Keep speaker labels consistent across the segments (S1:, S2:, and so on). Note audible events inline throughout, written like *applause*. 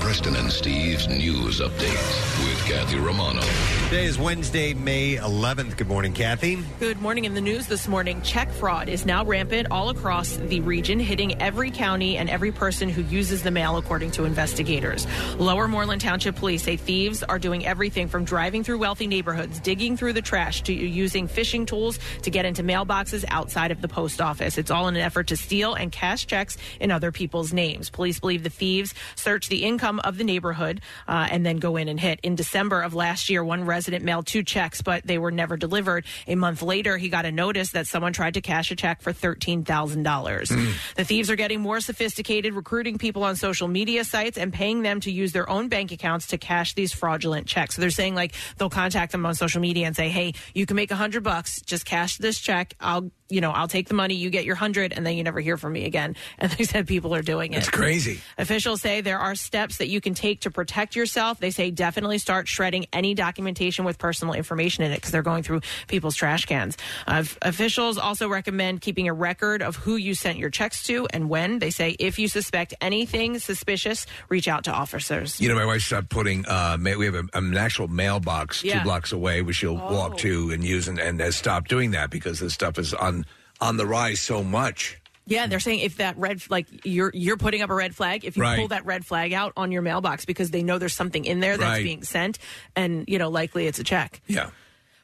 S1: Preston and Steve's news update with Kathy Romano.
S2: Today is Wednesday, May 11th. Good morning, Kathy.
S3: Good morning. In the news this morning, check fraud is now rampant all across the region, hitting every county and every person who uses the mail, according to investigators. Lower Moreland Township Police say thieves are doing everything from driving through wealthy neighborhoods, digging through the trash, to using phishing tools to get into mailboxes outside of the post office. It's all in an effort to steal and cash checks in other people's names. Police believe the thieves search the income of the neighborhood uh, and then go in and hit. In December of last year, one resident mailed two checks, but they were never delivered. A month later, he got a notice that someone tried to cash a check for $13,000. The thieves are getting more sophisticated, recruiting people on social media sites and paying them to use their own bank accounts to cash these fraudulent checks. So they're saying, like, they'll contact them on social media and say, hey, you can make a 100 bucks, just cash this check. I'll you know, I'll take the money, you get your hundred, and then you never hear from me again. *laughs* And they said people are doing it.
S4: It's crazy.
S3: Officials say there are steps that you can take to protect yourself. They say definitely start shredding any documentation with personal information in it because they're going through people's trash cans. Uh, f- officials also recommend keeping a record of who you sent your checks to and when. They say if you suspect anything suspicious, reach out to officers.
S4: You know, my wife stopped putting. Uh, ma- we have a, an actual mailbox
S3: Yeah. Oh.
S4: two blocks away, which she'll walk to and use, and, and has stopped doing that because this stuff is on on the rise so much.
S3: Yeah, they're saying if that red like you're you're putting up a red flag, if you
S4: Right.
S3: pull that red flag out on your mailbox because they know there's something in there that's
S4: Right.
S3: being sent and you know likely it's a check.
S4: Yeah.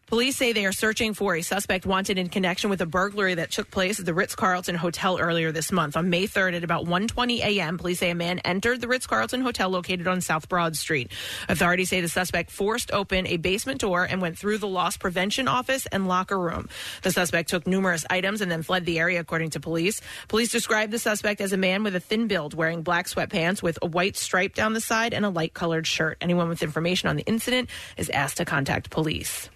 S3: Police say they are searching for a suspect wanted in connection with a burglary that took place at the Ritz-Carlton Hotel earlier this month. On May 3rd at about 1:20 a.m., police say a man entered the Ritz-Carlton Hotel located on South Broad Street. Authorities say the suspect forced open a basement door and went through the loss prevention office and locker room. The suspect took numerous items and then fled the area according to police. Police described the suspect as a man with a thin build wearing black sweatpants with a white stripe down the side and a light colored shirt. Anyone with information on the incident is asked to contact police.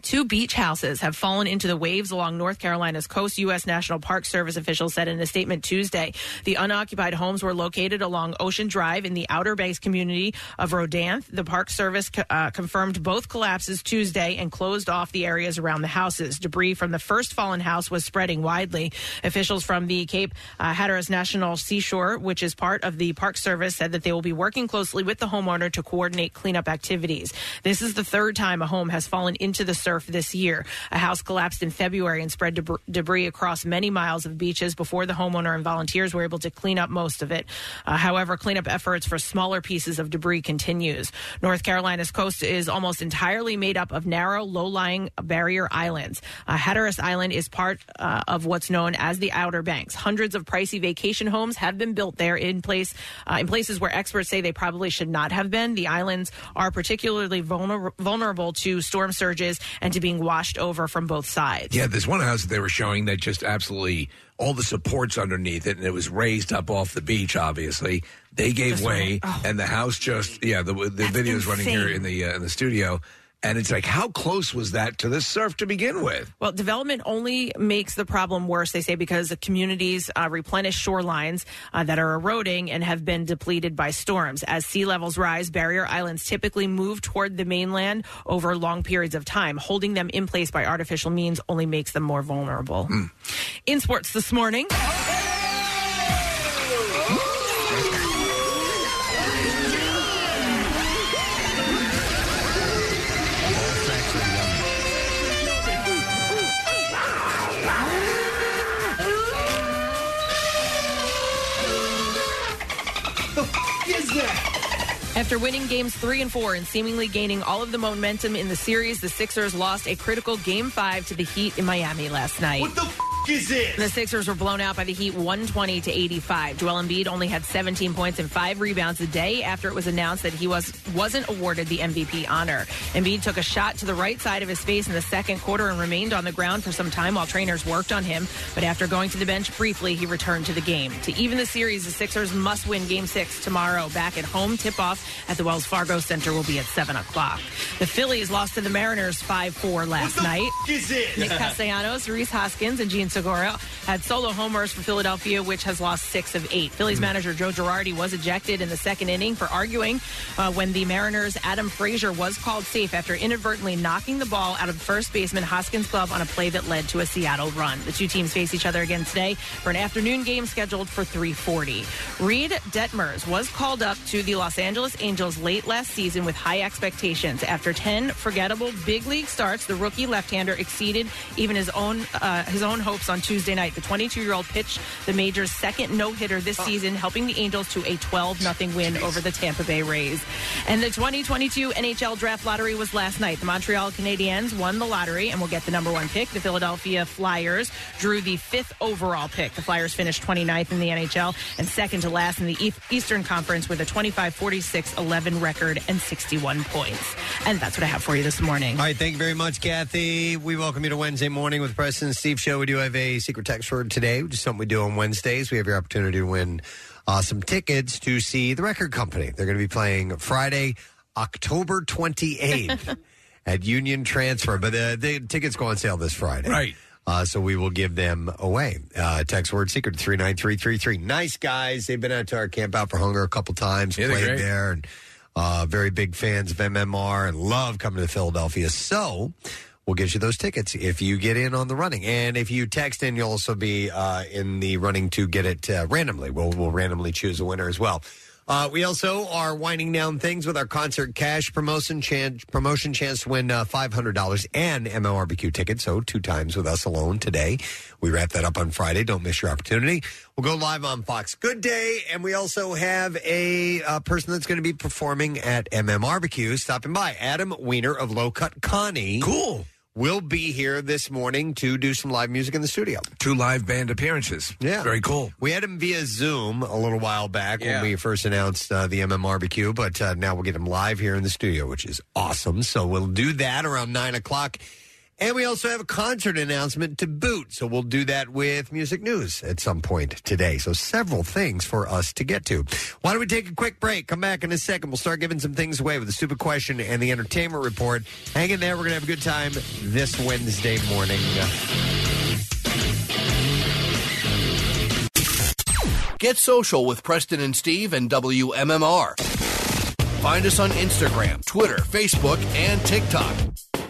S3: Two beach houses have fallen into the waves along North Carolina's coast, U.S. National Park Service officials said in a statement Tuesday. The unoccupied homes were located along Ocean Drive in the Outer Banks community of Rodanth. The Park Service uh, confirmed both collapses Tuesday and closed off the areas around the houses. Debris from the first fallen house was spreading widely. Officials from the Cape uh, Hatteras National Seashore, which is part of the Park Service, said that they will be working closely with the homeowner to coordinate cleanup activities. This is the third time a home has fallen into the surf this year. A house collapsed in February and spread debr- debris across many miles of beaches before the homeowner and volunteers were able to clean up most of it. Uh, however, cleanup efforts for smaller pieces of debris continues. North Carolina's coast is almost entirely made up of narrow, low-lying barrier islands. Uh, Hatteras Island is part uh, of what's known as the Outer Banks. Hundreds of pricey vacation homes have been built there in place uh, in places where experts say they probably should not have been. The islands are particularly vulner- vulnerable to storm surges and to being washed over from both sides.
S4: Yeah, there's one house that they were showing that just absolutely all the supports underneath it, and it was raised up off the beach. Obviously, they gave
S5: This
S4: way, and the house just yeah. The the video is running here
S3: Oh. insane.
S4: in the uh, in the studio, and it's like how close was that to the surf to begin with?
S3: Well, development only makes the problem worse, they say, because the communities uh, replenish shorelines uh, that are eroding and have been depleted by storms. As sea levels rise, barrier islands typically move toward the mainland over long periods of time. Holding them in place by artificial means only makes them more vulnerable. In sports this morning.
S6: is that?
S3: After winning games three and four and seemingly gaining all of the momentum in the series, the Sixers lost a critical game five to the Heat in Miami last night. What
S6: the f- is it?
S3: The Sixers were blown out by the Heat 120 to 85. Joel Embiid only had 17 points and five rebounds the day after it was announced that he was wasn't awarded the MVP honor. Embiid took a shot to the right side of his face in the second quarter and remained on the ground for some time while trainers worked on him. But after going to the bench briefly, he returned to the game. To even the series, the Sixers must win Game Six tomorrow back at home. Tip off at the Wells Fargo Center will be at seven o'clock. The Phillies lost to the Mariners 5-4 last night.
S6: is it?
S3: Nick Castellanos, Reese Hoskins, and Gene Segura had solo homers for Philadelphia, which has lost six of eight. Phillies manager Joe Girardi was ejected in the second inning for arguing uh, when the Mariners' Adam Frazier was called safe after inadvertently knocking the ball out of first baseman Hoskins' glove on a play that led to a Seattle run. The two teams face each other again today for an afternoon game scheduled for 3:40. Reed Detmers was called up to the Los Angeles Angels late last season with high expectations. After 10 forgettable big league starts, the rookie left-hander exceeded even his own uh, his own hopes on Tuesday night. The 22-year-old pitched the major's second no-hitter this season, helping the Angels to a 12-0 win over the Tampa Bay Rays. And the 2022 NHL Draft Lottery was last night. The Montreal Canadiens won the lottery and will get the number one pick. The Philadelphia Flyers drew the fifth overall pick. The Flyers finished 29th in the NHL and second to last in the E- Eastern Conference with a 25 46 11 record and 61 points. And that's what I have for you this morning.
S2: All right, thank you very much, Kathy. We welcome you to Wednesday morning with the Preston and Steve Show. We do have a secret text word today, which is something we do on Wednesdays. We have your opportunity to win uh, some tickets to see the record company. They're going to be playing Friday, October
S5: *laughs*
S2: 28th at Union Transfer, but uh, the tickets go on sale this Friday. Right. Uh, so we will give them away. Uh, text word secret to 39333. Nice guys. They've been out to our camp out for hunger a couple times,
S5: Yeah, they're
S2: played
S5: great.
S2: there, and uh, very big fans of MMR and love coming to Philadelphia. So we'll get you those tickets if you get in on the running. And if you text in, you'll also be uh, in the running to get it uh, randomly. We'll, we'll randomly choose a winner as well. Uh, we also are winding down things with our concert cash promotion chance, promotion chance to win uh, $500 and MMRBQ tickets. So two times with us alone today. We wrap that up on Friday. Don't miss your opportunity. We'll go live on Fox Good Day. And we also have a uh, person that's going to be performing at MMRBQ stopping by. Adam Weiner of Low Cut Connie. Cool. Will be here this morning to do some live music in the studio.
S4: Two live band appearances.
S2: Yeah.
S4: Very cool.
S2: We had him via Zoom a little while back
S4: Yeah.
S2: when we first announced uh, the MMRBQ, but uh, now we'll get him live here in the studio, which is awesome. So we'll do that around 9 o'clock. And we also have a concert announcement to boot. So we'll do that with music news at some point today. So several things for us to get to. Why don't we take a quick break? Come back in a second. We'll start giving some things away with the stupid question and the entertainment report. Hang in there. We're going to have a good time this Wednesday morning.
S7: Get social with Preston and Steve and WMMR. Find us on Instagram, Twitter, Facebook, and TikTok,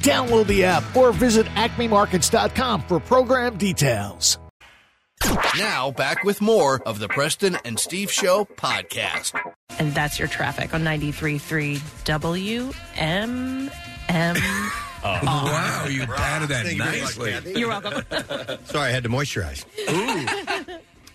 S8: Download the app or visit acmemarkets.com for program details.
S7: Now, back with more of the Preston and Steve Show podcast.
S3: And that's your traffic on 93.3 WMM.
S4: Oh, wow, you added that
S2: Thank you very much,
S4: nicely.
S2: Kathy.
S3: You're welcome.
S2: *laughs* Sorry, I had to moisturize.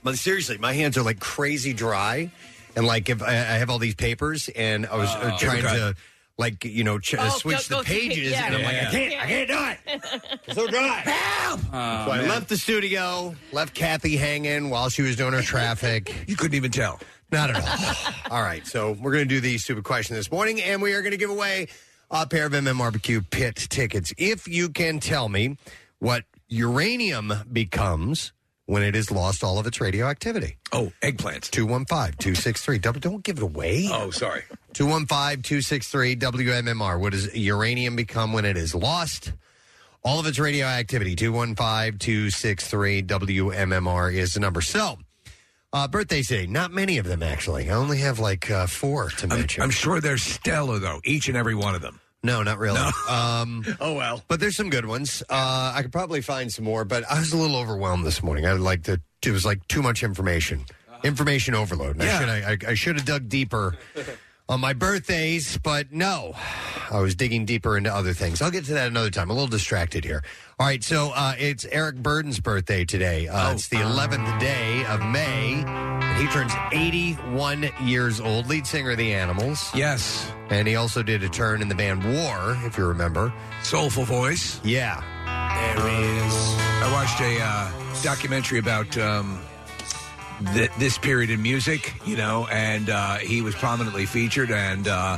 S2: But seriously, my hands are like crazy dry, and like if I, I have all these papers, and I was uh,
S4: Oh.
S2: trying to
S4: Apricot.
S2: like you know ch- uh,
S4: Oh,
S2: switch
S4: go-
S2: the
S4: go to-
S2: pages,
S4: yeah.
S2: and I'm like, I
S4: Yeah. Oh,
S2: can't, I can't do it. It's so dry.
S4: *laughs*
S2: Help! so I
S4: man.
S2: left the studio, left Kathy hanging while she was doing her traffic.
S4: You couldn't even tell.
S2: Not at all. all right, so we're going to do the stupid question this morning, and we are going to give away a pair of MMRBQ pit tickets. If you can tell me what uranium becomes when it has lost all of its radioactivity.
S4: Oh, eggplants.
S2: 215 263. Don't give it away.
S4: Oh, sorry.
S2: 215 263 WMMR. What does uranium become when it is lost? All of its radioactivity. 215 263 WMMR is the number. So, uh, birthdays today. Not many of them, actually. I only have like uh, four to
S4: I'm,
S2: mention.
S4: I'm sure they're stellar, though, each and every one of them.
S2: No, not really.
S4: *laughs*
S2: Um, oh well, but there's some good ones. Uh, I could probably find some more, but I was a little overwhelmed this morning. I like to. It was like too much information, information overload. And I should I, I should have dug deeper on my birthdays, but no, I was digging deeper into other things. I'll get to that another time. I'm a little distracted here. All right, so uh, it's Eric Burden's birthday today.
S4: Oh.
S2: Uh, It's the 11th day of May. And he turns 81 years old. Lead singer of the Animals.
S4: Yes.
S2: And he also did a turn in the band War, if you remember.
S4: Soulful voice.
S2: Yeah.
S4: There is. I watched a uh, documentary about um, th- this period in music, you know, and uh, he was prominently featured, and uh,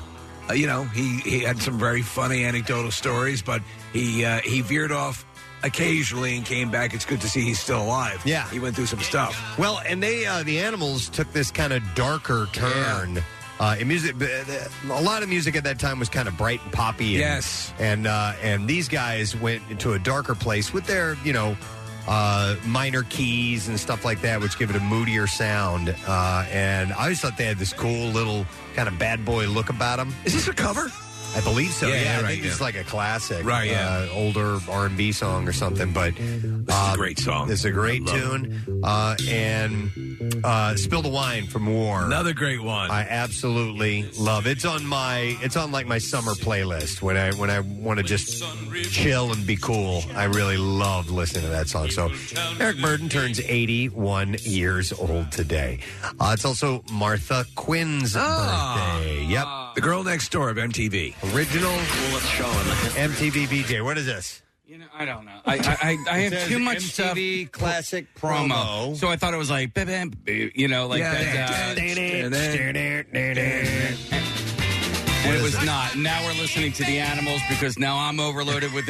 S4: uh, you know, he, he had some very funny anecdotal stories, but he uh, he veered off occasionally and came back. It's good to see he's still alive.
S2: Yeah.
S4: he went through some stuff.
S2: Well, and they uh, the animals took this kind of darker turn. Uh, in music, b- th- a lot of music at that time was kind of bright and poppy. And,
S4: Yes.
S2: and uh, and these guys went into a darker place with their you know uh, minor keys and stuff like that, which give it a moodier sound. Uh, and I always thought they had this cool little kind of bad boy look about them.
S4: Is this a cover?
S2: I believe so.
S4: Yeah,
S2: Yeah,
S4: yeah,
S2: I
S4: right,
S2: think it's
S4: yeah.
S2: like a classic,
S4: Right, yeah.
S2: uh, older R and B song or something. But uh,
S4: This is a great song.
S2: it's a great
S4: Love it.
S2: tune. Uh, and uh, "Spill the Wine" from War.
S4: Another great one.
S2: I absolutely love. It's on my. It's on like my summer playlist when I when I want to just chill and be cool. I really love listening to that song. So Eric Burden turns 81 years old today. Uh, it's also Martha Quinn's birthday. Yep,
S4: Ah. the girl next door of MTV.
S2: original MTV BJ. What is this?
S5: You know, I don't know. I I,
S4: *laughs*
S5: I, I
S2: It
S5: have
S2: says
S5: too much stuff.
S2: MTV classic
S5: Promo.
S2: promo.
S5: So I thought it was like, bam, bam, boo, you know, like that. Uh, and it was not. Now we're listening to the animals because now I'm overloaded with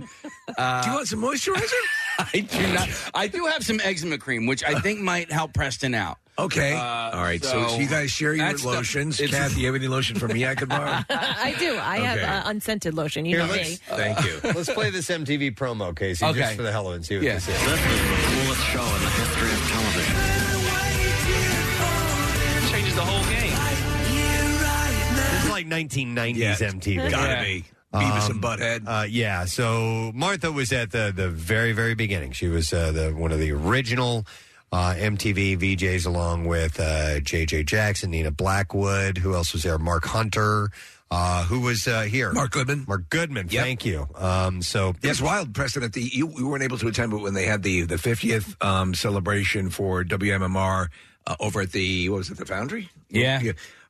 S4: *laughs* Do you want some moisturizer?
S5: *laughs* I do not. I do have some eczema cream, which I think might help Preston out.
S4: Okay.
S5: Uh,
S4: All right. So,
S5: so
S4: you guys share your
S5: that's the-
S4: lotions.
S5: it's-
S4: Kathy, you have any lotion for me I could borrow?
S3: *laughs* I do. I
S4: Okay.
S3: have uh, unscented lotion.
S2: *laughs*
S3: You
S2: Here,
S3: know me.
S2: let's-
S4: Thank you.
S2: *laughs* Let's play this MTV promo, Casey, just
S5: Okay.
S2: for the hell of it, and see what
S5: Yeah.
S2: this is.
S9: This is the coolest show in the history of television. Changes the whole game.
S2: This is like 1990s
S4: Yeah.
S2: MTV.
S4: Gotta
S5: Yeah.
S4: be. Beavis
S2: Um,
S4: and Butthead.
S2: Uh, yeah, so Martha was at the the very very beginning. She was uh, the one of the original uh, MTV VJs, along with uh, J.J. Jackson, Nina Blackwood. Who else was there? Mark Hunter, uh, who was uh, here.
S4: Mark Goodman.
S2: Mark Goodman.
S4: Yep.
S2: Thank you. Um, so
S4: Yes, wild, Preston. At the you, you weren't able to attend, but when they had the the fiftieth um, celebration for WMMR uh, over at the what was it, the Foundry?
S5: Yeah.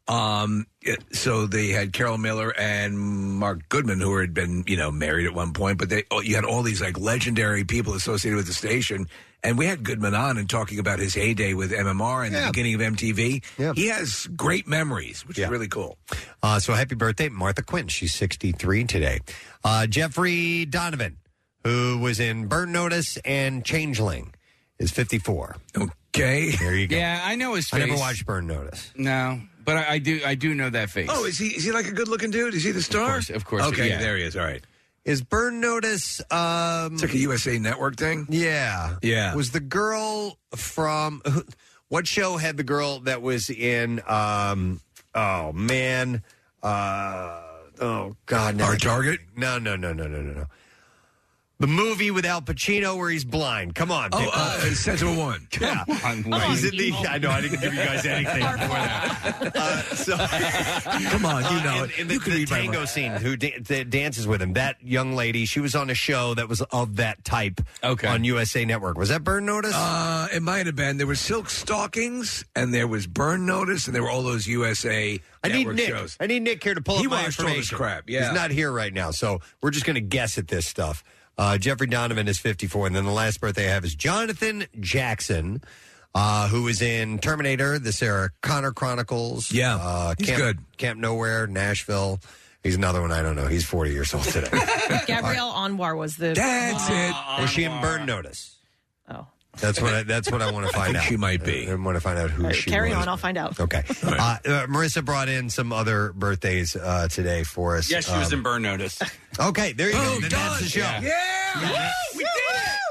S4: Um, it- *laughs* so they had Carol Miller and Mark Goodman, who had been you know married at one point, but they oh, you had all these like legendary people associated with the station. And we had Goodman on and talking about his heyday with MMR and the beginning of MTV.
S2: Yeah.
S4: He has great memories, which
S2: Yeah.
S4: is really cool.
S2: Uh, so happy birthday, Martha Quinn. She's 63 today. Uh, Jeffrey Donovan, who was in Burn Notice and Changeling, is 54.
S4: Okay.
S2: There you go.
S5: Yeah, I know his
S2: I
S5: face.
S2: never watched Burn Notice.
S5: No, but I, I do. I do know that face.
S4: Oh, is he is he like a good looking dude? Is he the star?
S5: course, of course,
S4: Okay,
S5: yeah.
S4: there he is. All right.
S2: Is Burn Notice? Um,
S4: It's like a USA Network thing.
S2: yeah,
S4: Yeah.
S2: Was the girl from who- what show had the girl that was in? Um, oh man, uh, oh god, now
S4: Our
S2: I can't
S4: Target?
S2: think. No, no, no, no, no, no, no. The movie with Al Pacino where he's blind. Come on,
S4: Oh,
S2: people.
S4: uh, Central One.
S2: yeah.
S5: I'm
S2: He's
S5: waiting.
S2: in the. I know I didn't give you guys anything before that. Uh, so,
S4: Come on, you know
S2: uh,
S4: it.
S2: in, in the,
S4: you can
S2: the
S4: read my
S2: tango
S4: mind.
S2: scene, who da- that dances with him? That young lady, she was on a show that was of that type
S5: Okay.
S2: on USA Network. Was that Burn Notice?
S4: Uh, it might have been. There were silk stockings, and there was burn notice, and there were all those USA
S2: I need
S4: network
S2: Nick.
S4: shows.
S2: I need Nick here to pull
S4: He
S2: up my
S4: watched all this
S2: information.
S4: crap, yeah.
S2: He's not here right now, so we're just going to guess at this stuff. Uh, Jeffrey Donovan is 54, and then the last birthday I have is Jonathan Jackson, uh, who was in Terminator, the Sarah Connor Chronicles.
S4: Yeah,
S2: uh,
S4: he's
S2: Camp,
S4: good.
S2: Camp Nowhere, Nashville. He's another one I don't know. He's 40 years old
S4: *laughs*
S2: today.
S3: Gabrielle Anwar was the.
S4: That's it.
S2: was she in Burn Notice?
S3: Oh,
S2: That's what I, that's what I want to find
S4: think
S2: out.
S4: she might be.
S2: I, want to find out who
S3: All right,
S2: she
S3: carry
S2: was.
S3: on. I'll find out.
S2: Okay.
S4: All
S2: Uh,
S4: right.
S2: uh, Marissa brought in some other birthdays uh, today for us.
S5: Yes, she was
S2: Um,
S5: in burn notice.
S2: *laughs* Okay, *laughs* there you go.
S6: Oh,
S4: Boom,
S2: Then
S4: done.
S2: that's the show.
S4: Oh, Yeah.
S5: we did it.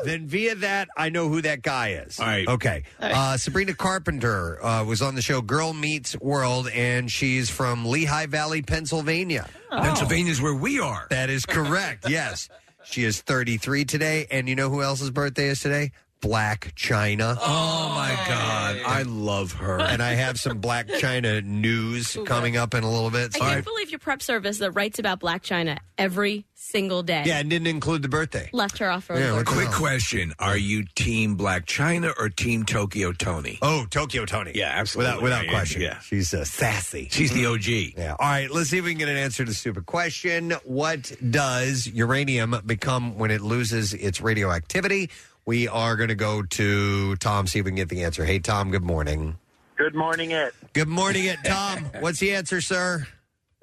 S2: Then via that, I know who that guy is.
S4: All right.
S2: Okay. Uh, Sabrina Carpenter uh, was on the show Girl Meets World, and she's from Lehigh Valley, Pennsylvania.
S10: Oh.
S4: Pennsylvania's where we are.
S2: That is correct.
S4: *laughs*
S2: yes. She is 33 today, and you know who else's birthday is today? Black China.
S4: Oh my God, I love her.
S2: And I have some Black China news coming up in a little bit.
S10: I
S2: All
S10: can't
S2: right.
S10: believe your prep service that writes about Black China every single day.
S2: Yeah, and didn't include the birthday.
S10: Left her off her
S2: Yeah,
S10: board.
S2: look-
S4: Quick question: Are you Team Black China or Team Tokyo Tony?
S2: Oh, Tokyo Tony.
S4: Yeah, absolutely.
S2: Without, without
S4: Yeah,
S2: question.
S4: yeah.
S2: She's uh, sassy.
S4: She's the OG.
S2: Yeah. All right. Let's see if we can get an answer to the stupid question. What does uranium become when it loses its radioactivity? We are going to go to Tom, see if we can get the answer. Hey, Tom, good morning.
S11: Good morning, it.
S2: Good morning, *laughs* it. Tom, what's the answer, sir?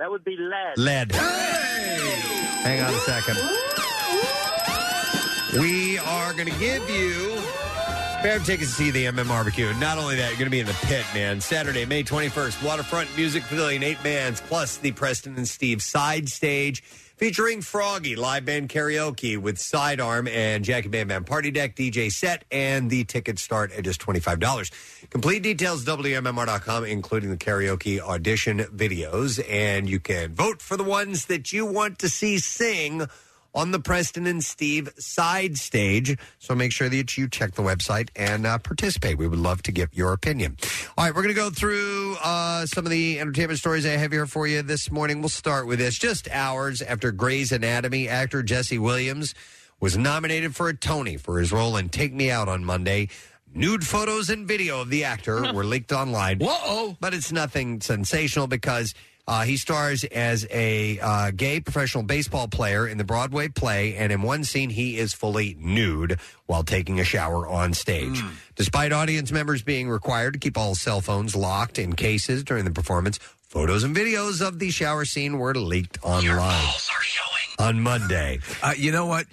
S11: That would be lead.
S2: Lead. Hang on a second. We are going to give you a pair of tickets to see the MM Barbecue. Not only that, you're going to be in the pit, man. Saturday, May 21st, Waterfront Music Pavilion, eight bands, plus the Preston and Steve side stage featuring Froggy, live band karaoke with Sidearm and Jackie Bam Bam Party Deck, DJ set, and the tickets start at just $25. Complete details, WMMR.com, including the karaoke audition videos, and you can vote for the ones that you want to see sing on the Preston and Steve side stage. So make sure that you check the website and uh, participate. We would love to get your opinion. All right, we're going to go through uh, some of the entertainment stories I have here for you this morning. We'll start with this. Just hours after Grey's Anatomy, actor Jesse Williams was nominated for a Tony for his role in Take Me Out on Monday. Nude photos and video of the actor were leaked online. Whoa! But it's nothing sensational because uh, he stars as a uh, gay professional baseball player in the Broadway play, and in one scene, he is fully nude while taking a shower on stage. Despite audience members being required to keep all cell phones locked in cases during the performance, photos and videos of the shower scene were leaked online on Monday.
S4: Uh, you know what?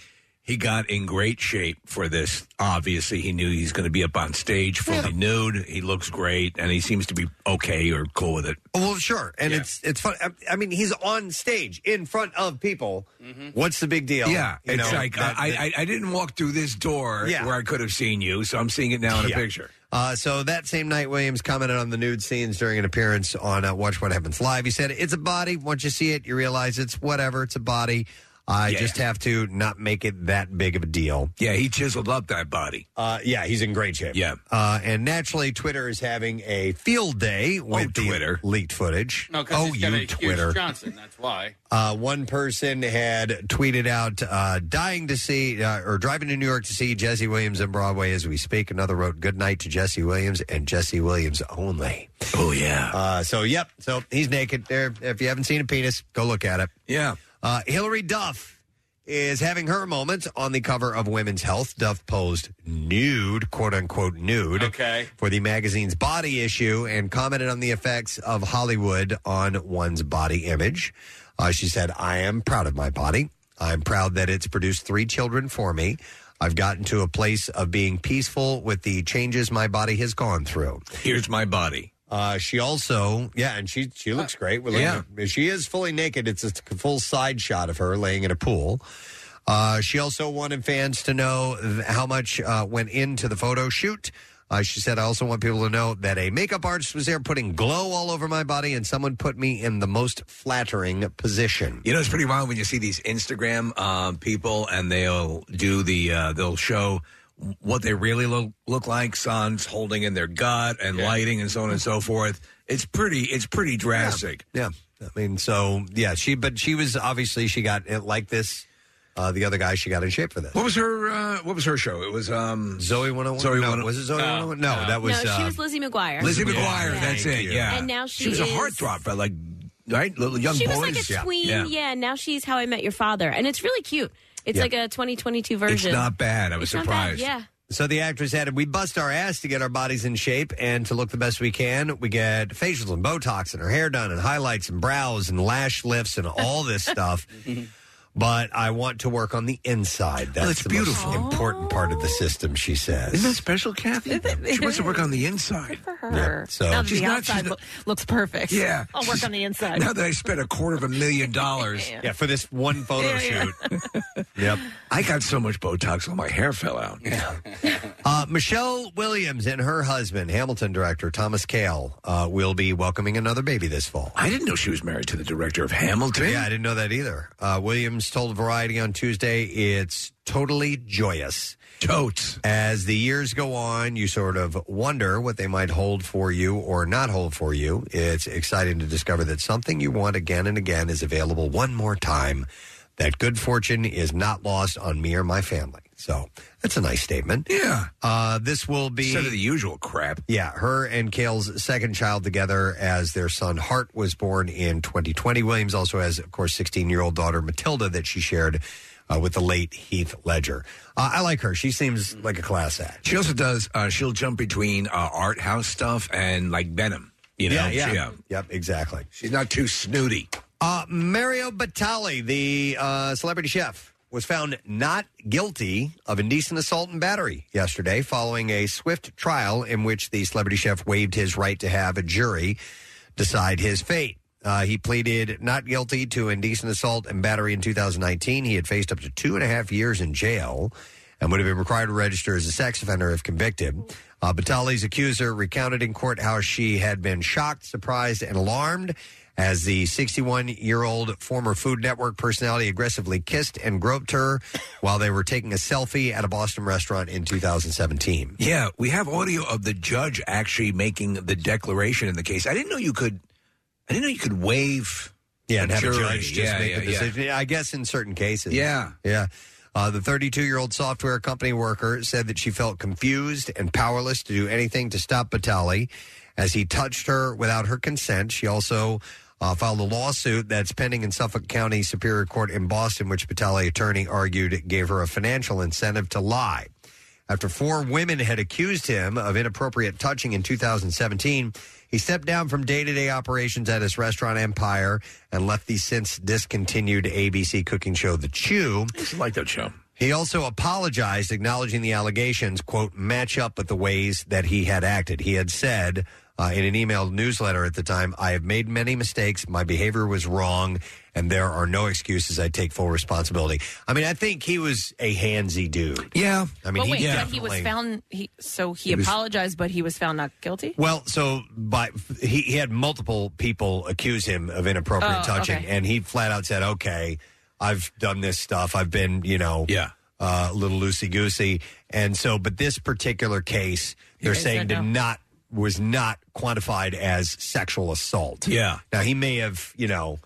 S4: He got in great shape for this. Obviously, he knew he's going to be up on stage fully nude. He looks great, and he seems to be okay or cool with it.
S2: Well, sure, and it's it's fun. I, I mean, he's on stage in front of people. What's the big deal?
S4: Mm-hmm. Yeah,
S2: You
S4: it's
S2: know,
S4: like
S2: that-
S4: I, I I didn't walk through this door
S2: Yeah.
S4: where I could have seen you, so I'm seeing it now in
S2: Yeah.
S4: a picture.
S2: Uh, so that same night, Williams commented on the nude scenes during an appearance on uh, Watch What Happens Live. He said, "It's a body. Once you see it, you realize it's whatever. It's a body. I just have to not make it that big of a deal."
S4: Yeah, he chiseled up that body.
S2: Uh, yeah, he's in great shape.
S4: Yeah.
S2: Uh, and naturally, Twitter is having a field day with
S4: Oh,
S2: Twitter. leaked footage.
S5: No, 'cause
S2: oh,
S5: he's
S2: you
S5: got a huge
S2: Twitter.
S5: Johnson. That's
S4: *laughs*
S5: why.
S2: Uh, one person had tweeted out, uh, dying to see uh, or driving to New York to see Jesse Williams in Broadway as we speak. Another wrote, good night to Jesse Williams and Jesse Williams only.
S4: Oh, yeah.
S2: Uh, so, yep. So he's naked there. If you haven't seen a penis, go look at it.
S4: Yeah.
S2: Uh, Hillary Duff is having her moment on the cover of Women's Health. Duff posed nude, quote unquote nude, okay. for the magazine's body issue and commented on the effects of Hollywood on one's body image. Uh, she said, I am proud of my body. I'm proud that it's produced three children for me. I've gotten to a place of being peaceful with the changes my body has gone through.
S4: Here's my body.
S2: Uh, she also, yeah, and she she looks great. We're looking at- she is fully naked. It's just a full side shot of her laying in a pool. Uh, she also wanted fans to know th- how much uh, went into the photo shoot. Uh, she said, "I also want people to know that a makeup artist was there putting glow all over my body, and someone put me in the most flattering position."
S4: You know, it's pretty wild when you see these Instagram uh, people and they'll do the, uh, they'll show what they really look, look like, suns holding in their gut and lighting and so on and so forth. It's pretty, it's pretty drastic.
S2: Yeah. I mean, so yeah, she but she was obviously she got it like this. Uh, the other guy, she got in shape for this.
S4: What was her, uh, what was her show? It was, um,
S2: Zoe 101.
S4: Zoe
S2: No,
S4: 101.
S2: was it Zoe 101? No, that was,
S10: no, she
S2: uh,
S10: was Lizzie McGuire.
S4: Lizzie
S2: Yeah,
S4: McGuire.
S2: thank
S4: That's it.
S2: you.
S4: Yeah.
S10: And now she
S4: was a
S10: is-
S4: heartthrob for like, right? Little young
S10: she
S4: boys.
S10: was like a tween. Yeah. now she's How I Met Your Father, and it's really cute. It's
S2: Yeah.
S10: like a 2022 version.
S4: bad. I
S10: It's not bad, yeah.
S2: So the actress added, "We bust our ass to get our bodies in shape and to look the best we can. We get facials and Botox and her hair done and highlights and brows and lash lifts and all
S10: *laughs*
S2: this stuff. But I want to work on the inside. That's
S4: it's
S2: the
S4: beautiful.
S2: most important part of the system." She says.
S4: Isn't that special,
S10: *laughs*
S4: Kathy? She wants to work on the inside.
S3: for her.
S2: Yeah, so-
S3: now that
S4: She's
S3: the
S4: not-
S3: outside
S4: she's not-
S3: lo- looks perfect.
S4: Yeah.
S3: I'll work on the inside.
S4: Now that I spent a quarter of a million *laughs* dollars.
S2: Yeah, for this one photo shoot. yep.
S4: I got so much Botox, all my hair fell out.
S2: *laughs* Uh, Michelle Williams and her husband, Hamilton director Thomas Kail, uh, will be welcoming another baby this fall.
S4: I didn't know she was married to the director of Hamilton.
S2: Yeah, I didn't know that either. Uh, Williams told Variety on Tuesday, "It's totally joyous."
S4: Totes.
S2: As the years go on, you sort of wonder what they might hold for you or not hold for you. It's exciting to discover that something you want again and again is available one more time. That good fortune is not lost on me or my family. So that's a nice statement.
S4: Yeah.
S2: Uh, this will be
S4: Instead of the usual crap.
S2: yeah, her and Kale's second child together as their son Hart was born in 2020. Williams also has, of course, 16 year old daughter Matilda that she shared uh, with the late Heath Ledger. Uh, I like her. She seems like a class act.
S4: She also does. Uh, she'll jump between uh, art house stuff and like Venom. You know,
S2: Yeah, yeah.
S4: She,
S2: Yep, exactly.
S4: She's not too snooty.
S2: Uh, Mario Batali, the uh, celebrity chef, was found not guilty of indecent assault and battery yesterday following a swift trial in which the celebrity chef waived his right to have a jury decide his fate. Uh, he pleaded not guilty to indecent assault and battery in 2019. He had faced up to two and a half years in jail and would have been required to register as a sex offender if convicted. Uh, Batali's accuser recounted in court how she had been shocked, surprised, and alarmed as the 61 year old former Food Network personality aggressively kissed and groped her while they were taking a selfie at a Boston restaurant in 2017.
S4: Yeah, we have audio of the judge actually making the declaration in the case. I didn't know you could. I didn't know you could waive.
S2: Yeah, and have
S4: jury.
S2: a judge just
S4: Yeah,
S2: make
S4: yeah,
S2: the
S4: yeah.
S2: decision. I guess in certain cases.
S4: Yeah.
S2: Yeah. Uh, the 32 year old software company worker said that she felt confused and powerless to do anything to stop Batali as he touched her without her consent. She also uh, filed a lawsuit that's pending in Suffolk County Superior Court in Boston, which Batali attorney argued gave her a financial incentive to lie. After four women had accused him of inappropriate touching in 2017, he stepped down from day to day operations at his restaurant empire and left the since discontinued ABC cooking show, The Chew. I
S4: like that show.
S2: He also apologized, acknowledging the allegations, quote, match up with the ways that he had acted. He had said uh, in an emailed newsletter at the time, I have made many mistakes. My behavior was wrong, and there are no excuses. I take full responsibility. I mean, I think he was a handsy dude.
S4: Yeah.
S2: I mean,
S3: but wait,
S2: he,
S3: but he was
S2: definitely-
S3: found. He, so he,
S2: He was-
S3: apologized, but he was found not guilty.
S2: Well, so by he, he had multiple people accuse him of inappropriate
S3: Oh,
S2: touching,
S3: okay.
S2: and he flat out said, "Okay, I've done this stuff. I've been, you know, yeah, uh, a little loosey goosey." And so, but this particular case, they're
S4: He said
S2: saying did
S4: no.
S2: not was not quantified as sexual assault.
S4: Yeah.
S2: Now he may have, you know.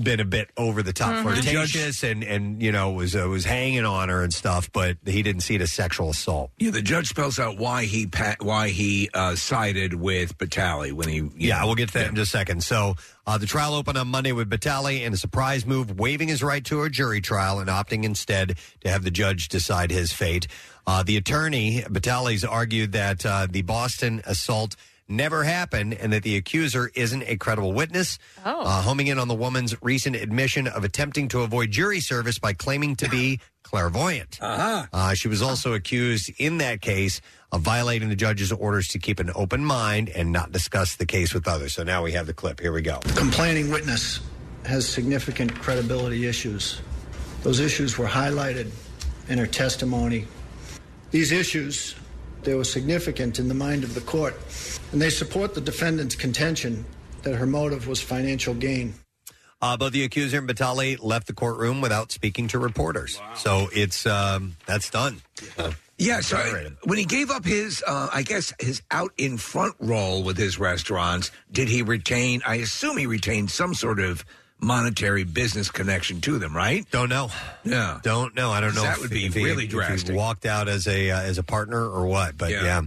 S2: Been a bit over the top
S4: Mhm. The judge-
S2: flirtatious and and you know was uh, was hanging on her and stuff, but he didn't see it as sexual assault.
S4: Yeah, the judge spells out why he pa- why he uh, sided with Batali when he. you
S2: Yeah,
S4: know,
S2: we'll get to that in just a second. So uh, the trial opened on Monday with Batali in a surprise move, waiving his right to a jury trial and opting instead to have the judge decide his fate. Uh, the attorney, Batali's, argued that uh, the Boston assault never happened and that the accuser isn't a credible witness,
S12: Oh.
S2: uh, homing in on the woman's recent admission of attempting to avoid jury service by claiming to be clairvoyant.
S4: Uh-huh.
S2: Uh, she was also accused in that case of violating the judge's orders to keep an open mind and not discuss the case with others. So now we have the clip. Here we go.
S13: Complaining witness has significant credibility issues. Those issues were highlighted in her testimony. These issues, they were significant in the mind of the court, and they support the defendant's contention that her motive was financial gain.
S2: Uh, both the accuser and Batali left the courtroom without speaking to reporters. So it's um, that's done.
S4: Yeah, so I- when he gave up his, uh, I guess his out in front role with his restaurants, did he retain? I assume he retained some sort of monetary business connection to them, right?
S2: Don't know.
S4: Yeah,
S2: don't know. I don't know.
S4: That
S2: if-
S4: would be
S2: if he-
S4: really
S2: if he
S4: drastic.
S2: walked out as a uh, as a partner or what? But yeah.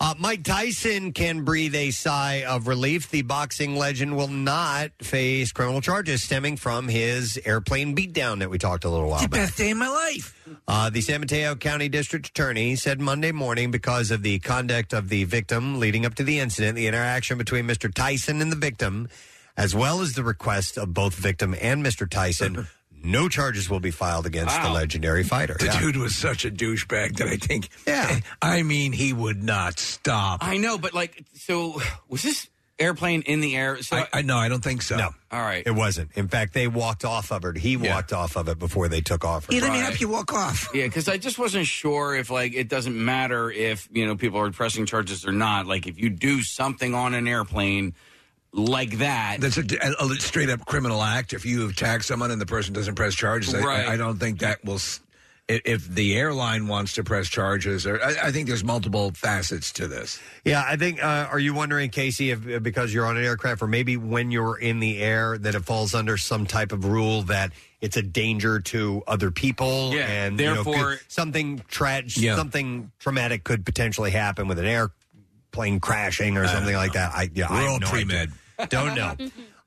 S2: Uh, Mike Tyson can breathe a sigh of relief. The boxing legend will not face criminal charges stemming from his airplane beatdown that we talked a little while
S4: *laughs*
S2: back.
S4: Best day in my life.
S2: Uh, the San Mateo County District Attorney said Monday morning because of the conduct of the victim leading up to the incident, the interaction between Mr. Tyson and the victim, as well as the request of both victim and Mr. Tyson, no charges will be filed against the
S4: Wow.
S2: legendary fighter.
S4: The
S2: Yeah.
S4: dude was such a douchebag that I think. Yeah, I mean, he would not stop.
S5: I know, but like, so was this airplane in the air? So
S4: I know. I don't think so.
S2: No.
S5: All right.
S2: It wasn't. In fact, they walked off of it. He walked off of it before they took off.
S5: Yeah, let me help
S4: you walk off.
S5: Yeah, because I just wasn't sure if like it doesn't matter if you know people are pressing charges or not. Like if you do something on an airplane like that,
S4: That's a, a straight up criminal act. If you have tagged someone and the person doesn't press charges, I-
S5: Right.
S4: I, I don't think that will. s- i- If the airline wants to press charges, or I, I think there's multiple facets to this.
S2: Yeah, I think. Uh, are you wondering, Casey, if if because you're on an aircraft, or maybe when you're in the air, that it falls under some type of rule that it's a danger to other people,
S5: Yeah,
S2: and you know,
S5: therefore-
S2: could- something tragic,
S5: Yeah.
S2: something traumatic could potentially happen with an airplane crashing or something like that. I yeah, I
S4: We're
S2: have
S4: all
S2: no
S4: pre-med.
S5: *laughs*
S2: idea. Don't know.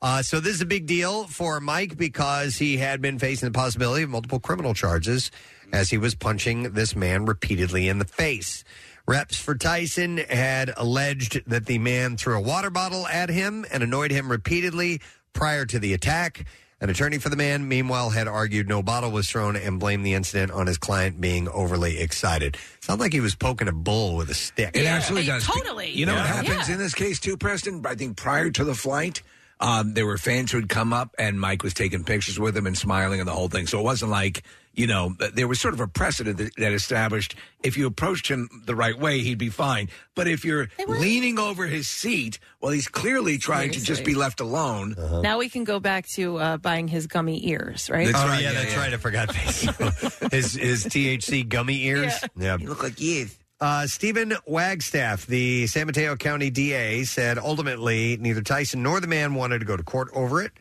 S2: Uh, so this is a big deal for Mike because he had been facing the possibility of multiple criminal charges as he was punching this man repeatedly in the face. Reps for Tyson had alleged that the man threw a water bottle at him and annoyed him repeatedly prior to the attack. An attorney for the man, meanwhile, had argued no bottle was thrown and blamed the incident on his client being overly excited. Sounds like he was poking a bull with a stick.
S4: It actually does. You know what happens in this case too, Preston? I think prior to the flight, um, there were fans who would come up, and Mike was taking pictures with him and smiling and the whole thing. So it wasn't like you know th- there was sort of a precedent that, that established if you approached him the right way, he'd be fine. But if you're leaning over his seat, well, he's clearly trying to just
S3: Seriously.
S4: be left alone.
S2: Uh-huh.
S3: Now we can go back to uh, buying his gummy ears, right?
S2: oh, yeah, that's right. I forgot. *laughs* his, his THC gummy ears. Yeah. You
S4: look like youth.
S2: Uh, Stephen Wagstaff, the San Mateo County DA, said ultimately neither Tyson nor the man wanted to go to court over it.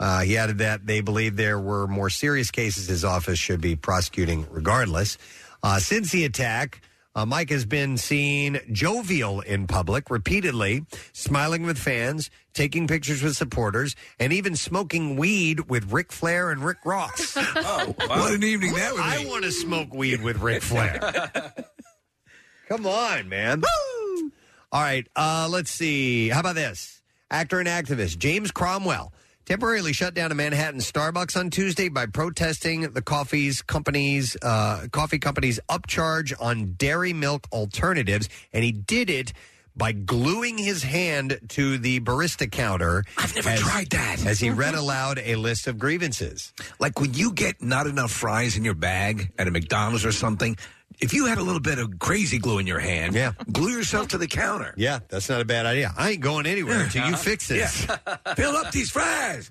S2: Uh, he added that they believe there were more serious cases his office should be prosecuting regardless. Uh, since the attack, uh, Mike has been seen jovial in public repeatedly, smiling with fans, taking pictures with supporters, and even smoking weed with Ric Flair and Rick Ross. *laughs*
S6: *laughs*
S4: oh, what an evening that would be!
S2: I want to smoke weed with Ric Flair. *laughs* Come on, man. All right, uh, let's see. How about this? Actor and activist James Cromwell temporarily shut down a Manhattan Starbucks on Tuesday by protesting the coffee's company's uh, coffee company's upcharge on dairy milk alternatives, and he did it by gluing his hand to the barista counter. I've never tried that. As he read aloud a list of grievances.
S4: Like when you get not enough fries in your bag at a McDonald's or something, if you had a little bit of crazy glue in your hand, yeah. glue yourself to the counter.
S2: Yeah, that's not a bad idea. I ain't going anywhere until you fix this.
S4: *laughs* Fill up these fries.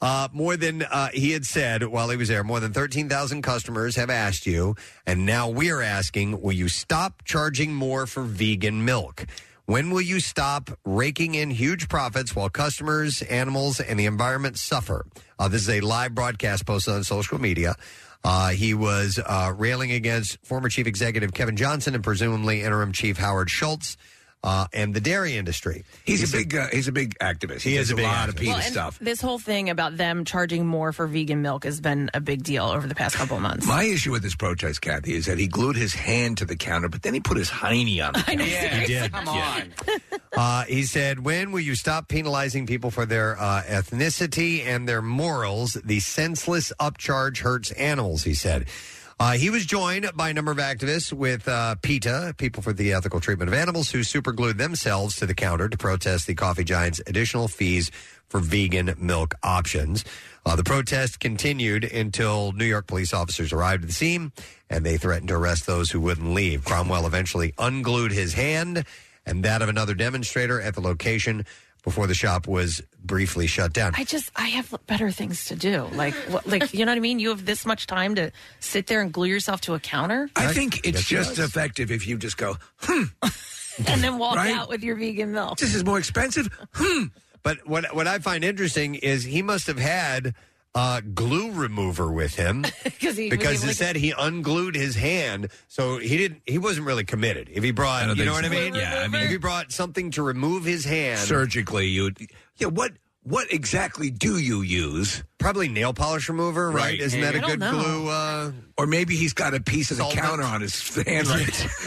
S2: Uh, more than uh, he had said while he was there, more than 13,000 customers have asked you, and now we're asking, will you stop charging more for vegan milk? When will you stop raking in huge profits while customers, animals, and the environment suffer? Uh, this is a live broadcast posted on social media. Uh, he was uh, railing against former chief executive Kevin Johnson and presumably interim chief Howard Schultz uh, and the dairy industry.
S4: He's a big uh, he's a big activist. He,
S2: He is
S4: does
S2: a big
S4: a lot of
S2: activist.
S4: PETA
S2: Well, and-
S4: stuff.
S3: This whole thing about them charging more for vegan milk has been a big deal over the past couple of months.
S4: My issue with this protest, Kathy, is that he glued his hand to the counter, but then he put his hiney on. The
S3: *laughs*
S4: counter.
S2: He did.
S5: Come
S2: Yeah.
S5: on.
S2: *laughs* Uh, he said, When will you stop penalizing people for their uh, ethnicity and their morals? The senseless upcharge hurts animals, he said. Uh, he was joined by a number of activists with uh, PETA, People for the Ethical Treatment of Animals, who superglued themselves to the counter to protest the coffee giant's additional fees for vegan milk options. Uh, the protest continued until New York police officers arrived at the scene and they threatened to arrest those who wouldn't leave. Cromwell eventually unglued his hand and that of another demonstrator at the location before the shop was briefly shut down.
S3: I just I have better things to do. Like what, like you know what I mean? You have this much time to sit there and glue yourself to a counter
S4: I think it's
S2: Yes, he
S4: just
S2: does.
S4: effective if you just go.
S3: *laughs* and then walk
S4: Right?
S3: out with your vegan milk.
S4: This is more expensive. Hmm.
S2: But what what I find interesting is he must have had uh, glue remover with
S4: *laughs*
S2: him
S3: Because he was
S2: because
S3: able
S2: it
S3: to-
S2: said he unglued his hand, so he didn't. He wasn't really committed. If he
S4: I
S2: brought,
S4: don't
S2: you know
S4: think
S2: what I
S4: so.
S2: mean?
S4: Yeah, I mean-
S2: if he brought something to remove his hand
S4: surgically you would yeah what what exactly do you use
S2: probably nail polish remover right, isn't that a good glue uh
S4: or maybe he's got a piece of the
S2: solvent?
S4: counter on his hand right,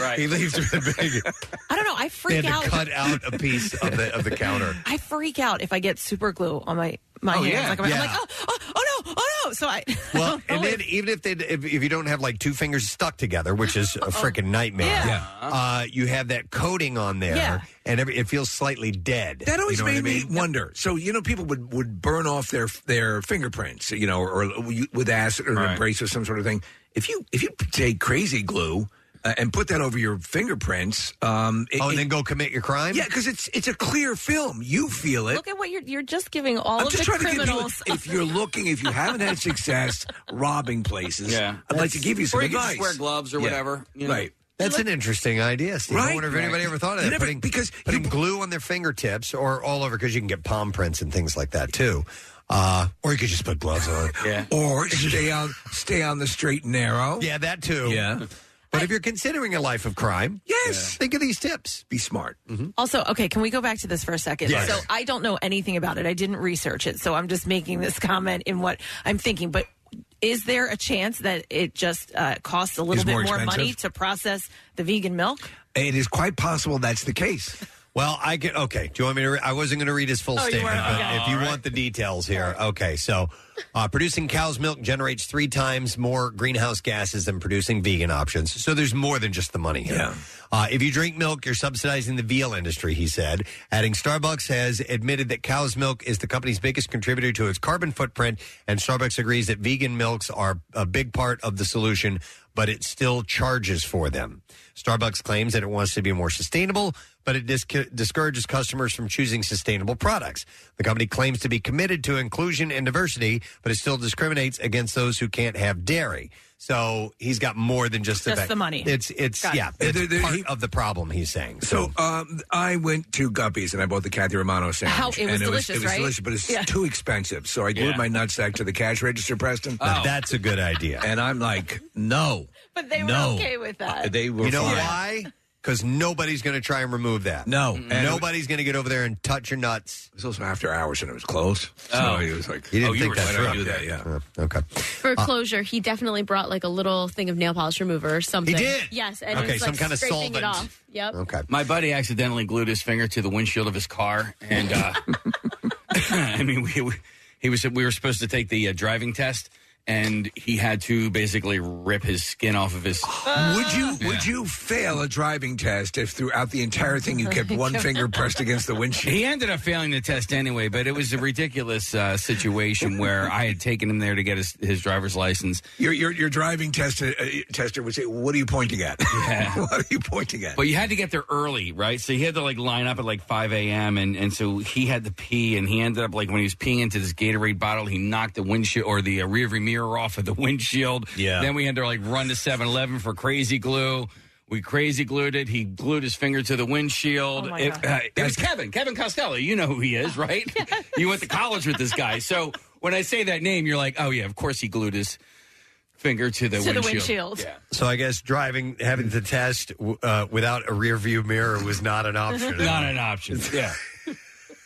S2: *laughs*
S5: right.
S2: he leaves with a big
S3: I don't know. I
S2: they had
S3: freak
S2: to
S3: out.
S2: cut out a piece of the of the counter.
S4: *laughs*
S3: I freak out if I get super glue on my my
S2: Oh,
S3: hands.
S2: yeah.
S3: Like I'm, I'm
S2: Yeah.
S3: like oh, oh oh no oh no. So I
S4: *laughs*
S2: Well, and then even if they if, if you don't have like two fingers stuck together, which is a freaking nightmare,
S4: Yeah.
S2: Uh, you have that coating on there,
S4: Yeah.
S2: and every, it feels slightly dead.
S4: that always
S2: You know what
S4: made
S2: I mean?
S4: me wonder so you know people would would burn off their their fingerprints you know or, or you- with acid or an embrace or some sort of thing if you if you take crazy glue uh, and put that over your fingerprints um
S2: Oh, and then go commit your crime
S4: yeah because it's it's a clear film you feel it
S3: look at what you're you're just giving all
S4: I'm
S3: of
S4: just
S3: the
S4: trying
S3: criminals.
S4: to give you. If you're looking, if you haven't had
S3: *laughs*
S4: success robbing places,
S5: Yeah.
S4: I'd like to give you some
S5: Or you could
S4: advice.
S5: just wear gloves or
S4: Yeah.
S5: whatever, you know.
S4: Right.
S2: That's an interesting idea, Steve. I
S4: Right?
S2: wonder if anybody
S4: Right.
S2: ever thought of
S4: You
S2: that.
S4: never-
S2: putting
S4: because
S2: putting glue on their fingertips or all over because you can get palm prints and things like that too. Uh, or you could just put gloves on.
S5: yeah.
S4: Or stay on stay on the straight and narrow.
S2: Yeah, that too.
S4: Yeah.
S2: But if you're considering a life of crime, Mm-hmm. yes, think of these tips.
S4: Be smart.
S3: Also, okay, can we go back to this for a second?
S2: Yes.
S3: So I don't know anything about it. I didn't research it, so I'm just making this *laughs* comment in what I'm thinking. But is there a chance that it just uh, costs a little
S4: Is
S3: bit
S4: more
S3: more, money
S4: expensive?
S3: to process the vegan milk?
S4: It is quite possible that's the case.
S2: Well, I get okay. Do you want me to? Re- I wasn't going to read his full
S3: Oh, you
S2: statement,
S3: weren't?
S2: but
S3: Okay.
S2: if you want the details here, okay. So, uh, producing cow's milk generates three times more greenhouse gases than producing vegan options. So there's more than just the money here. Uh, if you drink milk, you're subsidizing the veal industry, he said. Adding, Starbucks has admitted that cow's milk is the company's biggest contributor to its carbon footprint, and Starbucks agrees that vegan milks are a big part of the solution, but it still charges for them. Starbucks claims that it wants to be more sustainable, but it dis- discourages customers from choosing sustainable products. The company claims to be committed to inclusion and diversity, but it still discriminates against those who can't have dairy. So he's got more than just,
S4: Just
S2: fact-
S4: the money.
S2: It's it's
S4: Got it.
S2: yeah,
S4: Yeah,
S2: it's
S4: there- there-
S2: part
S4: he-
S2: of the problem. He's saying
S4: So um, I went to Guppies and I bought the Kathy Romano sandwich.
S3: How- it was
S4: and
S3: delicious,
S4: it was,
S3: right?
S4: delicious, but it's
S3: Yeah.
S4: too expensive. So I glued
S3: Yeah.
S4: my nutsack to the cash register, Preston.
S2: Now that's a good idea.
S4: And I'm like, no.
S3: But they were
S4: No.
S3: okay with that.
S4: They were
S2: you know
S4: fine.
S2: why? Because nobody's going to try and remove that. Mm-hmm.
S4: No, And-
S2: nobody's going to get over there and touch your nuts.
S4: It was also after hours and it was closed.
S2: Oh.
S4: So it was like,
S2: You didn't
S4: oh,
S2: think
S4: were
S2: that
S4: right
S2: through.
S4: up there, yeah.
S2: okay.
S10: For closure, he definitely brought like a little thing of nail polish remover or something.
S5: did?
S10: Yes, and
S5: Okay,
S10: it was,
S5: some
S10: like,
S5: kind of
S10: scraping
S5: solvent.
S10: It off. Yep.
S2: Okay.
S5: My buddy accidentally glued his finger to the windshield of his car, and
S4: *laughs*
S5: uh, *laughs* I mean, we, we he was we were supposed to take the uh, driving test, and he had to basically rip his skin off of his.
S3: Ah.
S4: Would you would you fail a driving test if throughout the entire thing
S3: *laughs*
S4: you kept one finger pressed against the windshield?
S5: He ended up failing the test anyway, but it was a ridiculous uh, situation where I had taken him there to get his, his driver's license.
S4: Your your, your driving tester uh, tester would say, "What are you pointing at? *laughs* what are you pointing at?"
S5: But you had to get there early, right? So he had to like line up at like 5 a.m. And, and so he had to pee, and he ended up like when he was peeing into this Gatorade bottle, he knocked the windshield or the uh, rearview mirror off of the *laughs* windshield.
S2: Yeah.
S5: Then we had to like run to 7 Eleven for crazy glue. We crazy glued it. He glued his finger to the windshield.
S12: Oh, my
S5: it,
S12: God.
S5: uh, it was Kevin, Kevin Costello. You know who he is, right? you went to college with this guy. So when I say that name, you're like, oh, yeah, of course he glued his finger to the
S3: to
S5: windshield.
S3: the windshield.
S2: So I guess driving, having to test uh, without a rear view mirror was not an option.
S5: Not an option. Yeah.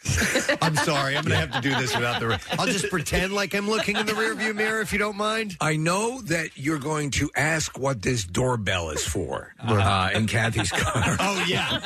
S3: *laughs*
S2: I'm *laughs* sorry. I'm going to have to do this without the. I'll just pretend like I'm looking in the rearview mirror if you don't mind.
S4: I know that you're going to ask what this doorbell is for
S2: Uh-huh.
S4: uh, in Kathy's car.
S2: *laughs* Oh yeah.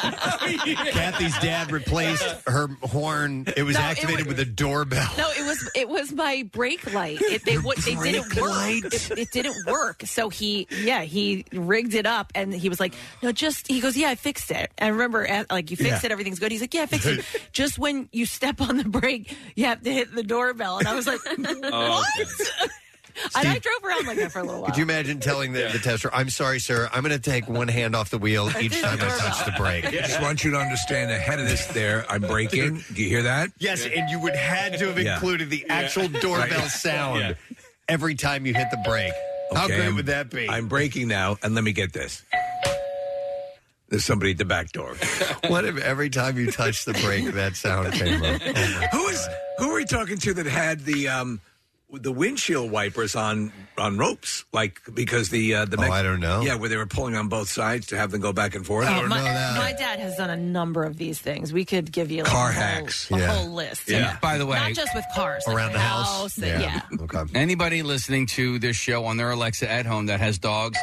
S2: *laughs* Kathy's dad replaced her horn. It was
S3: No, it
S2: activated with a doorbell.
S3: No, it was it was my brake light. It, they what they didn't
S2: brake
S3: work.
S2: light?
S3: It, it didn't work. So he yeah he rigged it up and he was like no just he goes yeah I fixed it. I remember at, like you fixed
S14: Yeah.
S3: it everything's good. He's like yeah I
S5: *laughs*
S3: fixed it. Just when you step on the brake you have to hit the doorbell and
S5: *laughs*
S3: I was like
S5: Oh,
S3: what? *laughs* And I drove around like that for a little while.
S2: Could you imagine telling the, the tester, "I'm sorry, sir. I'm going to take one hand off the wheel each time I touch the brake."
S4: I just want you to understand ahead of this there, I'm breaking. Do you hear that?
S2: Yes, and you would had to have
S4: Yeah.
S2: included the
S4: Yeah. *laughs*
S2: actual doorbell
S4: Right.
S2: sound
S4: Yeah.
S2: every time you hit the brake. How
S4: Okay,
S2: great
S4: I'm-
S2: would that be?
S4: I'm breaking now, and let me get this. There's somebody at the back door.
S2: *laughs* what if every time you touch the brake that sound came up?
S4: who is who are we talking to that had the um the windshield wipers on on ropes like because the uh, the
S2: Oh, I don't know.
S4: yeah where they were pulling on both sides to have them go back and forth
S3: Oh, my, my dad has done a number of these things. We could give you like,
S4: Car
S3: a whole-
S4: hacks.
S3: a
S5: Yeah.
S3: whole list.
S5: Yeah. By the way-
S3: not just with cars like
S5: Around the house?
S3: and- yeah.
S2: Okay.
S5: Anybody listening to this show on their Alexa at home that has dogs,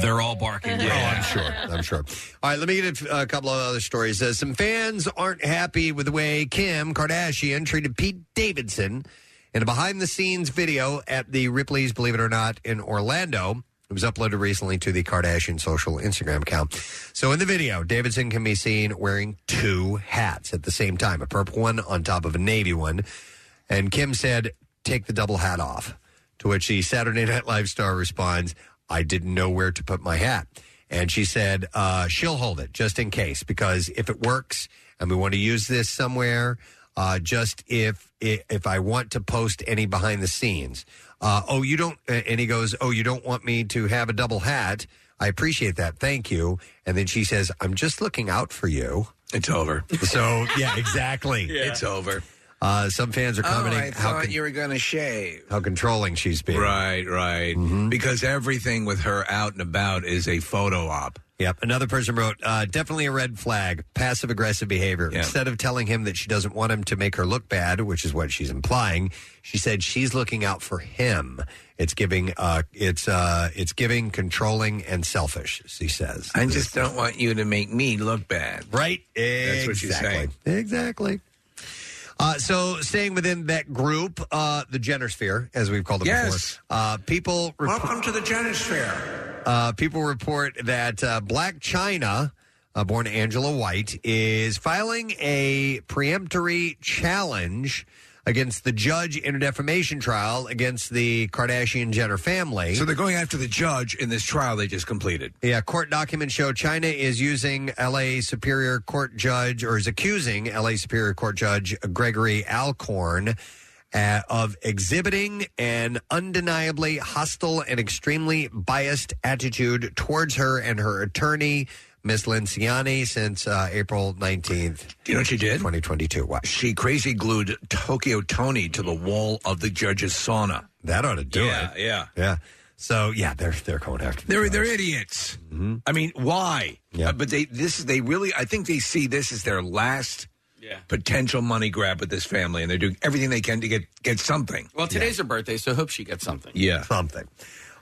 S5: they're all barking. Oh,
S2: I'm sure. I'm sure. All right, let me get a, a couple of other stories. Uh, some fans aren't happy with the way Kim Kardashian treated Pete Davidson in a behind the scenes video at the Ripley's Believe It or Not in Orlando. It was uploaded recently to the Kardashian social Instagram account. So in the video, Davidson can be seen wearing two hats at the same time a purple one on top of a navy one. And Kim said, Take the double hat off. To which the Saturday Night Live star responds, I didn't know where to put my hat. And she said, uh, She'll hold it just in case, because if it works and we want to use this somewhere, uh, just if if I want to post any behind the scenes. Uh, oh, you don't. And he goes, Oh, you don't want me to have a double hat. I appreciate that. Thank you. And then she says, I'm just looking out for you.
S4: It's over.
S2: So, yeah, exactly.
S4: it's over
S2: Uh, some fans are commenting
S4: oh, I
S2: how
S4: thought
S2: con-
S4: you were going to shave.
S2: how controlling she's Mm-hmm. being.
S4: Right, right. Because everything with her out and about is a photo op.
S2: Yep. Another person wrote, uh, definitely a red flag, passive aggressive behavior. Instead of telling him that she doesn't want him to make her look bad, which is what she's implying, she said she's looking out for him. It's giving, uh, it's, uh, it's giving, controlling, and selfish. She says,
S4: I just don't want you to make me look bad.
S2: Right?
S4: That's what she's saying.
S2: Exactly. Uh, so, staying within that group, uh, the Jenner sphere, as we've called it
S4: Yes.
S2: before, uh, people report.
S4: Welcome to the Janisphere.
S2: Uh, people report that uh, Black China, uh, born Angela White, is filing a preemptory challenge against the judge in a defamation trial against the Kardashian Jenner family.
S4: So they're going after the judge in this trial they just completed.
S2: Yeah, court documents show China is using LA Superior Court Judge, or is accusing LA Superior Court Judge Gregory Alcorn uh, of exhibiting an undeniably hostile and extremely biased attitude towards her and her attorney, Miss Linciani, since uh, April 19th.
S4: Do you know what she did?
S2: 2022. What?
S4: She crazy glued Tokyo Tony to the wall of the judge's sauna.
S2: That ought to do
S4: yeah, it. Yeah,
S2: Yeah. So, yeah, they're, they're going after
S4: They're they're idiots. I mean, why? Uh, but they this they really I think they see this as their last potential money grab with this family, and they're doing everything they can to get get something.
S5: Well, today's her birthday, so I hope she gets something.
S4: Yeah.
S2: Something.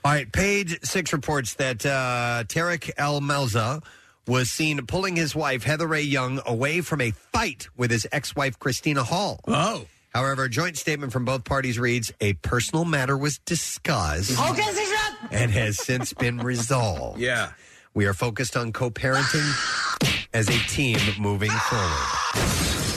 S2: All right, page six reports that uh, Tarek El Melza was seen pulling his wife, Heather Ray Young, away from a fight with his ex wife, Christina Hall.
S4: Oh.
S2: However, a joint statement from both parties reads a personal matter was
S6: *laughs*
S2: discussed and has since been resolved.
S4: Yeah.
S2: We are focused on co parenting as a team moving forward.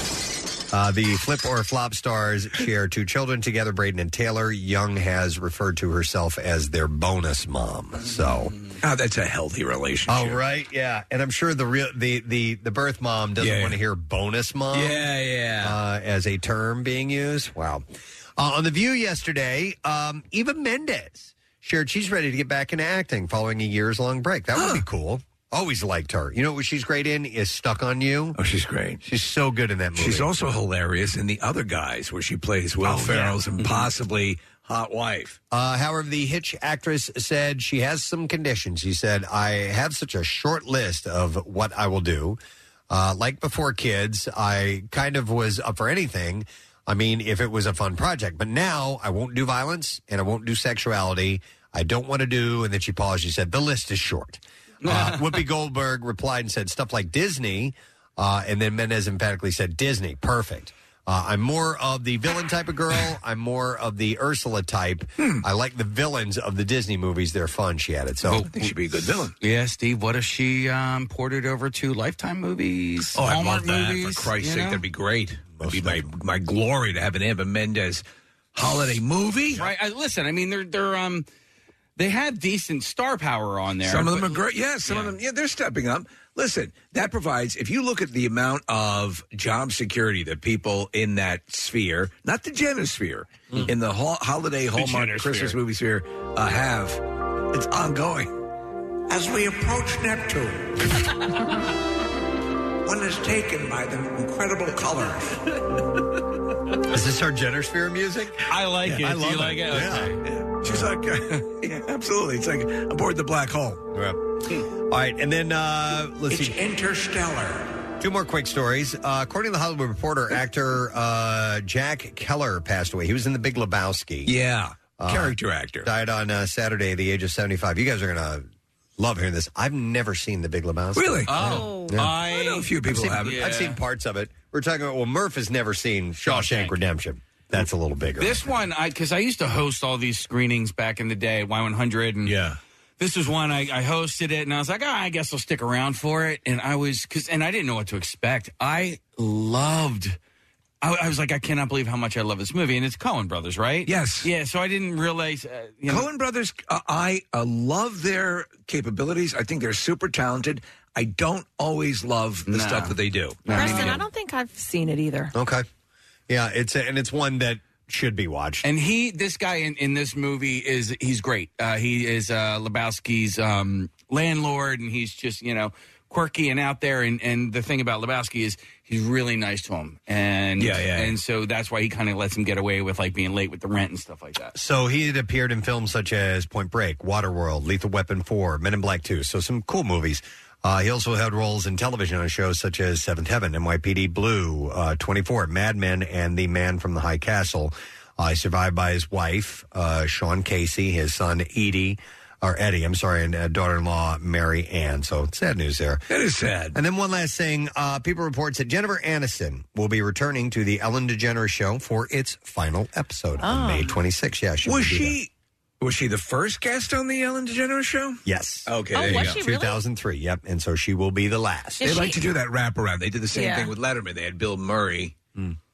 S2: Uh, the Flip or Flop stars share two children together, Braden and Taylor. Young has referred to herself as their bonus mom. So.
S4: Oh, that's a healthy relationship.
S2: Oh right, yeah, and I'm sure the real the the the birth mom doesn't
S4: Yeah.
S2: want to hear bonus mom.
S4: Yeah, yeah.
S2: Uh, as a term being used. Wow. Uh, on the View yesterday, um, Eva Mendes shared she's ready to get back into acting following a years long break. That
S4: *gasps*
S2: would be cool. Always liked her. You know what she's great in is Stuck on You.
S4: Oh, she's great.
S2: She's so good in that movie.
S4: She's also hilarious in the other guys where she plays Will Ferrell's impossibly hot wife.
S2: Oh, Mm-hmm. Uh, however, the Hitch actress said she has some conditions. She said, I have such a short list of what I will do. Uh, like before kids, I kind of was up for anything. I mean, if it was a fun project, but now I won't do violence and I won't do sexuality. I don't want to do. And then she paused. She said, The list is short. Uh, Whoopi Goldberg replied and said, Stuff like Disney. Uh, and then Mendez emphatically said, Disney, perfect. Uh, I'm more of the villain type of girl. I'm more of the Ursula type.
S4: Hmm.
S2: I like the villains of the Disney movies. They're fun, she added. So I
S4: think she'd be a good villain.
S5: Yeah, Steve. What if she um, ported over to Lifetime movies?
S4: Oh, I love
S5: Hallmark
S4: that.
S5: movies,
S4: For Christ's
S5: you
S4: sake,
S5: know?
S4: that'd be great. It'd be my, my glory to have an Eva Mendes holiday movie.
S5: Right. I, listen, I mean, they're they're um, they had decent star power on there.
S4: Some of them
S5: but-
S4: are great. Yeah, some of them. Yeah, they're stepping up. Listen, that provides. If you look at the amount of job security that people in that sphere, not the Jenner sphere, in the hol- holiday Hallmark
S12: Jenner
S4: Christmas
S12: sphere.
S4: movie sphere, uh, have, it's ongoing. As we approach Neptune, one is taken by the incredible colors.
S2: Is this our Jenner Sphere music?
S5: I like it.
S4: I
S5: Do
S4: love
S5: you like it?
S4: Yeah.
S5: Okay.
S4: Yeah. She's like, *laughs* yeah, absolutely. It's like aboard the black hole.
S2: All right, and then uh, let's see.
S4: interstellar.
S2: Two more quick stories. Uh, according to the Hollywood Reporter, actor uh, Jack Keller passed away. He was in The Big Lebowski.
S4: Yeah.
S2: Uh,
S4: Character actor.
S2: Died on uh, Saturday, at the age of seventy-five. You guys are gonna love hearing this. I've never seen The Big Lebowski.
S4: Really?
S5: Oh.
S2: Yeah.
S5: I,
S4: know a few people
S2: I've seen,
S4: haven't.
S2: I've seen parts of it. We're talking about well, Murph has never seen Shawshank, Redemption. That's a little bigger.
S5: This one, I because I used to host all these screenings back in the day at Y100, and
S4: yeah,
S5: this was one I, I hosted it, and I was like, ah, I guess I'll stick around for it. And I was because, and I didn't know what to expect. I loved. I, I was like, I cannot believe how much I love this movie, and it's Cohen Brothers, right?
S4: Yes.
S5: Yeah. So I didn't realize. Uh, you know,
S4: Cohen Brothers, uh, I uh, love their capabilities. I think they're super talented. I don't always love the
S5: No.
S4: stuff that they do.
S3: Preston, I don't think I've seen it either.
S2: Okay. Yeah, it's a, and it's one that should be watched.
S5: And he, this guy in, in this movie is he's great. Uh, he is uh, Lebowski's um, landlord, and he's just you know quirky and out there. And, and the thing about Lebowski is he's really nice to him, and
S2: Yeah, yeah.
S5: and so that's why he kind of lets him get away with like being late with the rent and stuff like that.
S2: So he had appeared in films such as Point Break, Waterworld, Lethal Weapon 4, Men in Black 2. So some cool movies. Uh, he also had roles in television on shows such as Seventh Heaven, NYPD Blue, uh, 24, Mad Men, and The Man from the High Castle. Uh, he's survived by his wife, uh, Sean Casey, his son Edie, or Eddie, I'm sorry, and uh, daughter-in-law Mary Ann. So sad news there.
S4: That is sad.
S2: And then one last thing: uh, people reports that Jennifer Aniston will be returning to the Ellen DeGeneres show for its final episode on
S4: Oh.
S2: May 26th. Yeah,
S4: was
S2: will be there.
S4: she was she the first guest on the Ellen DeGeneres show?
S2: Yes.
S4: Okay. there you go.
S2: 2003. Yep. And so she will be the last.
S4: They like to do that wraparound. They did the same
S2: Yeah.
S4: thing with Letterman. They had Bill Murray.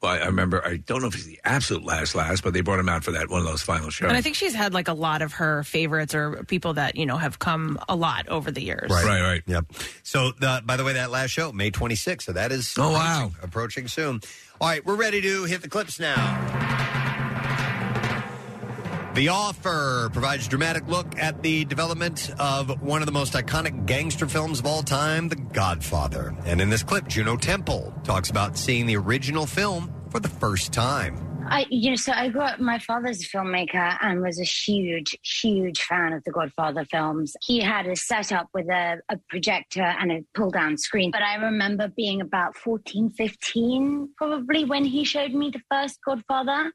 S4: Well, I remember. I don't know if he's the absolute last last, but they brought him out for that one of those final shows.
S3: And I think she's had like a lot of her favorites or people that, you know, have come a lot over the years.
S4: right.
S2: Yep. So, the, by the way, that last show, May 26th. So that is
S3: Oh,
S2: approaching-
S3: wow.
S2: approaching soon. All right, we're ready to hit the clips now. The Offer provides a dramatic look at the development of one of the most iconic gangster films of all time, The Godfather. And in this clip, Juno Temple talks about seeing the original film for the first time.
S12: I, you know, so I grew up, my father's a filmmaker and was a huge, huge fan of the Godfather films. He had a setup with a, a projector and a pull down screen. But I remember being about 14, 15, probably when he showed me the first Godfather.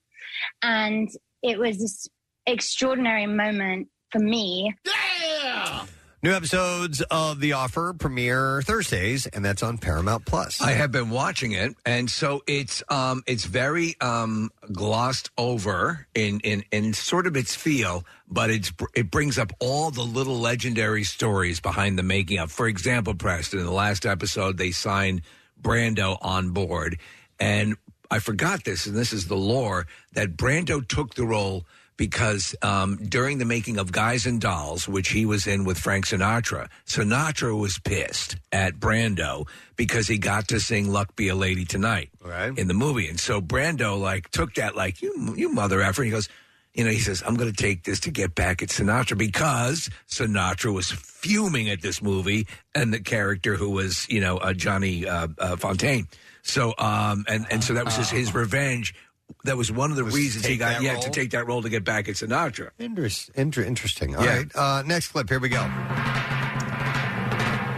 S12: And it was this extraordinary moment for me. Yeah!
S2: New episodes of The Offer premiere Thursdays, and that's on Paramount Plus.
S4: I have been watching it, and so it's um it's very um glossed over in in in sort of its feel, but it's br- it brings up all the little legendary stories behind the making of. For example, Preston in the last episode they signed Brando on board, and I forgot this, and this is the lore that Brando took the role because um, during the making of Guys and Dolls, which he was in with Frank Sinatra, Sinatra was pissed at Brando because he got to sing "Luck Be a Lady Tonight" in the movie, and so Brando like took that like you you mother effer. He goes. You know, he says, I'm going to take this to get back at Sinatra because Sinatra was fuming at this movie and the character who was, you know, uh, Johnny uh, uh, Fontaine. So, um, and, and so that was his, his revenge. That was one of the
S2: Ah. Was to
S4: reasons he
S2: take
S4: got,
S2: that
S4: yeah, to
S2: role?
S4: take that role to get back at Sinatra.
S2: Interest, inter- interesting. All
S4: Yeah.
S2: right, Uh, next clip. Here we go.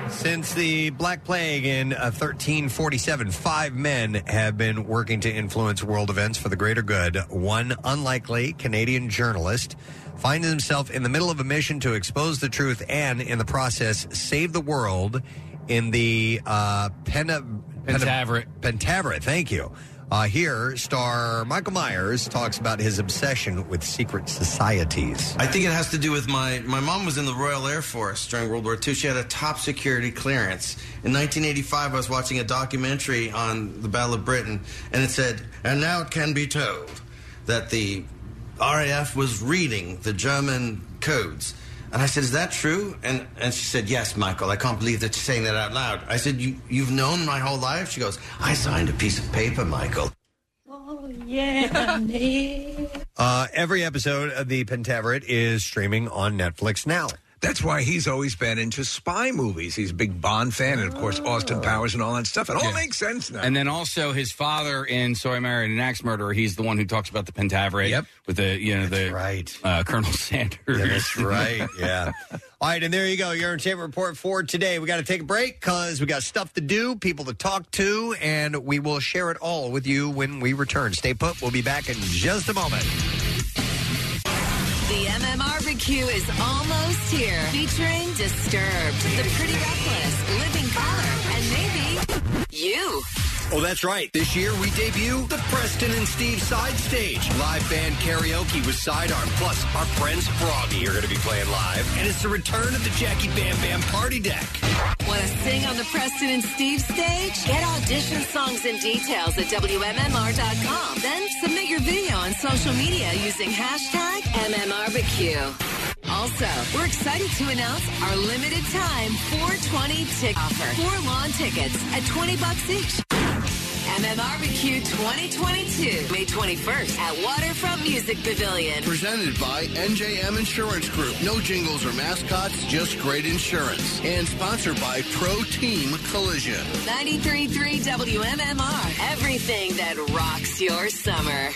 S2: Since the Black Plague in uh, 1347, five men have been working to influence world events for the greater good. One unlikely Canadian journalist finds himself in the middle of a mission to expose the truth and, in the process, save the world in the uh, Pena, Pentaveret. Pentaveret, thank you. Uh, here, star Michael Myers talks about his obsession with secret societies.
S14: I think it has to do with my my mom was in the Royal Air Force during World War II. She had a top security clearance. In 1985, I was watching a documentary on the Battle of Britain, and it said, "And now it can be told that the RAF was reading the German codes." And I said, "Is that true?" And and she said, "Yes, Michael. I can't believe that you're saying that out loud." I said, you, "You've known my whole life." She goes, "I signed a piece of paper, Michael."
S15: Yeah.
S2: Uh, every episode of the Pentaveret is streaming on Netflix now.
S4: That's why he's always been into spy movies. He's a big Bond fan, and of course,
S2: Oh.
S4: Austin Powers and all that stuff. It all
S5: Yeah.
S4: makes sense now.
S5: And then also his father in So I Married an Axe Murderer. He's the one who talks about the Pentaveret with the you know the
S2: right
S5: uh, Colonel *laughs* Sanders.
S2: that's right. Yeah. All right, and there you go. Your entertainment report for today. We got to take a break because we got stuff to do, people to talk to, and we will share it all with you when we return. Stay put. We'll be back in just a moment.
S16: The MMRBQ is almost here, featuring Disturbed, The Pretty Reckless, Living Color, and maybe you.
S7: Oh, that's right. This year we debut the Preston and Steve Side Stage. Live band karaoke with Sidearm. Plus, our friends Froggy are going to be playing live. And it's the return of the Jackie Bam Bam Party Deck.
S16: Want to sing on the Preston and Steve stage? Get audition songs and details at WMMR.com. Then submit your video on social media using hashtag MMRBQ. Also, we're excited to announce our limited time 420 tick offer. Four lawn tickets at 20 bucks each. MMRBQ 2022, May 21st at Waterfront Music Pavilion.
S1: Presented by NJM Insurance Group. No jingles or mascots, just great insurance. And sponsored by Pro Team Collision.
S16: 93.3 WMMR, everything that rocks your summer.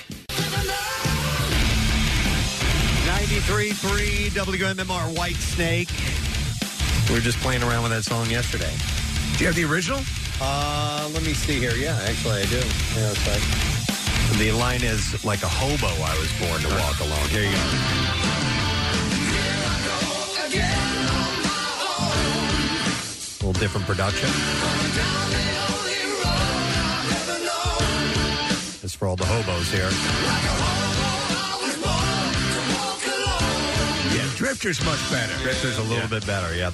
S2: 93.3 WMMR White Snake. We were just playing around with that song yesterday. Do you have the original? Uh, let me see here. Yeah, actually, I do. Yeah, it's like the line is like a hobo. I was born to walk alone. Here you go. A little different production. It's for all the hobos here. Yeah, Drifter's much better. Drifter's a little bit better, yep.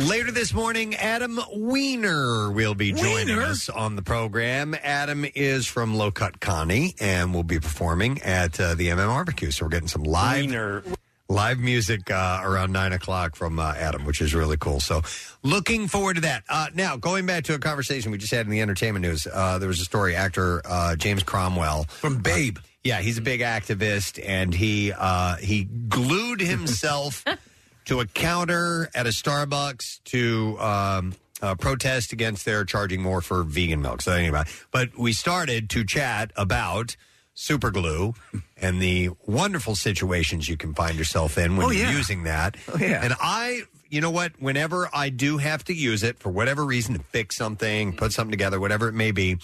S2: Later this morning, Adam Weiner will be joining us on the program. Adam is from Low Cut Connie and will be performing at uh, the MMRBQ. So we're getting some live live music uh, around nine o'clock from uh, Adam, which is really cool. So looking forward to that. Uh, now, going back to a conversation we just had in the entertainment news, uh, there was a story actor uh, James Cromwell from Babe. yeah, he's a big activist, and he uh, he glued *laughs* himself to a counter at a Starbucks to um, uh, protest against their charging more for vegan milk. So anyway, but we started to chat about super glue and the wonderful situations you can find yourself in when
S4: Oh, yeah.
S2: you're using that.
S4: Oh, yeah.
S2: And I, you know what? Whenever I do have to use it for whatever reason to fix something, put something together, whatever it may be,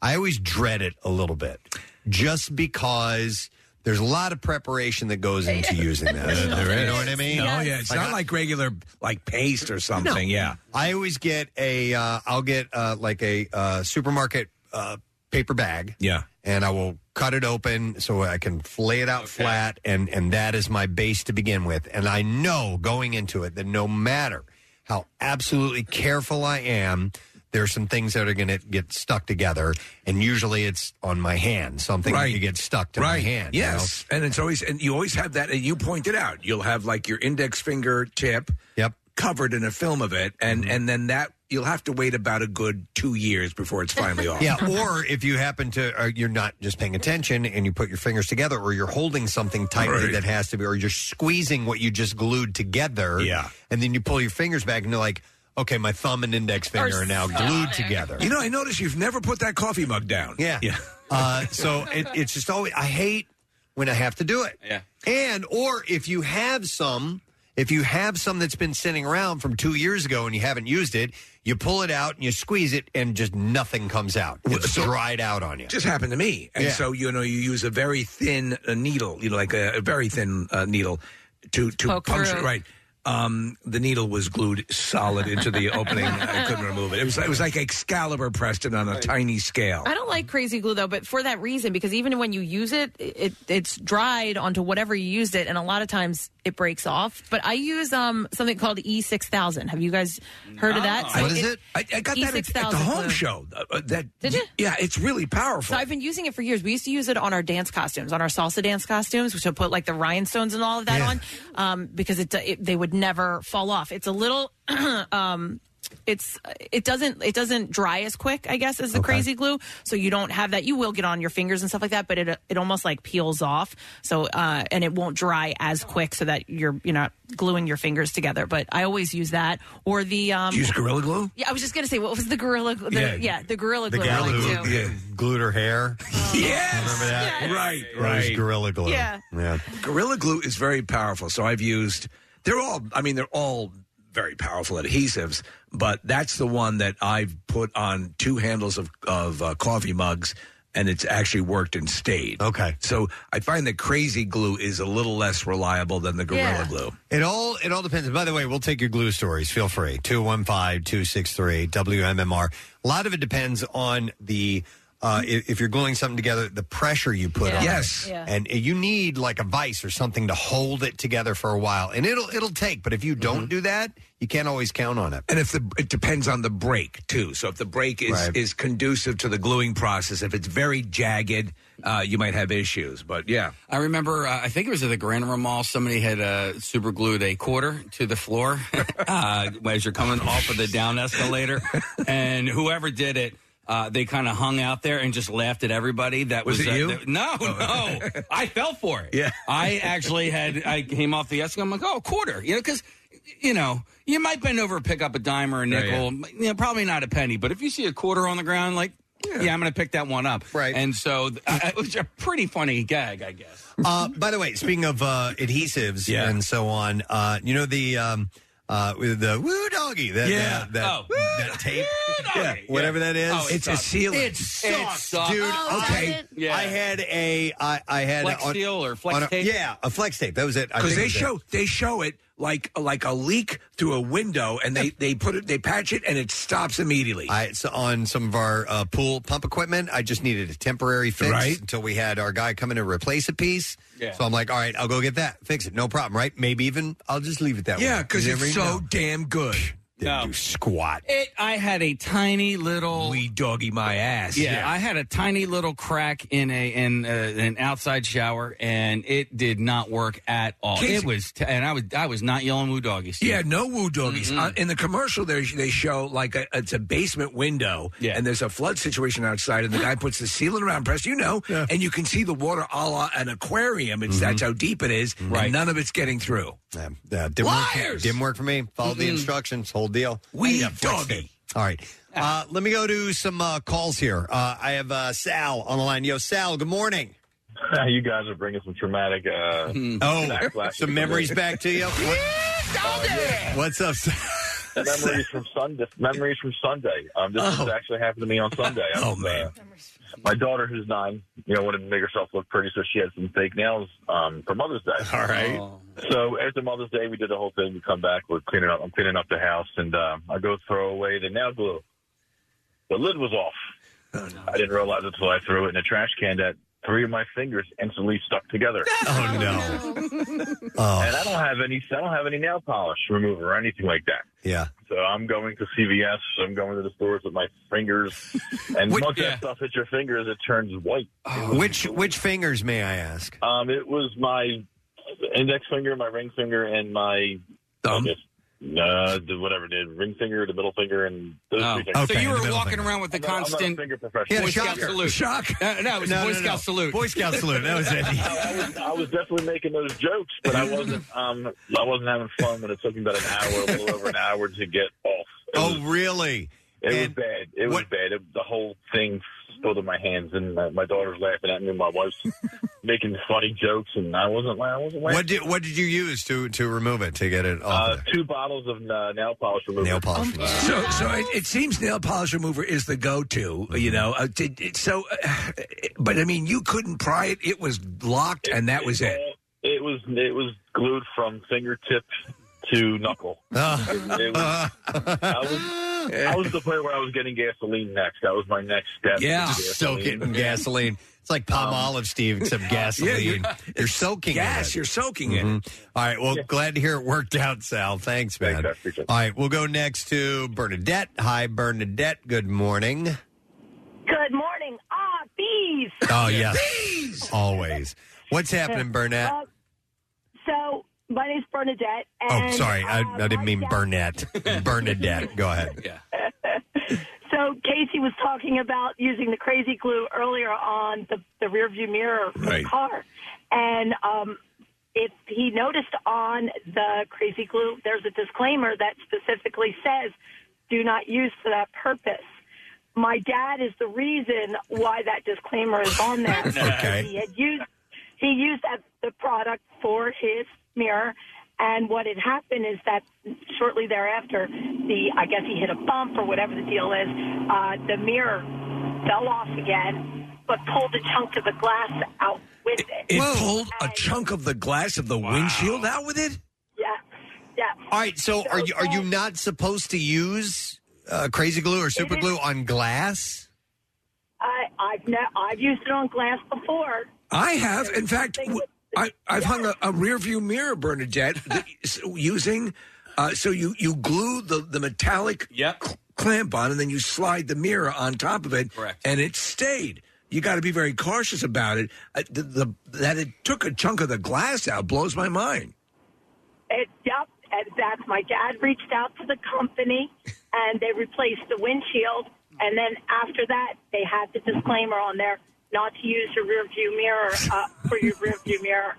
S2: I always dread it a little bit just because there's a lot of preparation that goes into using that. stuff. You know what I mean?
S4: Oh yeah, it's not
S2: I-
S4: like regular like paste or something.
S2: No.
S4: Yeah,
S2: I always get a, uh, I'll get uh, like a uh, supermarket uh, paper bag.
S4: yeah.
S2: and I will cut it open so I can lay it out flat, and and that is my base to begin with. And I know going into it that no matter how absolutely careful I am, there are some things that are going to get stuck together, and usually it's on my hand, something that
S4: Right.
S2: you get stuck to my
S4: right.
S2: hand. you
S4: Yes, and it's always and you always have that. And you pointed out you'll have like your index finger tip.
S2: Yep. Mm-hmm.
S4: Covered in a film of it, and and then that you'll have to wait about a good two years before it's
S2: *laughs*
S4: finally off.
S2: Yeah,
S4: *laughs*
S2: or if you happen to, or you're not just paying attention and you put your fingers together, or you're holding something tightly
S4: Right.
S2: that has to be, or you're squeezing what you just glued together.
S4: Yeah.
S2: And then you pull your fingers back and they're like, okay, my thumb and index finger are, now glued together.
S4: You know, I noticed you've never put that coffee mug down.
S2: Yeah.
S4: Yeah.
S2: *laughs* Uh, so it, it's just always, I hate when I have to do it.
S5: Yeah.
S2: And, or if you have some, if you have some that's been sitting around from two years ago and you haven't used it, you pull it out and you squeeze it and just nothing comes out. It's dried out on you.
S4: It just happened to me. And
S2: Yeah.
S4: so, you know, you use a very thin uh, needle, you know, like a, a very thin uh, needle to, to
S2: Poke
S4: puncture.
S2: through.
S4: Right. Um, the needle was glued solid into the opening. I couldn't remove it. It was, it was like Excalibur Preston on a tiny scale.
S3: I don't like crazy glue though, but for that reason, because even when you use it, it it's dried onto whatever you used it, and a lot of times it breaks off. But I use um something called E six thousand. Have you guys heard of that? So
S4: I, I got that at, at the
S3: E6000
S4: home
S3: glue.
S4: show. Uh, uh, that,
S3: Did you?
S4: Yeah, it's really powerful.
S3: So I've been using it for years. We used to use it on our dance costumes, on our salsa dance costumes, which I put like the rhinestones and all of that
S15: Yeah.
S3: on, um, because it, it they would never fall off. It's a little, *clears throat* um, it's it doesn't it doesn't dry as quick, I guess, as the crazy glue. So you don't have that. You will get on your fingers and stuff like that, but it it almost like peels off. So uh, and it won't dry as quick, so that you're you're not gluing your fingers together. But I always use that or the um,
S4: Use Gorilla Glue?
S3: Yeah, I was just gonna say, what was the gorilla? The,
S2: Yeah.
S3: yeah. the gorilla
S2: The
S3: glue. I
S2: gal
S3: like
S2: who
S3: too.
S2: yeah, glued her hair.
S4: Yes.
S2: Remember that?
S4: Yes. Right,
S2: That was
S4: right.
S2: Gorilla Glue.
S4: Yeah.
S2: Yeah.
S4: Gorilla Glue is very powerful. So I've used, they're all, I mean, they're all very powerful adhesives, but that's the one that I've put on two handles of, of uh, coffee mugs and it's actually worked and stayed.
S2: Okay.
S4: So I find that crazy glue is a little less reliable than the Gorilla Glue.
S2: It all it all depends. And by the way, we'll take your glue stories. Feel free. 215-263 WMMR. A lot of it depends on the uh, i- if you're gluing something together, the pressure you put
S15: Yeah.
S2: on
S15: Yes.
S2: it.
S15: Yeah.
S2: and you need like a vice or something to hold it together for a while, and it'll it'll take. But if you don't do that, you can't always count on it.
S4: Mm-hmm. And if the it depends on the break too. So if the break is
S2: Right.
S4: is conducive to the gluing process, if it's very jagged, uh, you might have issues. But yeah,
S5: I remember, uh, I think it was at the Grand Room Mall, somebody had uh, super glued a quarter to the floor *laughs* uh, as you're coming off of the down escalator. And whoever did it, uh, they kind of hung out there and just laughed at everybody. That was,
S4: Was it
S5: uh,
S4: you? Oh.
S5: that- no,
S4: *laughs*
S5: no. I fell for it.
S4: Yeah.
S5: I actually had, I came off the escalator. I'm like, oh, a quarter. You know, because, you know, you might bend over and pick up a dime or a
S4: Yeah,
S5: nickel. You know, probably not a penny. But if you see a quarter on the ground, like, yeah, I'm going to pick that one up. Right. And so th- I- it was a pretty funny gag, I guess.
S2: Uh, by the way, speaking of uh, adhesives
S5: Yeah.
S2: and so on, uh, you know the um, uh, with the woo doggy, that,
S4: Yeah.
S2: that, that,
S4: Oh.
S2: that tape, yeah, whatever that is.
S4: Oh, it's a sealant.
S2: It sucks, dude.
S3: Oh,
S4: Oh,
S2: okay, I had a I, I had
S4: Flex
S2: on-
S4: seal or flex
S2: on a-
S4: tape?
S2: Yeah, a flex tape. That was it. I think
S4: because
S2: it
S4: they
S2: was it.
S4: show they show it like like a leak through a window, and they they put it they patch it, and it stops immediately.
S2: I, it's on some of our uh, pool pump equipment. I just needed a temporary fix
S4: Right.
S2: until we had our guy come in and replace a piece.
S4: Yeah.
S2: So I'm like, all right, I'll go get that, fix it, no problem, right? Maybe even I'll just leave it that way.
S4: yeah, because
S2: You
S4: it's
S2: never
S4: so
S2: know.
S4: damn good.
S2: Didn't do squat.
S5: It, I had a tiny little.
S4: We doggy my ass.
S5: Yeah, I had a tiny little crack in a in uh an outside shower, and it did not work at all.
S4: Casey-
S5: It was, t- and I was I was not yelling woo doggies.
S4: Yeah, no woo doggies. Uh, in the commercial, there they show like a, it's a basement window, yeah. and there's a flood situation outside, and the guy puts the ceiling around, press you know, and you can see the water a la an aquarium. It's
S2: Mm-hmm.
S4: that's how deep it is, and none of it's getting through.
S2: Yeah, yeah, didn't Work for,
S4: Liars!
S2: didn't work for me. Followed the
S4: Mm-mm.
S2: instructions, whole deal.
S4: We Ah.
S2: Yeah, flex
S4: doggy.
S2: tape. All right. Uh, let me go to some uh, calls here. Uh, I have uh, Sal on the line. Yo, Sal, good morning.
S17: you guys are bringing some traumatic. Uh,
S2: Oh,
S17: backlashes
S2: some
S17: to
S2: memories
S17: me.
S2: back to you. What- What's up, Sal?
S17: *laughs* memories from Sunday. Memories from Sunday. Um, this
S2: Oh.
S17: was actually happened to me on Sunday. oh man. my daughter, who's nine, you know, wanted to make herself look pretty, so she had some fake nails um, for Mother's Day. All
S2: right.
S17: So after Mother's Day, we did the whole thing. We come back, we're cleaning up. I'm cleaning up the house, and um, I go throw away the nail glue. The lid was off.
S2: Oh,
S17: I didn't realize it until I threw it in a trash can that three of my fingers instantly stuck together.
S2: Oh no!
S17: And I don't have any. I don't have any nail polish remover or anything like that.
S2: Yeah.
S17: So I'm going to CVS. I'm going to the stores with my *laughs* fingers, and once that stuff hits your fingers, it turns white.
S2: Which which fingers may I ask?
S17: Um, it was my index finger, my ring finger, and my thumb. Uh, the, whatever, the ring finger, the middle finger, Oh, and those three fingers.
S5: So you were walking around with the
S17: I'm not- I'm not a
S5: constant
S17: finger professional.
S5: Boy Scout salute. Uh, no, it was Boy Scout salute.
S17: I,
S18: *laughs*
S17: was, I was definitely making those jokes, but I wasn't. Um, I wasn't having fun when it took me about an hour, a little over an hour to get off.
S2: oh, really?
S17: It was bad. It was bad. It, the whole thing spilled in my hands, and my, my daughter's laughing at me. My wife's
S2: *laughs*
S17: making funny jokes, and I wasn't. la- I wasn't laughing.
S2: What did what did you use to to remove it to get it off?
S17: Uh, two bottles of uh, nail polish remover.
S2: Nail polish remover.
S4: So, so it, it seems nail polish remover is the go-to, you know. Uh, did, it- so, uh, but I mean, you couldn't pry it; it was locked, and that was it.
S17: It was it was glued from fingertip
S2: *laughs*
S17: to knuckle.
S2: Uh.
S17: It was- I was I was the point where I was getting gasoline next. That was my next step.
S2: Yeah,
S17: was
S2: soak it
S4: *laughs*
S2: in
S17: Yeah.
S2: gasoline. It's like
S4: Um,
S2: palm olive, Steve, except gasoline. you're, soaking
S4: Gas,
S2: it.
S4: you're soaking
S2: Mhm.
S4: it.
S2: All right, well, glad to hear it worked out, Sal. Thanks, man. All right, we'll go next to Bernadette. Hi, Bernadette. Good morning.
S19: Good morning. Ah, bees.
S2: Oh, *laughs* yes. Always. What's happening, Bernadette?
S19: Uh, so, my name's Bernadette.
S2: oh,
S19: And,
S2: sorry. I,
S19: uh,
S2: I didn't mean Burnett. Bernadette. Go
S4: *laughs*
S2: ahead.
S19: so, Casey was talking about using the crazy glue earlier on the, the rearview mirror of
S2: Right.
S19: the car. And um, if he noticed on the crazy glue, there's a disclaimer that specifically says do not use for that purpose. My dad is the reason why that disclaimer is on there.
S2: *laughs* Okay.
S19: He had used he used that, the product for his mirror, and what had happened is that shortly thereafter, the I guess he hit a bump or whatever the deal is. Uh, the mirror fell off again, but pulled a chunk of the glass out with it.
S4: It pulled a chunk of the glass of the windshield out with it.
S19: Yeah, yeah.
S2: All right, so are you are you not
S19: Mm-hmm.
S2: supposed to use uh, crazy glue or super glue on glass?
S19: Uh, I've ne- I've used it on glass before.
S4: I have, in fact, w- I, have hung a, a rear view mirror, Bernadette, *laughs* that- s- using. Uh, so you you glue the the metallic cl- clamp on, and then you slide the mirror on top of it, Correct. and it stayed. You got to be very cautious about it. Uh, the, the that it took a chunk of the glass out blows my mind.
S19: It, yep, and that's my dad reached out to the company, and they replaced the windshield. And then after that, they had the disclaimer on there not to use your rear view mirror uh, for your rear
S17: *laughs*
S19: view mirror.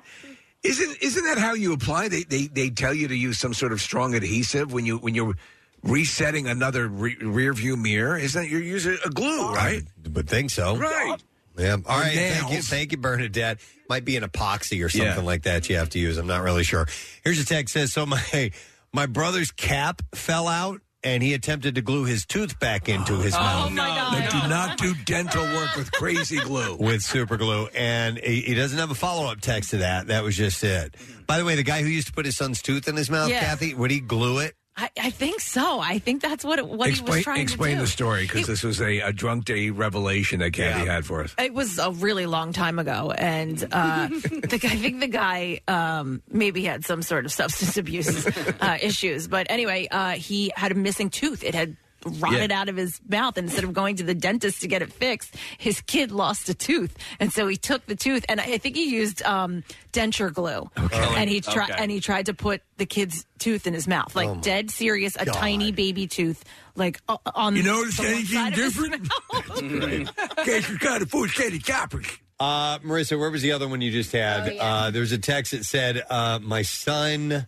S4: Isn't isn't that how you apply? They they they tell you to use some sort of strong adhesive when you when you're resetting another re- rear view mirror. Isn't that you're using a glue, right?
S2: Would think so.
S4: Right.
S2: Yeah. All right. Thank you.
S4: nails.
S2: Thank you, Bernadette. Might be an epoxy or something like that you have to use. I'm not really sure. Here's a text says so my my brother's cap fell out and he attempted to glue his tooth back into his mouth.
S6: Oh
S3: Oh,
S4: They do not do dental work with crazy glue.
S2: *laughs* With super glue, and he, he doesn't have a follow up text to that. That was just it. By the way, the guy who used to put his son's tooth in his mouth,
S3: Yeah.
S2: Kathy, would he glue it?
S3: I, I think so. I think that's what it, what he was
S4: explain
S3: trying
S4: explain
S3: to do.
S4: the story because this was a, a drunk day revelation that Kathy had for us.
S3: It was a really long time ago, and uh, the, guy- I think the guy um, maybe had some sort of substance abuse uh, issues. But anyway, uh, he had a missing tooth. It had rotted
S20: Yeah.
S3: out of his mouth. And instead of going to the dentist to get it fixed, his kid lost a tooth, and so he took the tooth, and I think he used um, denture glue,
S20: Okay.
S3: and he tried
S20: Okay.
S3: and he tried to put the kid's tooth in his mouth, like
S20: Oh my
S3: dead serious, a
S20: God.
S3: tiny baby tooth, like o- on
S4: You
S3: the-
S4: notice
S3: the one
S4: anything
S3: side of his
S4: different?
S3: *laughs* mouth.
S4: Case you kind of food candy choppers.
S2: Uh, Marissa, where was the other one you just had? uh, there was a text that said, uh, "My son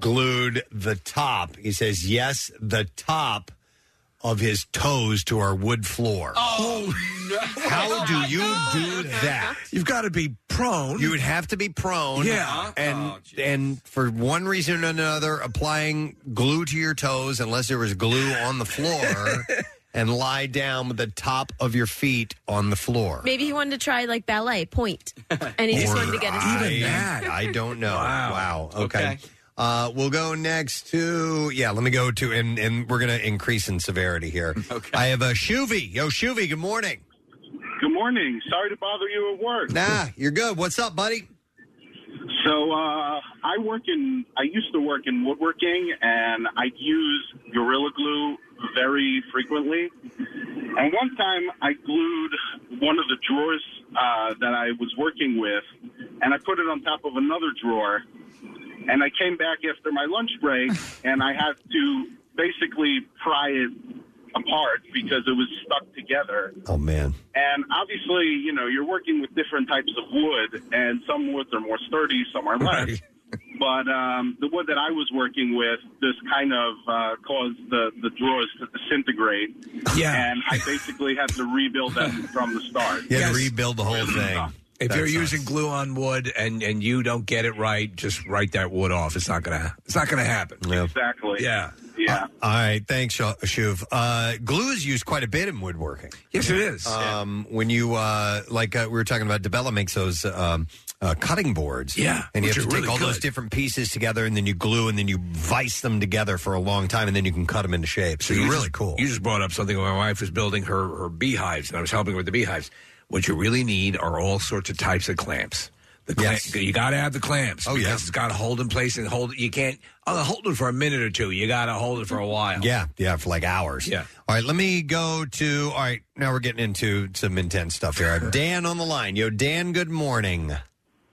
S2: glued the top." He says, "Yes, the top of his toes to our wood floor."
S4: Oh, no.
S2: How do you do that?
S4: You've got to be prone.
S2: You would have to be prone.
S4: Yeah. Oh,
S2: and and for one reason or another, applying glue to your toes, unless there was glue on the floor,
S4: *laughs*
S2: and lie down with the top of your feet on the floor.
S10: Maybe he wanted to try like ballet, point, and he just wanted to get his
S2: I, I don't know. Wow. Okay. Uh, we'll go next to yeah. Let me go to and and we're gonna increase in severity here. Okay. I have a Shuvi. Yo, Shuvi. Good morning.
S21: Good morning. Sorry to bother you at work.
S2: Nah, you're good. What's up, buddy?
S21: So uh, I work in. I used to work in woodworking, and I use Gorilla Glue very frequently. And one time, I glued one of the drawers uh, that I was working with, and I put it on top of another drawer. And I came back after my lunch
S2: *laughs*
S21: break, and I had to basically pry it apart because it was stuck together.
S2: Oh man.
S21: And obviously, you know, you're working with different types of wood, and some woods are more sturdy, some are less. *laughs* But um, the wood that I was working with, this kind of uh, caused the, the drawers to disintegrate.
S4: Yeah.
S21: And I basically had to rebuild them from the
S2: *laughs*
S21: start.
S2: You had to rebuild the
S4: *clears throat*
S2: whole thing.
S4: If
S2: That
S4: you're
S2: sucks.
S4: using glue on wood and, and you don't get it right, just write that wood off. It's not gonna it's not gonna happen.
S21: Exactly.
S4: Yeah.
S21: Yeah.
S2: Uh, All right, thanks, Shu- Shuv. Uh, glue is used quite a bit in woodworking.
S4: Yes, it is.
S2: Um, When you uh, like, uh, we were talking about Debella makes those um, uh, cutting boards.
S4: Yeah,
S2: and you
S4: which
S2: have to
S4: are
S2: take
S4: really
S2: all those
S4: good.
S2: different pieces together, and then you glue, and then you vice them together for a long time, and then you can cut them into shape. So, you're
S4: you
S2: really
S4: just-
S2: cool.
S4: You just brought up something. My wife was building her her beehives, and I was helping her with the beehives. What you really need are all sorts of types of clamps. The clamp, you got to have the clamps.
S2: Oh, yeah.
S4: because it's got to hold in place and hold. You can't uh, hold it for a minute or two. You got to hold it for a while.
S2: Yeah, yeah, for like hours.
S4: Yeah.
S2: All right, let me go to. All right, now we're getting into some intense stuff here. I have Dan on the line. Yo, Dan, good morning.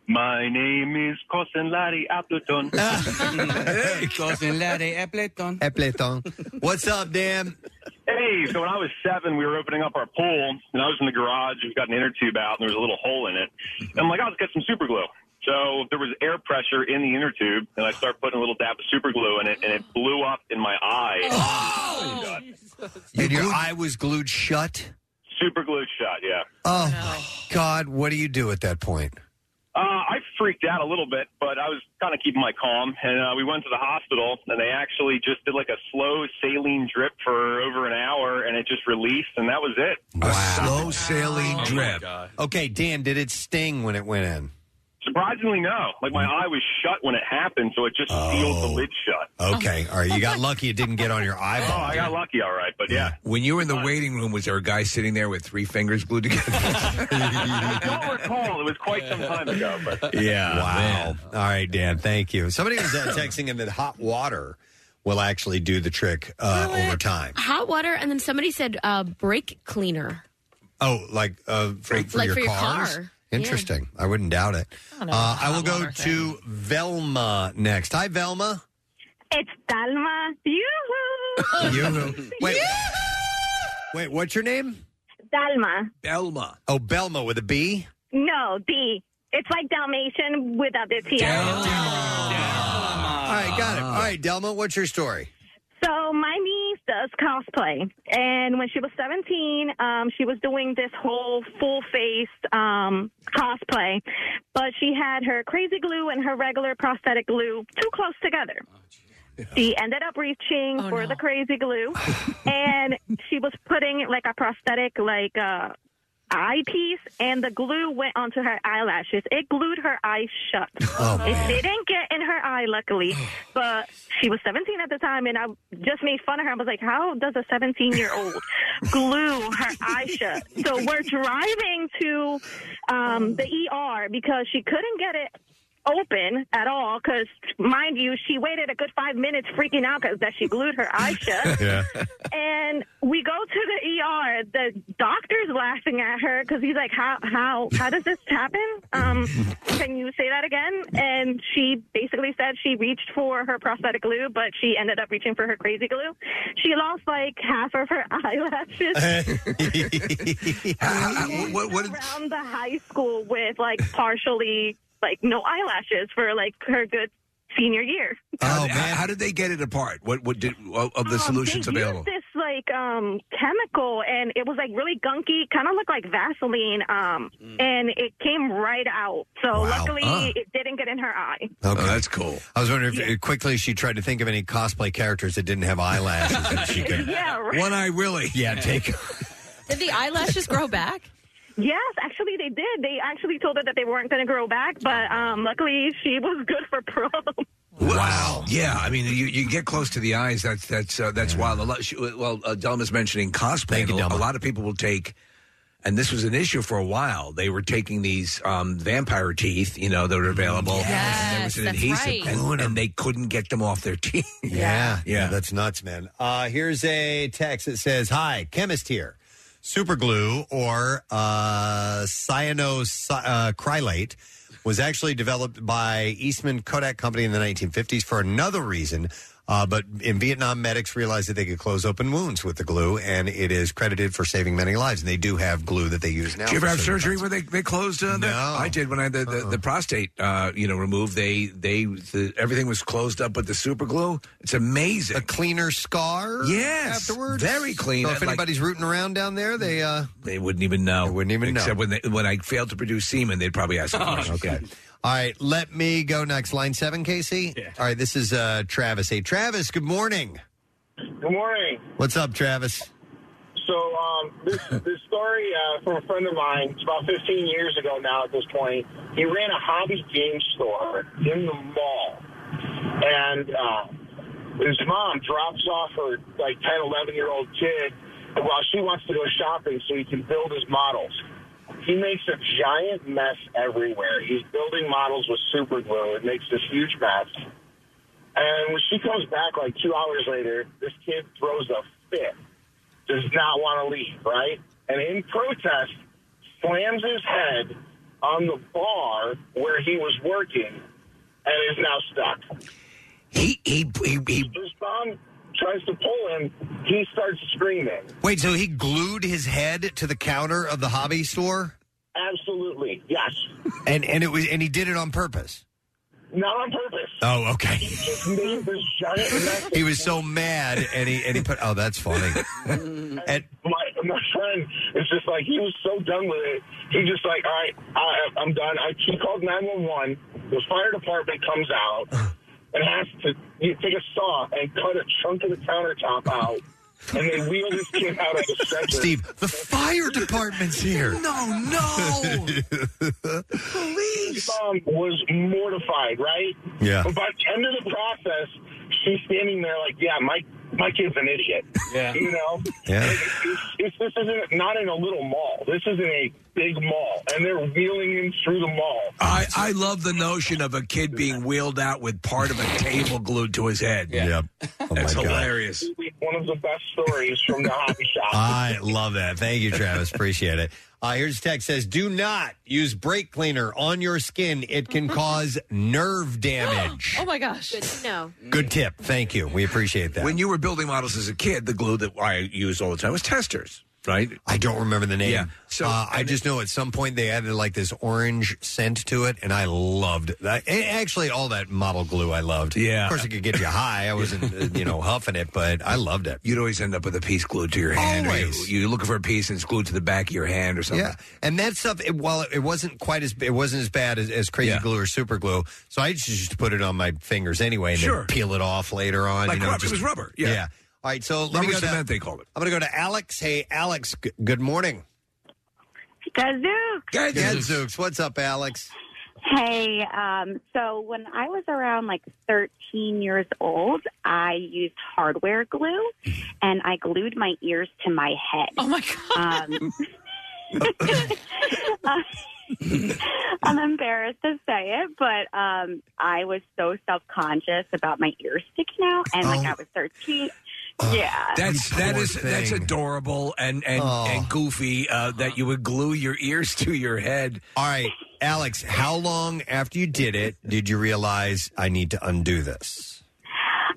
S22: My name is Cosin Larry Appleton. Cosin Larry Appleton.
S2: Appleton. What's up, Dan?
S22: Hey, so when I was seven, we were opening up our pool, and I was in the garage. We've got an inner tube out, and there was a little hole in it. And I'm like, I'll just get some super glue. So there was air pressure in the inner tube, and I started putting a little dab of super glue in it, and it blew up in my eye. Oh!
S2: *laughs* and your eye was glued shut.
S22: Super glued shut, yeah.
S2: Oh my God! What do you do at that point?
S22: Uh, I freaked out a little bit, but I was kind of keeping my calm. And uh, we went to the hospital, and they actually just did like a slow saline drip for over an hour, and it just released, and that was it.
S2: Slow saline drip. Oh, Okay, Dan, did it sting when it went in?
S22: Surprisingly, no. Like my eye was shut when it happened, so it just sealed the lid shut.
S2: Oh. Okay. All right. You got lucky it didn't get on your eyeball.
S22: Oh, I got lucky, all right, but yeah.
S4: When you were in the waiting room, was there a guy sitting there with three fingers glued together?
S22: I *laughs* don't recall. It was quite some time ago,
S2: *laughs*
S22: but
S2: Yeah. Wow. All right, Dan. Thank you. Somebody was uh, *laughs* texting in that hot water will actually do the trick uh, over time.
S10: Hot water, and then somebody said uh, brake cleaner.
S2: Oh, like uh, for, for
S10: Like
S2: your
S10: for your
S2: cars?
S10: car.
S2: Interesting. I wouldn't doubt it.
S10: I
S2: I,
S10: don't know
S2: uh,
S10: about
S2: I will
S10: hot
S2: go
S10: water
S2: to Velma next. Hi,
S4: *laughs*
S2: Velma.
S23: It's Dalma. Yoo-hoo!
S2: you. Wait. Wait. What's your name?
S23: Dalma.
S4: Belma.
S2: Oh, Belma with a B.
S23: No, D. It's like Dalmatian without the T.
S4: Ah.
S2: All right, got it. All right, Delma, what's your story?
S23: So my niece does cosplay, and when she was 17, um, she was doing this whole full-faced um, cosplay, but she had her crazy glue and her regular prosthetic glue too close together. She ended up reaching for the crazy glue, and she was putting like a prosthetic like uh, eyepiece, and the glue went onto her eyelashes. It glued her eyes shut. it didn't get in her eye, luckily, but she was 17 at the time, and I just made fun of her. I was like, "How does a 17 year old glue her eye shut?" So we're driving to um, the ER because she couldn't get it open at all because mind you she waited a good five minutes freaking out because that she glued her eye
S6: *laughs*
S23: shut
S4: *laughs*
S6: Yeah.
S23: and we go to the ER. The doctor's laughing at her because he's like, "How how how does this happen? Um, can you say that again?" And she basically said she reached for her prosthetic glue, but she ended up reaching for her crazy glue. She lost like half of her *laughs* eyelashes
S4: what, what
S23: around the high school with like partially like no eyelashes for like her good senior year.
S2: Oh,
S4: How, man. how did they get it apart? What what did of of the solutions
S23: they
S4: available?
S23: used this like um, chemical, and it was like really gunky, kind of looked like Vaseline, um, and it came right out. So luckily,
S4: uh.
S2: Ah.
S23: it didn't get in
S4: *laughs*
S23: her eye.
S2: Okay.
S4: Oh, that's cool.
S2: I was wondering if uh, quickly she tried to think of any cosplay characters that didn't have eyelashes that she
S23: *laughs*
S2: could.
S23: Yeah,
S4: *laughs*
S23: right.
S4: One eye Willie.
S2: Yeah, take.
S23: Did the eyelashes grow back? Yes, actually they did. They actually told her that they weren't going to grow back, but um, luckily she was good for prom.
S4: Wow. Yeah, I mean, you, you get close to the eyes. That's that's uh, that's wild. A lot, she, well, uh, Delma's mentioning cosplay. a, a lot of people will take, and this was an issue for a while. They were taking these um, vampire teeth, you know, that were available. and there was an
S2: Yes, that's
S4: adhesive,
S2: right.
S4: and, and they couldn't get them off their *laughs* teeth.
S2: Yeah. yeah. that's nuts, man. Uh, here's a text that says, Hi, chemist here. Super glue or uh, cyanocrylate was actually developed by Eastman Kodak Company in the 1950s for another reason. Uh, but in Vietnam, medics realized that they could close open wounds with the glue, and it is credited for saving many lives. And they do have glue that they use now.
S4: Did you ever
S2: for
S4: have
S2: certain-
S4: surgery where they, they closed? Uh, no, I did when I had the,
S2: Uh-uh.
S4: the, the prostate, uh, you know, removed. They they the, everything was closed up with the super glue. It's amazing. A
S2: cleaner scar.
S4: Yes,
S2: afterwards?
S4: very clean.
S2: So if
S4: Like,
S2: anybody's rooting around down there, they uh,
S4: they wouldn't even know.
S2: wouldn't even know.
S4: Except when they, when I failed to produce semen, they'd probably ask.
S2: Oh, okay. All right, let me go next. Line seven, Casey. All right, this is uh, Travis. Hey, Travis. Good morning.
S18: Good morning.
S2: What's up, Travis?
S18: So um, this this story uh, from a friend of mine. It's about 15 years ago now. At this point, he ran a hobby game store in the mall, and uh, his mom drops off her like 10, 11 year old kid while she wants to go shopping so he can build his models. He makes a giant mess everywhere. He's building models with super glue. It makes this huge mess. And when she comes back like two hours later, this kid throws a fit, does not want to leave, right? And in protest, slams his head on the bar where he was working and is now stuck.
S4: He, he, he,
S18: His mom tries to pull him. He starts screaming.
S2: Wait, so he glued his head to the counter of the hobby store,
S18: Absolutely. Yes.
S2: and and it was and he did it on purpose.
S18: Not on purpose.
S2: Oh, okay.
S18: He just made this giant mess.
S2: He was so mad, and he and he put. Oh, that's
S18: *laughs*
S2: funny. and
S18: my my friend is just like he was so done with it. He just like, all right, I, I'm done. I, he called nine one one. The fire department comes out
S2: *laughs*
S18: and has to you take a saw and cut a chunk of the countertop out, and they wheel this kid out of the center.
S2: Steve, the fire department's here.
S4: No, no.
S18: Police. His mom was mortified, right?
S2: Yeah.
S18: But by the end of the process, she's standing there like, yeah, my my kid's an idiot.
S5: Yeah.
S18: You know?
S2: Yeah.
S18: It's, it's, this isn't not in a little mall. This is in a big mall, and they're wheeling him through the mall.
S4: I, I love the notion of a kid being wheeled out with part of a table glued to his head.
S2: Yep. Oh,
S4: That's
S2: God.
S4: hilarious.
S18: One of the best stories from the hobby shop.
S2: *laughs* I love that. Thank you, Travis. Appreciate it. Uh, here's text says: Do not use brake cleaner on your skin. It can cause nerve
S18: *gasps*
S2: damage.
S10: Oh my gosh. Good to know.
S2: Good tip. Thank you. We appreciate that.
S4: When you were building models as a kid, the glue that I used all the time was testers, right?
S2: I don't remember the name.
S4: Yeah.
S2: So uh, I just know at some point they added like this orange scent to it, and I loved that. A- Actually, all that model glue I loved.
S4: Yeah.
S2: Of course, it could get you high. I wasn't, uh, you know, huffing it, but I loved it.
S4: You'd always end up with a piece glued to your hand. or you-
S2: Always.
S4: You're looking for a piece and it's glued to the back of your hand or something.
S2: Yeah, and that stuff. It, while it wasn't quite as it wasn't as bad as, as crazy glue or super glue, so I just used to put it on my fingers anyway, and
S4: Sure.
S2: then peel it off later on.
S4: Like
S2: you know,
S4: rubber- it was rubber, yeah.
S2: All right, so let me
S4: Rubber
S2: go
S4: cement,
S2: to,
S4: they call it.
S2: I'm going to go to Alex. Hey, Alex. G- good morning.
S8: Gazooks.
S2: Gadzooks. What's up, Alex?
S8: *laughs* Hey, um, so when I was around like 13 years old, I used hardware glue and I glued my ears to my head. Oh my God. Um, *laughs* Uh, I'm embarrassed to say it, but um, I was so self conscious about my ears sticking out, and like I was 13. yeah.
S4: That's that is that's adorable and and,
S2: Oh.
S4: and goofy uh, that you would glue your ears to your head.
S2: All right, Alex. How long after you did it did you realize I need to undo this?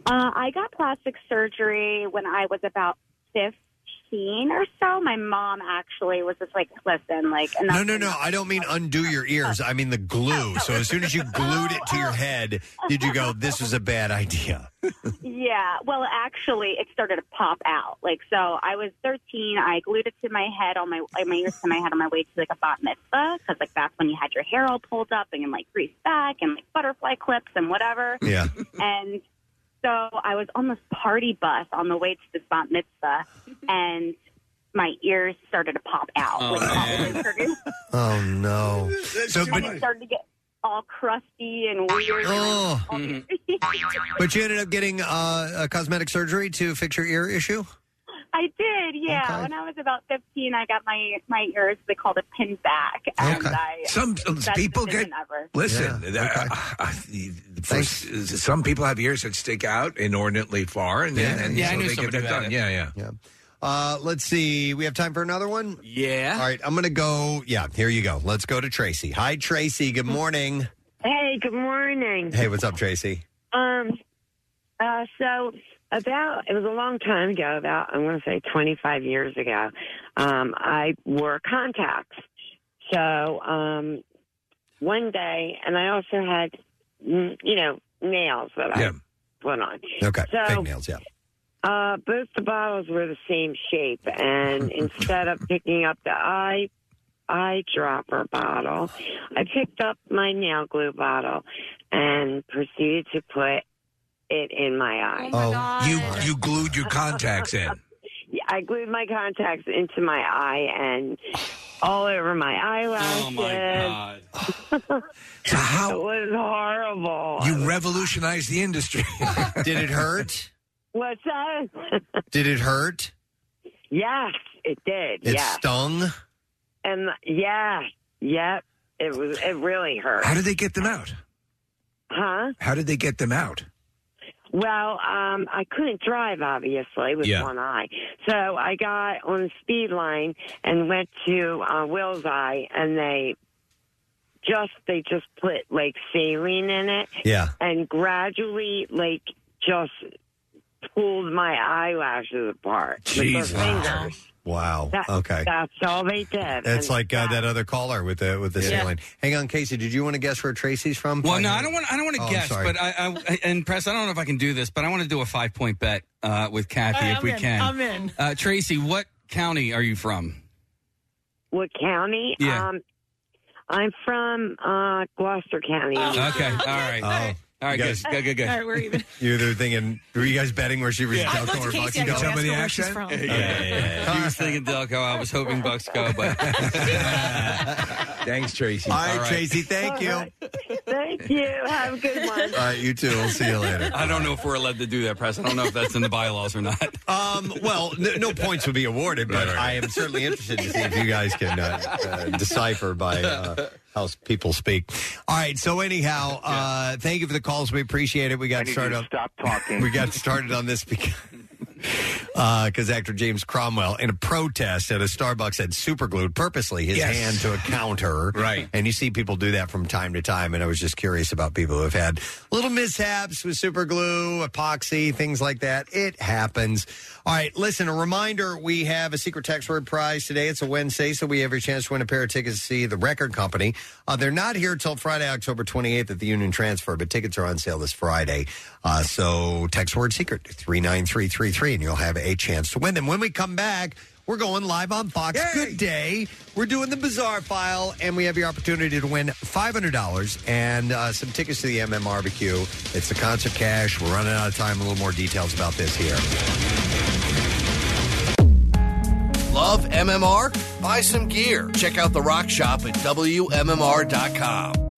S8: Uh, I got plastic surgery when I was about 15 or so. My mom actually was just like, listen, like, enough.
S2: No, no, no. I don't mean undo your ears. I mean the glue. So as soon as you glued it to your head, did you go, this was a bad idea?
S8: Yeah. Well, actually, it started to pop out. Like, so I was 13. I glued it to my head on my, like, my ears to my head on my way to like a bat mitzvah because like that's when you had your hair all pulled up and like greased back and like butterfly clips and whatever.
S2: Yeah. *laughs*
S8: And so I was on this party bus on the way to this
S2: *laughs*
S8: bat mitzvah and my ears started to pop out. like, I started,
S2: *laughs* Oh, no. So,
S8: and it
S2: but,
S8: started to get all crusty and weird.
S2: Oh.
S8: And
S2: but you ended up getting uh, a cosmetic surgery to fix your ear issue?
S8: *laughs* I did, yeah. When I was about 15, I got my my ears. They called it pinned back. And I,
S4: Some
S8: best
S4: people get
S8: decision ever.
S4: listen. uh, uh, for s- some people have ears that stick out inordinately far, and
S2: Yeah.
S4: and, and
S2: Yeah, I
S4: so
S2: knew
S4: they get
S2: somebody
S4: that
S2: who had
S4: done.
S2: it.
S4: Yeah, yeah.
S2: Yeah. Uh, let's see. We have time for another one?
S5: Yeah.
S2: All right. I'm going to go. Yeah, here you go. Let's go to Tracy. Hi, Tracy. Good morning.
S24: Hey, good morning.
S2: Hey, what's up, Tracy?
S24: Um, uh, so about it was a long time ago. About I'm going to say 25 years ago. Um, I wore contacts. So um, one day, and I also had, mm, you know, nails that I put on.
S2: Okay,
S24: so,
S2: fake nails. Yeah.
S24: Uh, both the bottles were the same shape, *laughs* and instead of picking up the eye eyedropper bottle, I picked up my nail glue bottle and proceeded to put it in Oh, my eye.
S2: Oh.
S4: you you glued your contacts
S24: *laughs*
S4: in.
S24: Yeah, I glued my contacts into my eye and all over my eyelashes.
S4: Oh, my God.
S24: *laughs* so it was horrible.
S4: You revolutionized the industry.
S2: Did it hurt?
S24: What's that?
S2: Did it hurt?
S24: Yes, it did.
S2: It
S24: *laughs* yeah.
S2: stung?
S24: And yeah, yep. It was. It really hurt.
S4: How did they get them out?
S24: Huh?
S4: How did they get them out?
S24: Well, um, I couldn't drive obviously with
S4: Yeah.
S24: one eye, so I got on the speed line and went to uh, Will's eye, and they just they just put like saline in it,
S2: Yeah.
S24: and gradually like just pulled my eyelashes apart. with their
S2: Wow.
S24: fingers.
S2: Wow.
S24: That-
S2: okay.
S24: That's all they did.
S2: That's
S24: And-
S2: like uh, that other caller with the with the
S24: Yeah.
S2: saline. Hang on, Casey. Did you want to guess where Tracy's from?
S5: Well, no, I don't want. I don't want to
S2: Oh, I'm
S5: guess,
S2: sorry.
S5: but I, I and press. I don't know if I can do this, but I want to do a five point bet uh, with Kathy
S24: All right,
S5: if
S24: I'm
S5: we
S24: in.
S5: can.
S24: I'm in.
S5: Uh, Tracy, what county are you from?
S24: What county?
S5: Yeah.
S24: Um, I'm from uh, Gloucester County.
S5: okay. All right. All right.
S2: Oh. You
S5: Good.
S2: guys-
S5: Good. Good. Good.
S24: All right, we're even.
S2: you were thinking. Were you guys betting where she was?
S5: Yeah. I
S2: Delco
S5: looked
S2: or
S5: at Casey,
S2: Bucksy
S5: I go,
S2: Delco?
S5: "Ask her where she's from." Yeah, yeah, yeah. *laughs* He was thinking Delco. I was hoping *laughs* Bucksco, but
S4: Thanks, Tracy.
S2: All right, Tracy. Thank you.
S24: Thank *laughs* Thank you. Have a good one.
S2: All right, you too. We'll see you later.
S5: I don't know if we're allowed to do that, Press. I don't know if that's in the bylaws or not.
S2: Um, well, n- no points would be awarded, but I am certainly interested to see if you guys can uh, uh, decipher by uh, how s- people speak. All right. So anyhow, uh, thank you for the calls. We appreciate it. We got
S6: need you
S2: started.
S6: to
S2: on-
S6: stop talking.
S2: we got started on this because. Because Uh, actor James Cromwell, in a protest at a Starbucks, had superglued purposely his
S6: Yes.
S2: hand to a counter. Right. And you see people do that from time to time. And I was just curious about people who have had little mishaps with super glue, epoxy, things like that. It happens. All right, listen, a reminder we have a secret text word prize today. It's a Wednesday, so we have your chance to win a pair of tickets to see the record company. Uh, they're not here till Friday, October 28th at the Union Transfer, but tickets are on sale this Friday. Uh, so text word secret to 39333, and you'll have a chance to win them. When we come back, we're going live on Fox. Good day. We're doing the Bizarre File, and we have your opportunity to win $500 and uh, some tickets to the MMRBQ. It's the concert cash. We're running out of time. A little more details about this here.
S7: Love MMR? Buy some gear. Check out the rock shop at WMMR.com.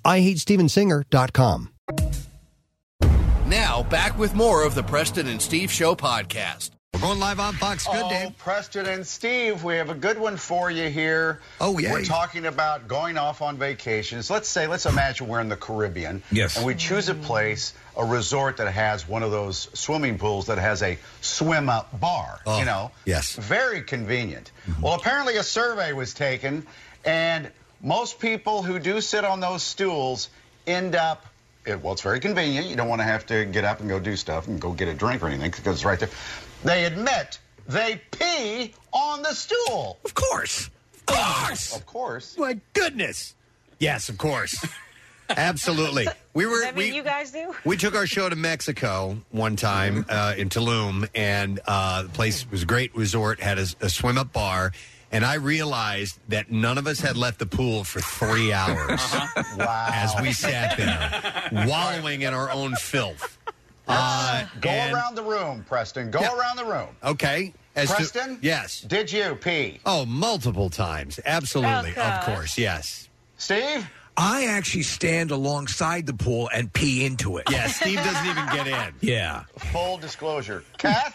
S2: IHateStevensinger.com.
S7: Now, back with more of the Preston and Steve Show podcast.
S2: We're going live on Fox.
S9: Good, oh, Preston and Steve, we have a good one for you here.
S2: Oh, yay.
S9: We're talking about going off on vacations. Let's say, let's imagine we're in the Caribbean.
S4: Yes.
S9: And we choose a place, a resort that has one of those swimming pools that has a swim up bar,
S2: Oh,
S9: you know?
S2: yes.
S9: Very convenient. Well, apparently a survey was taken, and most people who do sit on those stools end up. It, well, it's very convenient. You don't want to have to get up and go do stuff and go get a drink or anything because it's right there. They admit they pee on the stool. Of
S2: course.
S9: Of course. Of course.
S2: My goodness. Yes,
S9: *laughs*
S2: of course. Absolutely. We were.
S11: I mean,
S2: we,
S11: you guys do.
S2: We took our show to Mexico one time uh, in Tulum, and uh, the place was a great resort, had a, a swim up bar. And I realized that none of us had left the pool for three hours
S6: Uh-huh.
S9: wow.
S2: as we sat there, wallowing in our own filth. Uh,
S9: Go
S2: and-
S9: around the room, Preston. Go around the room.
S2: Okay. to-
S9: Preston?
S2: yes.
S9: Did you pee?
S2: Oh, multiple times. Absolutely.
S3: Oh,
S2: Of course. Yes.
S9: Steve?
S4: I actually stand alongside the pool and pee into it.
S2: Yeah, Steve doesn't even get in.
S4: *laughs* Yeah.
S9: Full disclosure. Kath?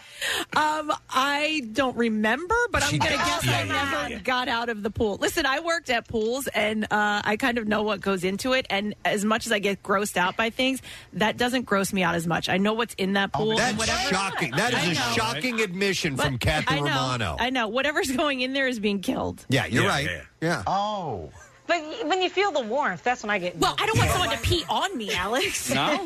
S3: Um, I don't remember, but I'm
S4: She
S3: going to
S4: does.
S3: guess
S4: Yeah,
S3: I
S4: yeah,
S3: never
S4: yeah.
S3: got out of the pool. Listen, I worked at pools, and uh, I kind of know what goes into it. And as much as I get grossed out by things, that doesn't gross me out as much. I know what's in that
S4: Oh,
S3: pool. and
S2: That's
S3: whatever-
S2: shocking. That
S3: I
S2: is a
S3: know.
S2: shocking admission from Kathy
S3: I know,
S2: Romano.
S3: I know. Whatever's going in there is being killed.
S2: Yeah, you're
S6: Yeah,
S2: right.
S6: yeah.
S2: yeah.
S9: Oh.
S11: But when you feel the warmth, that's when I get. Well,
S3: I don't want someone to pee on me, Alex.
S11: *laughs*
S3: *laughs*
S11: No?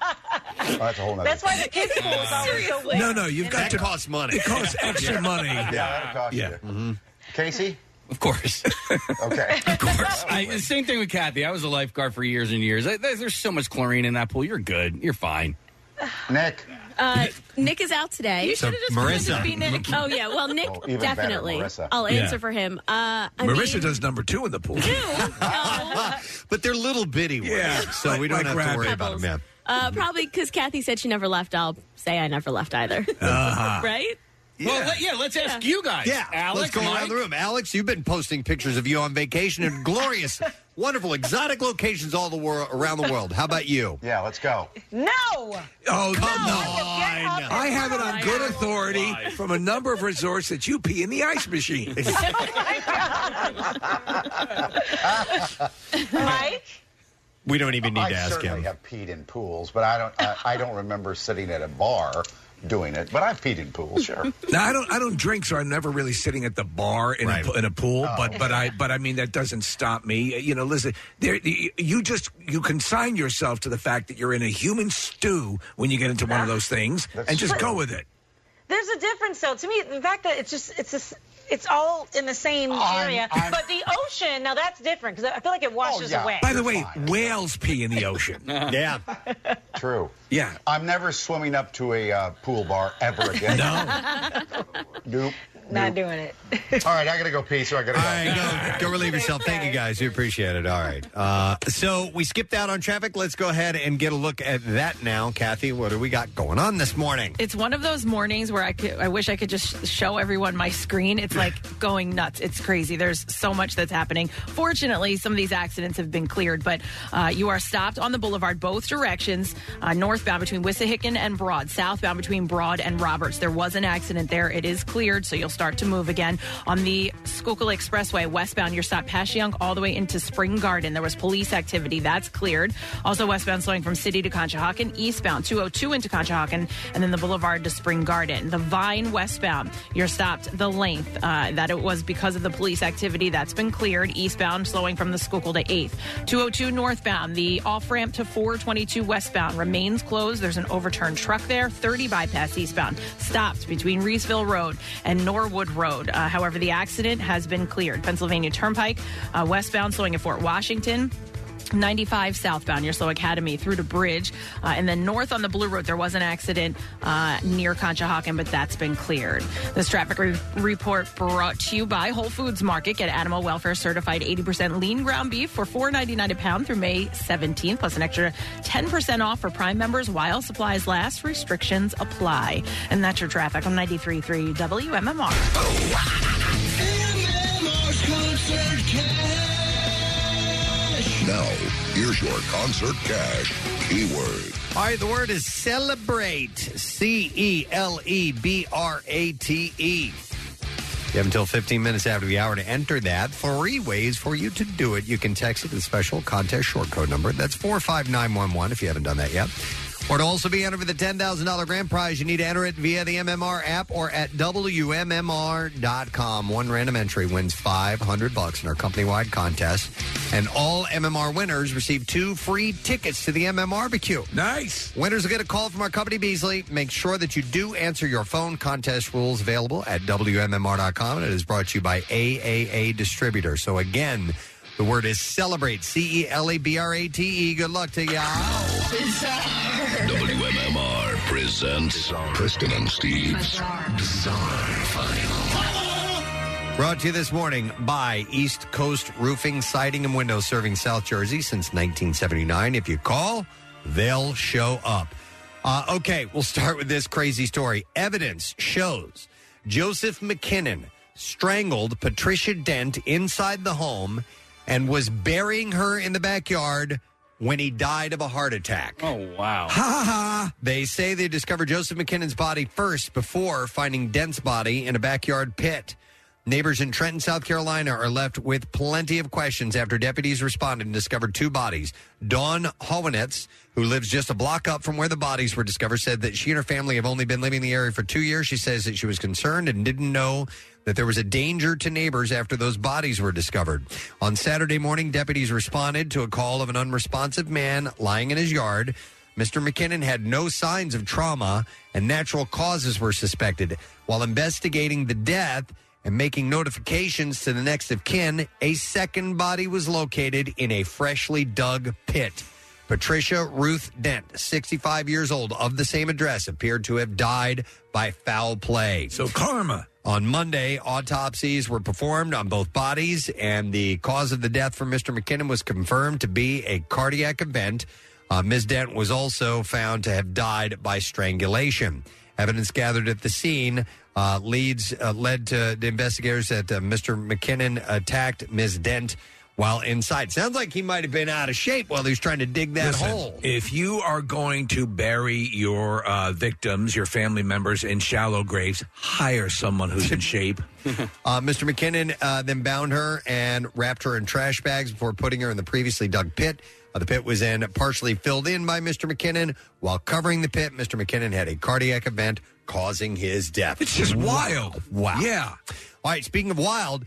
S9: Oh, that's a whole nother
S11: That's why the
S4: *laughs*
S11: kids' pool is always so wet.
S4: No, no, you've got to
S2: cost money.
S9: *laughs*
S4: It costs extra money. Mm-hmm.
S9: Yeah, that'll cost you. Casey?
S5: Of course.
S9: Okay.
S5: of course. I, the same thing with Kathy. I was a lifeguard for years and years. I, there's there's so much chlorine in that pool. You're good. You're fine.
S9: Nick.
S10: Uh, Nick is out today.
S5: You So should've just pretended to Marissa. be Nick.
S10: Oh yeah, well Nick
S4: even better,
S10: definitely.
S4: Marissa.
S10: I'll
S4: Yeah.
S10: answer for him. Uh, I
S4: Marissa
S10: mean,
S4: does number two in the pool.
S2: *laughs* but they're little bitty ones,
S4: yeah.
S2: so we don't have to worry about them.
S10: Uh, probably because Kathy said she never left. I'll say I never left either.
S2: Uh-huh.
S10: *laughs* Right?
S5: Well, let, yeah, let's ask you guys.
S2: Yeah,
S5: Alex,
S2: let's go
S5: Mike?
S2: around the room. Alex, you've been posting pictures of you on vacation in glorious,
S5: *laughs*
S2: wonderful, exotic locations all the world around the world. How about you?
S9: Yeah, let's go.
S11: No.
S4: Oh, come
S11: on.
S4: I have it on good authority from a number of resorts that you pee in the
S2: *laughs*
S4: ice machine.
S11: Mike?
S2: We don't even need
S9: I
S2: to ask
S9: certainly
S2: him.
S9: have peed in pools, but I don't. I, I don't remember sitting at a bar doing it. But I've peed in pools, sure.
S4: *laughs* Now I don't I don't drink, so I'm never really sitting at the bar in, a, in a pool.
S21: Oh.
S4: But but I but I mean that doesn't stop me. You know, listen, there you just you consign yourself to the fact that you're in a human stew when you get into
S21: Ah.
S4: one of those things, and just
S11: true.
S4: go with it.
S11: There's a difference, though. To me, the fact that it's just it's just it's all in the same area.
S4: I'm-
S11: but the ocean, now that's different because I feel like it
S9: Oh,
S11: washes away.
S4: By the way, whales pee in
S9: *laughs*
S4: the ocean.
S2: yeah.
S9: True.
S4: Yeah.
S9: I'm never swimming up to a uh, pool bar ever again. Nope.
S11: *laughs* Not doing it.
S9: All right, I gotta go pee, so I gotta go.
S2: go relieve yourself. Thank you guys. We appreciate it. All right. Uh, so we skipped out on traffic. Let's go ahead and get a look at that now. Kathy, what do we got going on this morning?
S3: It's one of those mornings where I could, I wish I could just show everyone my screen. It's like going nuts. It's crazy. There's so much that's happening. Fortunately, some of these accidents have been cleared, but uh, you are stopped on the boulevard both directions, uh, northbound between Wissahickon and Broad, southbound between Broad and Roberts. There was an accident there. It is cleared, so you'll start to move again on the Schuylkill Expressway westbound. You're stopped Passyunk all the way into Spring Garden. There was police activity. That's cleared. Also westbound slowing from City to Conshohocken, eastbound 202 into Conshohocken, and then the Boulevard to Spring Garden. The Vine westbound, you're stopped the length. Uh, that it was because of the police activity. That's been cleared. Eastbound slowing from the Schuylkill to 8th. 202 northbound, the off ramp to 422 westbound remains closed. There's an overturned truck there. 30 bypass eastbound stopped between Reesville Road and Norwood Road. Uh, however, the accident has been cleared. Pennsylvania Turnpike uh, westbound slowing at Fort Washington. 95 southbound, your slow academy through to Bridge. Uh, and then north on the Blue Road, there was an accident uh, near Conshohocken, but that's been cleared. This traffic re- report brought to you by Whole Foods Market. Get animal welfare certified 80% lean ground beef for $4.99 a pound through May 17th, plus an extra 10% off for Prime members while supplies last. Restrictions apply. And that's your traffic on 93.3 WMMR.
S1: Now, here's your concert cash keyword.
S2: All right, the word is celebrate. C E L E B R A T E. You have until 15 minutes after the hour to enter that. Three ways for you to do it. You can text it to the special contest short code number. That's 45911 if you haven't done that yet. Or to also be entered for the $10,000 grand prize, you need to enter it via the MMR app or at WMMR.com. One random entry wins 500 bucks in our company-wide contest. And all MMR winners receive two free tickets to the MMR barbecue.
S4: Nice.
S2: Winners will get a call from our company, Beasley. Make sure that you do answer your phone contest rules available at WMMR.com. And it is brought to you by AAA Distributor. So again, the word is celebrate. C E L A B R A T E. Good luck to y'all.
S1: WMMR presents Preston and Steve's Bizarre Final.
S2: Brought to you this morning by East Coast Roofing, Siding, and Windows, serving South Jersey since 1979. If you call, they'll show up. Uh, okay, we'll start with this crazy story. Evidence shows Joseph McKinnon strangled Patricia Dent inside the home and was burying her in the backyard when he died of a heart attack.
S5: Oh, wow.
S2: Ha ha ha. They say they discovered Joseph McKinnon's body first before finding Dent's body in a backyard pit. Neighbors in Trenton, South Carolina are left with plenty of questions after deputies responded and discovered two bodies. Dawn Howenetz, who lives just a block up from where the bodies were discovered, said that she and her family have only been living in the area for two years. She says that she was concerned and didn't know that there was a danger to neighbors after those bodies were discovered. On Saturday morning, deputies responded to a call of an unresponsive man lying in his yard. Mr. McKinnon had no signs of trauma and natural causes were suspected. While investigating the death and making notifications to the next of kin, a second body was located in a freshly dug pit. Patricia Ruth Dent, 65 years old, of the same address, appeared to have died by foul play. So,
S4: karma.
S2: On Monday, autopsies were performed on both bodies, and the cause of the death for Mr. McKinnon was confirmed to be a cardiac event. Uh, Ms. Dent was also found to have died by strangulation. Evidence gathered at the scene uh, leads uh, led to the investigators that uh, Mr. McKinnon attacked Ms. Dent while inside. Sounds like he might have been out of shape while he was trying to dig that
S4: Listen, *laughs*
S2: hole.
S4: If you are going to bury your uh, victims, your family members in shallow graves, hire someone
S21: *laughs*
S4: who's in shape.
S2: Uh, Mr. McKinnon uh, then bound her and wrapped her in trash bags before putting her in the previously dug pit. Uh, the pit was then partially filled in by Mr. McKinnon. While covering the pit, Mr. McKinnon had a cardiac event causing his death. It's
S4: just wild.
S2: Wow. Yeah. All right, speaking of wild,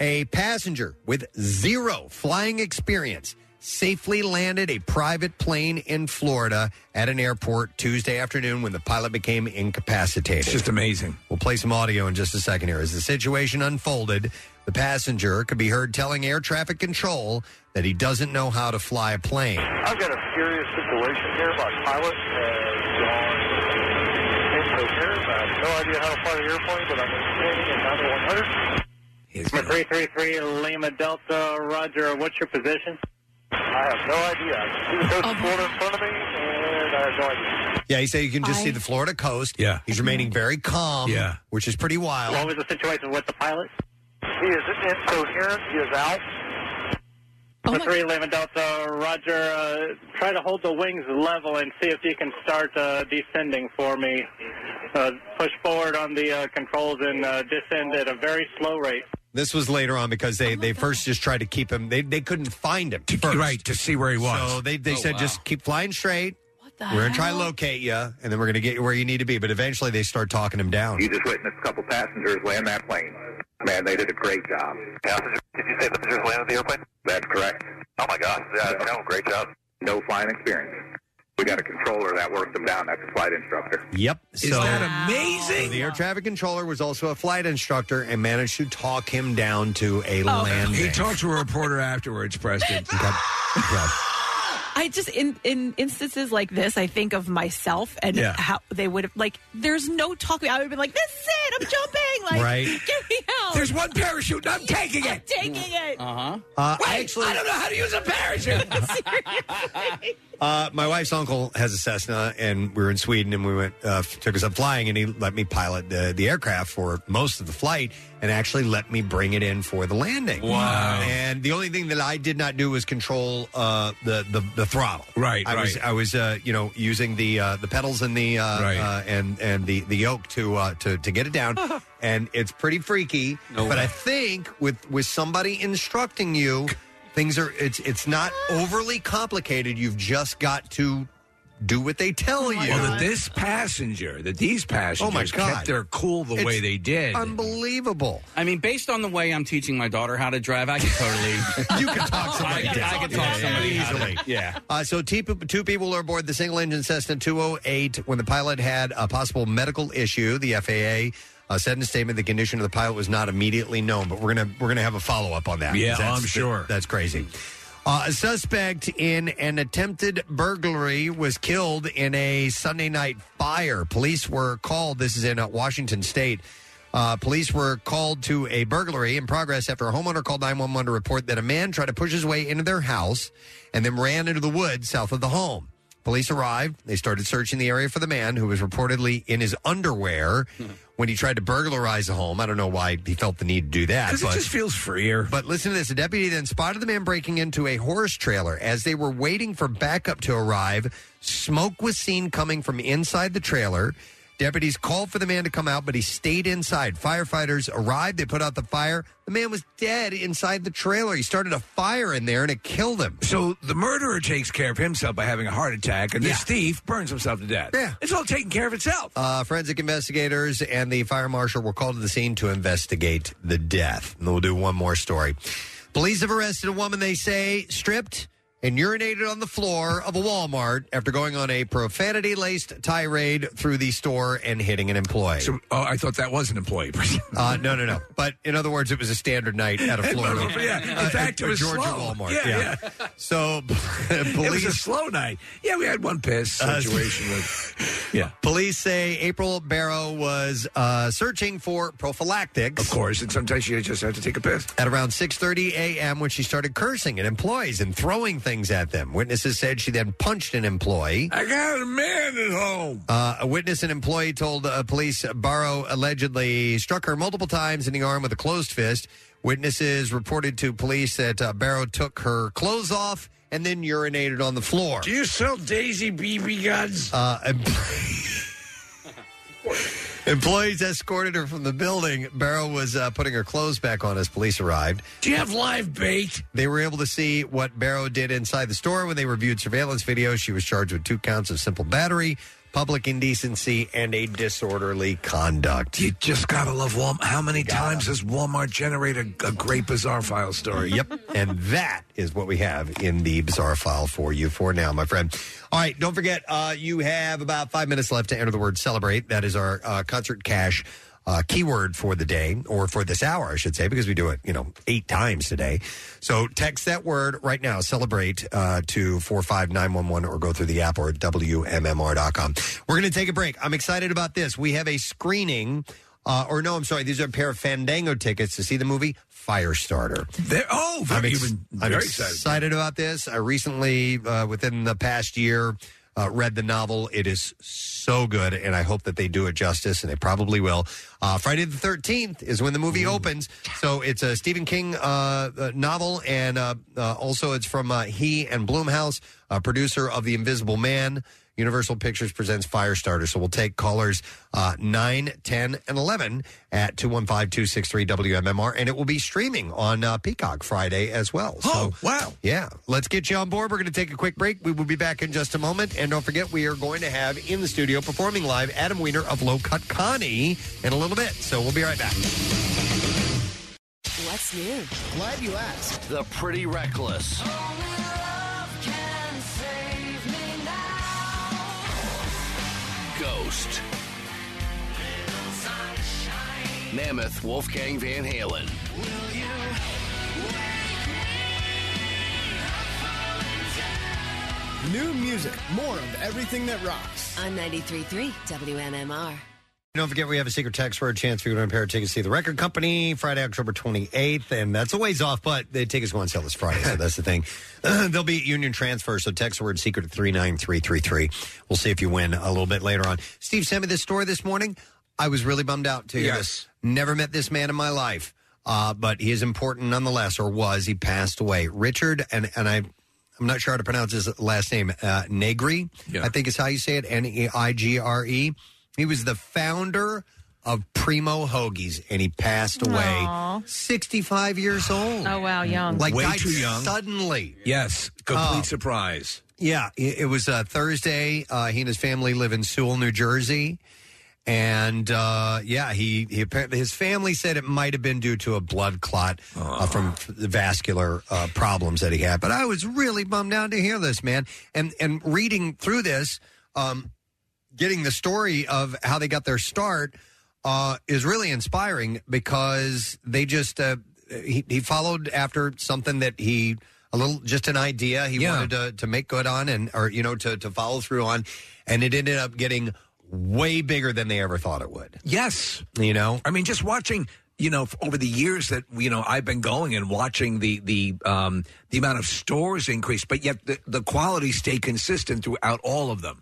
S2: a passenger with zero flying experience safely landed a private plane in Florida at an airport Tuesday afternoon when the pilot became incapacitated. It's
S4: just amazing.
S2: We'll play some audio in just a second here. As the situation unfolded, the passenger could be heard telling air traffic control that he doesn't know how to fly a plane.
S12: I've got a serious situation here. My pilot has gone incoherent. I have no idea how to fly the airplane, but I'm maintaining at 9100.
S13: Number 333 Lima Delta, Roger, what's your position?
S12: I have no idea. I can see the coast of Florida in front of me, and I have no idea.
S2: Yeah, he said you can just see the Florida coast. Yeah. He's remaining very calm. Yeah. Which is pretty wild.
S13: What was the situation with the pilot?
S12: He is incoherent. He is out.
S13: Number 3 Lima Delta, Roger, uh, try to hold the wings level and see if you can start uh, descending for me. Uh, push forward on the uh, controls and uh, descend at a very slow rate.
S2: This was later on because
S4: Oh
S2: they, they first just tried to keep him. They, they couldn't find him first.
S4: right, to see where he was.
S2: So they, they
S4: Oh,
S2: said
S4: wow.
S2: just keep flying straight. we're going to try to locate you, and then we're going to get you where you need to be. But eventually they start talking him down.
S21: You just witnessed a couple passengers land that plane. Man, they did a great job. Did you say the passengers landed the airplane? That's correct. Oh my gosh, yeah, no, great job. No flying experience. We got a controller that worked them down. That's a flight instructor.
S2: Yep.
S21: Is
S2: so,
S21: that amazing?
S2: So the air traffic controller was also a flight instructor and managed to talk him down to a
S4: Oh.
S2: landing.
S4: He talked to a reporter afterwards, Preston. *laughs*
S2: Yeah.
S3: I just in in instances like this, I think of myself and
S4: Yeah.
S3: how they would have like. There's no talking. I would have been like, "This is it. I'm jumping. Like,
S2: Right.
S3: *laughs* get me out.
S4: There's one parachute. I'm taking
S3: I'm
S4: it."
S3: Taking it.
S5: Uh-huh.
S2: Uh,
S4: Wait, I, don't know how to use a
S3: *laughs*
S4: parachute.
S2: Uh, my wife's uncle has a Cessna, and we were in Sweden, and we went uh, f- took us up flying, and he let me pilot the, the aircraft for most of the flight, and actually let me bring it in for the landing.
S4: Wow.
S2: And the only thing that I did not do was control uh, the, the the throttle.
S4: Right,
S2: I was
S4: right.
S2: I was uh, you know using the uh, the pedals and the uh,
S4: Right.
S2: uh, and and the the yoke to uh, to to get it
S4: *laughs*
S2: down, and it's pretty freaky.
S4: No
S2: but
S4: way.
S2: I think with with somebody instructing you, things are it's it's not overly complicated. You've just got to do what they tell you.
S4: Well, that this passenger, that these passengers
S2: Oh, my God.
S4: kept their cool Oh, the way they did.
S2: Unbelievable.
S5: I mean, based on the way I'm teaching my daughter how to drive, I could
S4: *laughs*
S5: totally.
S2: you can talk somebody
S5: I, could- I could talk somebody easily. *laughs* Yeah.
S2: Uh, so two, two people are aboard the single engine Cessna 208 when the pilot had a possible medical issue. The FAA uh, said in a statement the condition of the pilot was not immediately known, but we're gonna we're gonna have a follow up on that.
S4: Yeah,
S2: That's-
S4: I'm sure.
S2: that's crazy. Uh, a suspect in an attempted burglary was killed in a Sunday night fire. Police were called. This is in uh, Washington State. Uh, police were called to a burglary in progress after a homeowner called 911 to report that a man tried to push his way into their house and then ran into the woods south of the home. Police arrived. They started searching the area for the man who was reportedly in his underwear
S4: Hmm.
S2: when he tried to burglarize the home. I don't know why he felt the need to do that.
S4: Because it
S2: but-
S4: just feels freer.
S2: but listen to this. A deputy then spotted the man breaking into a horse trailer. As they were waiting for backup to arrive, smoke was seen coming from inside the trailer. Deputies called for the man to come out, but he stayed inside. Firefighters arrived. They put out the fire. The man was dead inside the trailer. He started a fire in there and it killed him.
S4: So the murderer takes care of himself by having a heart attack, and this thief burns himself to death. Yeah. It's all taking care of itself.
S2: Uh, forensic investigators and the fire marshal were called to the scene to investigate the death. And we'll do one more story. Police have arrested a woman they say stripped and urinated on the floor of a Walmart after going on a profanity laced tirade through the store and hitting an employee.
S4: So, oh, I thought that was an employee.
S2: uh, no, no, no. But in other words, it was a standard night
S4: *laughs*
S2: at a Florida.
S4: yeah. In
S2: uh,
S4: fact,
S2: a-
S4: it
S2: a
S4: was
S2: Georgia
S4: slow.
S2: Walmart.
S4: Yeah,
S2: yeah. So *laughs*
S4: It was
S2: police
S4: a slow night. Yeah, we had one piss
S2: Uh,
S4: situation. with, yeah.
S2: Police say April Barrow was uh, searching for prophylactics. Of
S4: course, and sometimes you just have to take a piss.
S2: At around 6:30 a.m., when she started cursing at employees and throwing things at them, witnesses said she then punched an employee.
S4: I got a man at home.
S2: Uh, a witness and employee told uh, police Barrow allegedly struck her multiple times in the arm with a closed fist. Witnesses reported to police that uh, Barrow took her clothes off and then urinated on the floor.
S4: Do you sell Daisy BB guns?
S2: Uh, *laughs* em- Employees escorted her from the building. Barrow was uh, putting her clothes back on as police arrived.
S4: Do you have live bait?
S2: They were able to see what Barrow did inside the store when they reviewed surveillance video. She was charged with two counts of simple battery, public indecency, and a disorderly conduct.
S4: You just gotta love Walmart. How
S21: Oh
S4: many times does Walmart generate a, a great bizarre file story?
S2: Yep. and that is what we have in the bizarre file for you for now, my friend. All right, don't forget, uh, you have about five minutes left to enter the word celebrate. That is our uh, concert cash. Uh, keyword for the day or for this hour, I should say, because we do it, you know, eight times today. So text that word right now, celebrate uh, to 45911 or go through the app or WMMR.com. We're going to take a break. I'm excited about this. We have a screening, uh, or no, I'm sorry, these are a pair of Fandango tickets to see the movie Firestarter.
S4: They're, oh,
S2: I'm,
S4: very,
S2: ex-
S4: even,
S2: I'm
S4: very excited.
S2: about this. I recently, uh, within the past year, uh, read the novel. It is so good, and I hope that they do it justice, and they probably will. Uh, Friday the 13th is when the movie opens. So it's a Stephen King uh, uh, novel, and uh, uh, also it's from uh, he and Bloomhouse, uh, producer of The Invisible Man. Universal Pictures presents Firestarter. So we'll take callers uh, 9, 10, and 11 at 215 263 WMMR. And it will be streaming on uh, Peacock Friday as well. Oh, so,
S4: wow.
S2: Yeah. Let's get you on board. We're going to take a quick break. We will be back in just a moment. And don't forget, we are going to have in the studio performing live Adam Weiner of Low Cut Connie in a little bit. So we'll be right back.
S14: What's new? Glad you asked. The Pretty Reckless. Ghost. Mammoth Wolfgang Van Halen.
S16: New music, more of everything that rocks.
S14: On 93.3 WMMR.
S2: Don't forget, we have a secret text for a chance for you to win a pair of tickets to see the record company Friday, October 28th. And that's a ways off, but the tickets go on sale this Friday. So that's the thing. *clears throat* They'll be at Union Transfer. So text word secret to 39333. We'll see if you win a little bit later on. Steve sent me this story this morning. I was really bummed out to hear this. Never met this man in my life, uh, but he is important nonetheless, or was. He passed away. Richard, and, and I. I'm not sure how to pronounce his last name. Uh, Negri, I think is how you say it. N e i g r e. He was the founder of Primo Hoagies, and he passed away,
S3: Aw.
S2: 65 years old.
S3: Oh wow, young.
S2: Like died suddenly.
S4: Yes, complete
S2: Oh.
S4: surprise.
S2: Yeah, it, it was uh, Thursday. Uh, he and his family live in Sewell, New Jersey, and uh, yeah, he, he apparently his family said it might have been due to a blood clot uh, from f- the vascular uh, problems that he had. But I was really bummed out to hear this, man. And and reading through this, um, getting the story of how they got their start uh, is really inspiring because they just uh, he, he followed after something that he a little just an idea he wanted to, to make good on and or you know to, to follow through on and it ended up getting way bigger than they ever thought it would
S4: Yes.
S2: You know?
S4: I mean, just watching, you know, f- over the years that, you know, I've been going and watching the, the, um, the amount of stores increase, but yet the, the quality stay consistent throughout all of them.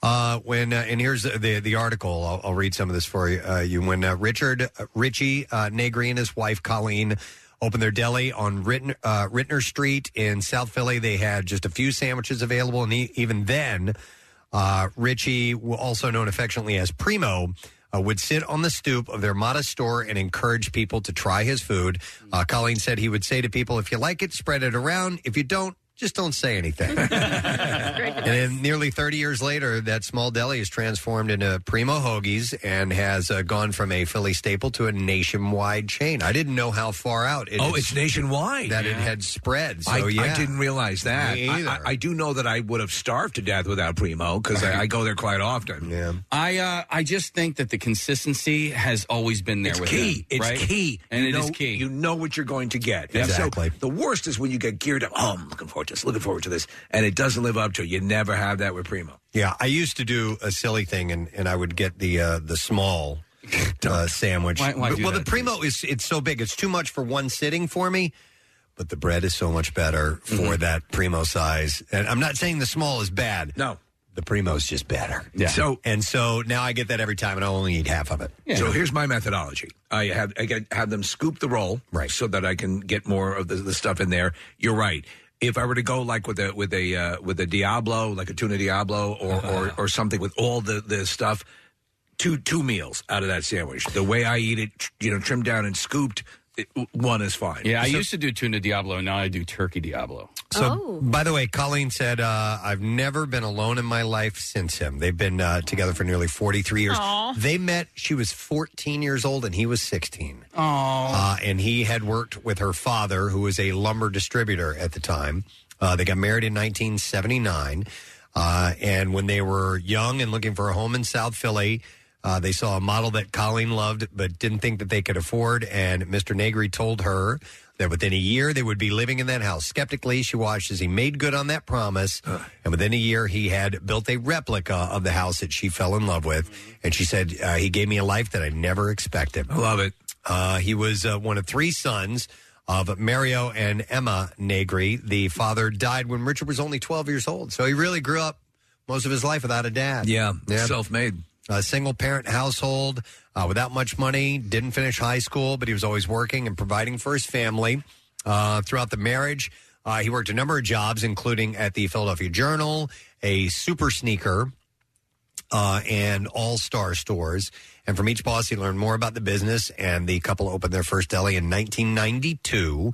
S2: Uh, when uh, and here's the the, the article. I'll, I'll read some of this for you. Uh, you when uh, Richard uh, Richie uh, Negri and his wife Colleen opened their deli on Rittner, uh, Rittner Street in South Philly, they had just a few sandwiches available, and e even then, uh, Richie, w- also known affectionately as Primo. Uh, would sit on the stoop of their modest store and encourage people to try his food. Uh, Colleen said he would say to people, "If you like it, spread it around. If you don't, just don't say anything." and then nearly 30 years later, that small deli is transformed into Primo Hoagies and has uh, gone from a Philly staple to a nationwide chain. I didn't know how far out. It
S4: oh,
S2: had-
S4: it's nationwide.
S2: That it had spread. So,
S4: I,
S2: yeah.
S4: I didn't realize that.
S2: Me
S4: I,
S2: either.
S4: I, I do know that I would have starved to death without Primo because I, I go there quite often.
S2: Yeah.
S5: I uh, I just think that the consistency has always been there
S4: It's
S5: with
S4: key.
S5: them,
S4: it's
S5: right?
S4: key.
S5: and
S4: you
S5: it is
S4: know,
S5: key.
S4: You know what you're going to get. And so
S5: Exactly.
S4: the worst is when you get geared up. Oh, I'm looking forward to this. Looking forward to this, and it doesn't live up to. it. You never have that with Primo.
S2: Yeah, I used to do a silly thing, and, and I would get the uh, the small uh, sandwich.
S5: Why- why
S2: But-
S5: do
S2: well,
S5: that,
S2: the primo is it's so big; it's too much for one sitting for me. But the bread is so much better for
S4: Mm-hmm.
S2: that primo size. And I'm not saying the small is bad.
S4: No,
S2: the primo's just better.
S4: Yeah. So-
S2: and so now I get that every time, and I only eat half of it.
S4: So here's my methodology. I have I get, have them scoop the roll, right, so that I can get more of the, the stuff in there. You're right. If I were to go like with a with a uh, with a Diablo, like a tuna Diablo, or
S5: Uh-huh.
S4: or, or something with all the the stuff, two two meals out of that sandwich. The way I eat it, tr- you know, trimmed down and scooped. one is fine.
S5: Yeah, I
S4: So-
S5: used to do tuna Diablo. Now I do turkey Diablo.
S2: So, by the way, Colleen said, uh, I've never been alone in my life since him. They've been uh, together for nearly 43 years.
S5: Aw.
S2: They met, she was 14 years old and he was 16.
S5: Oh.
S2: Uh, and he had worked with her father, who was a lumber distributor at the time. Uh, they got married in 1979. Uh, and when they were young and looking for a home in South Philly, uh, they saw a model that Colleen loved but didn't think that they could afford. And Mr. Negri told her that within a year they would be living in that house. Skeptically, she watched as he made good on that promise. And within a year, he had built a replica of the house that she fell in love with. And she said, uh, He gave me a life that I never expected. I
S4: love it.
S2: Uh, he was uh, one of three sons of Mario and Emma Negri. The father died when Richard was only 12 years old. So he really grew up most of his life without a dad.
S4: Yeah, self-made.
S2: A single parent household uh, without much money, didn't finish high school, but he was always working and providing for his family. Uh, throughout the marriage, uh, he worked a number of jobs, including at the Philadelphia Journal, a super sneaker, uh, and all star stores. And from each boss, he learned more about the business. And the couple opened their first deli in 1992.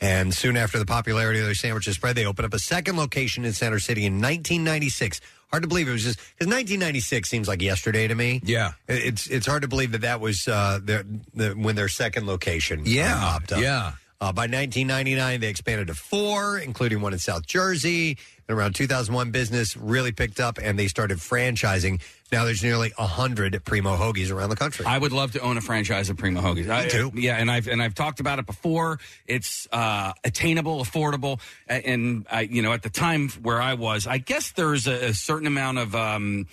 S2: And soon after the popularity of their sandwiches spread, they opened up a second location in Center City in 1996. Hard to believe it was just because 1996 seems like yesterday to me.
S4: Yeah,
S2: It- it's it's hard to believe that that was uh, their, the, when their second location. uh,
S4: Yeah,
S2: popped up.
S4: yeah.
S2: Uh, by 1999, they expanded to four, including one in South Jersey. And around 2001, business really picked up, and they started franchising. Now there's nearly 100 Primo Hoagies around the country.
S5: I would love to own a franchise of Primo Hoagies. I do. Yeah, and I've and I've talked about it before. It's uh, attainable, affordable, a- and I, you know, at the time where I was, I guess there's a, a certain amount of. Um,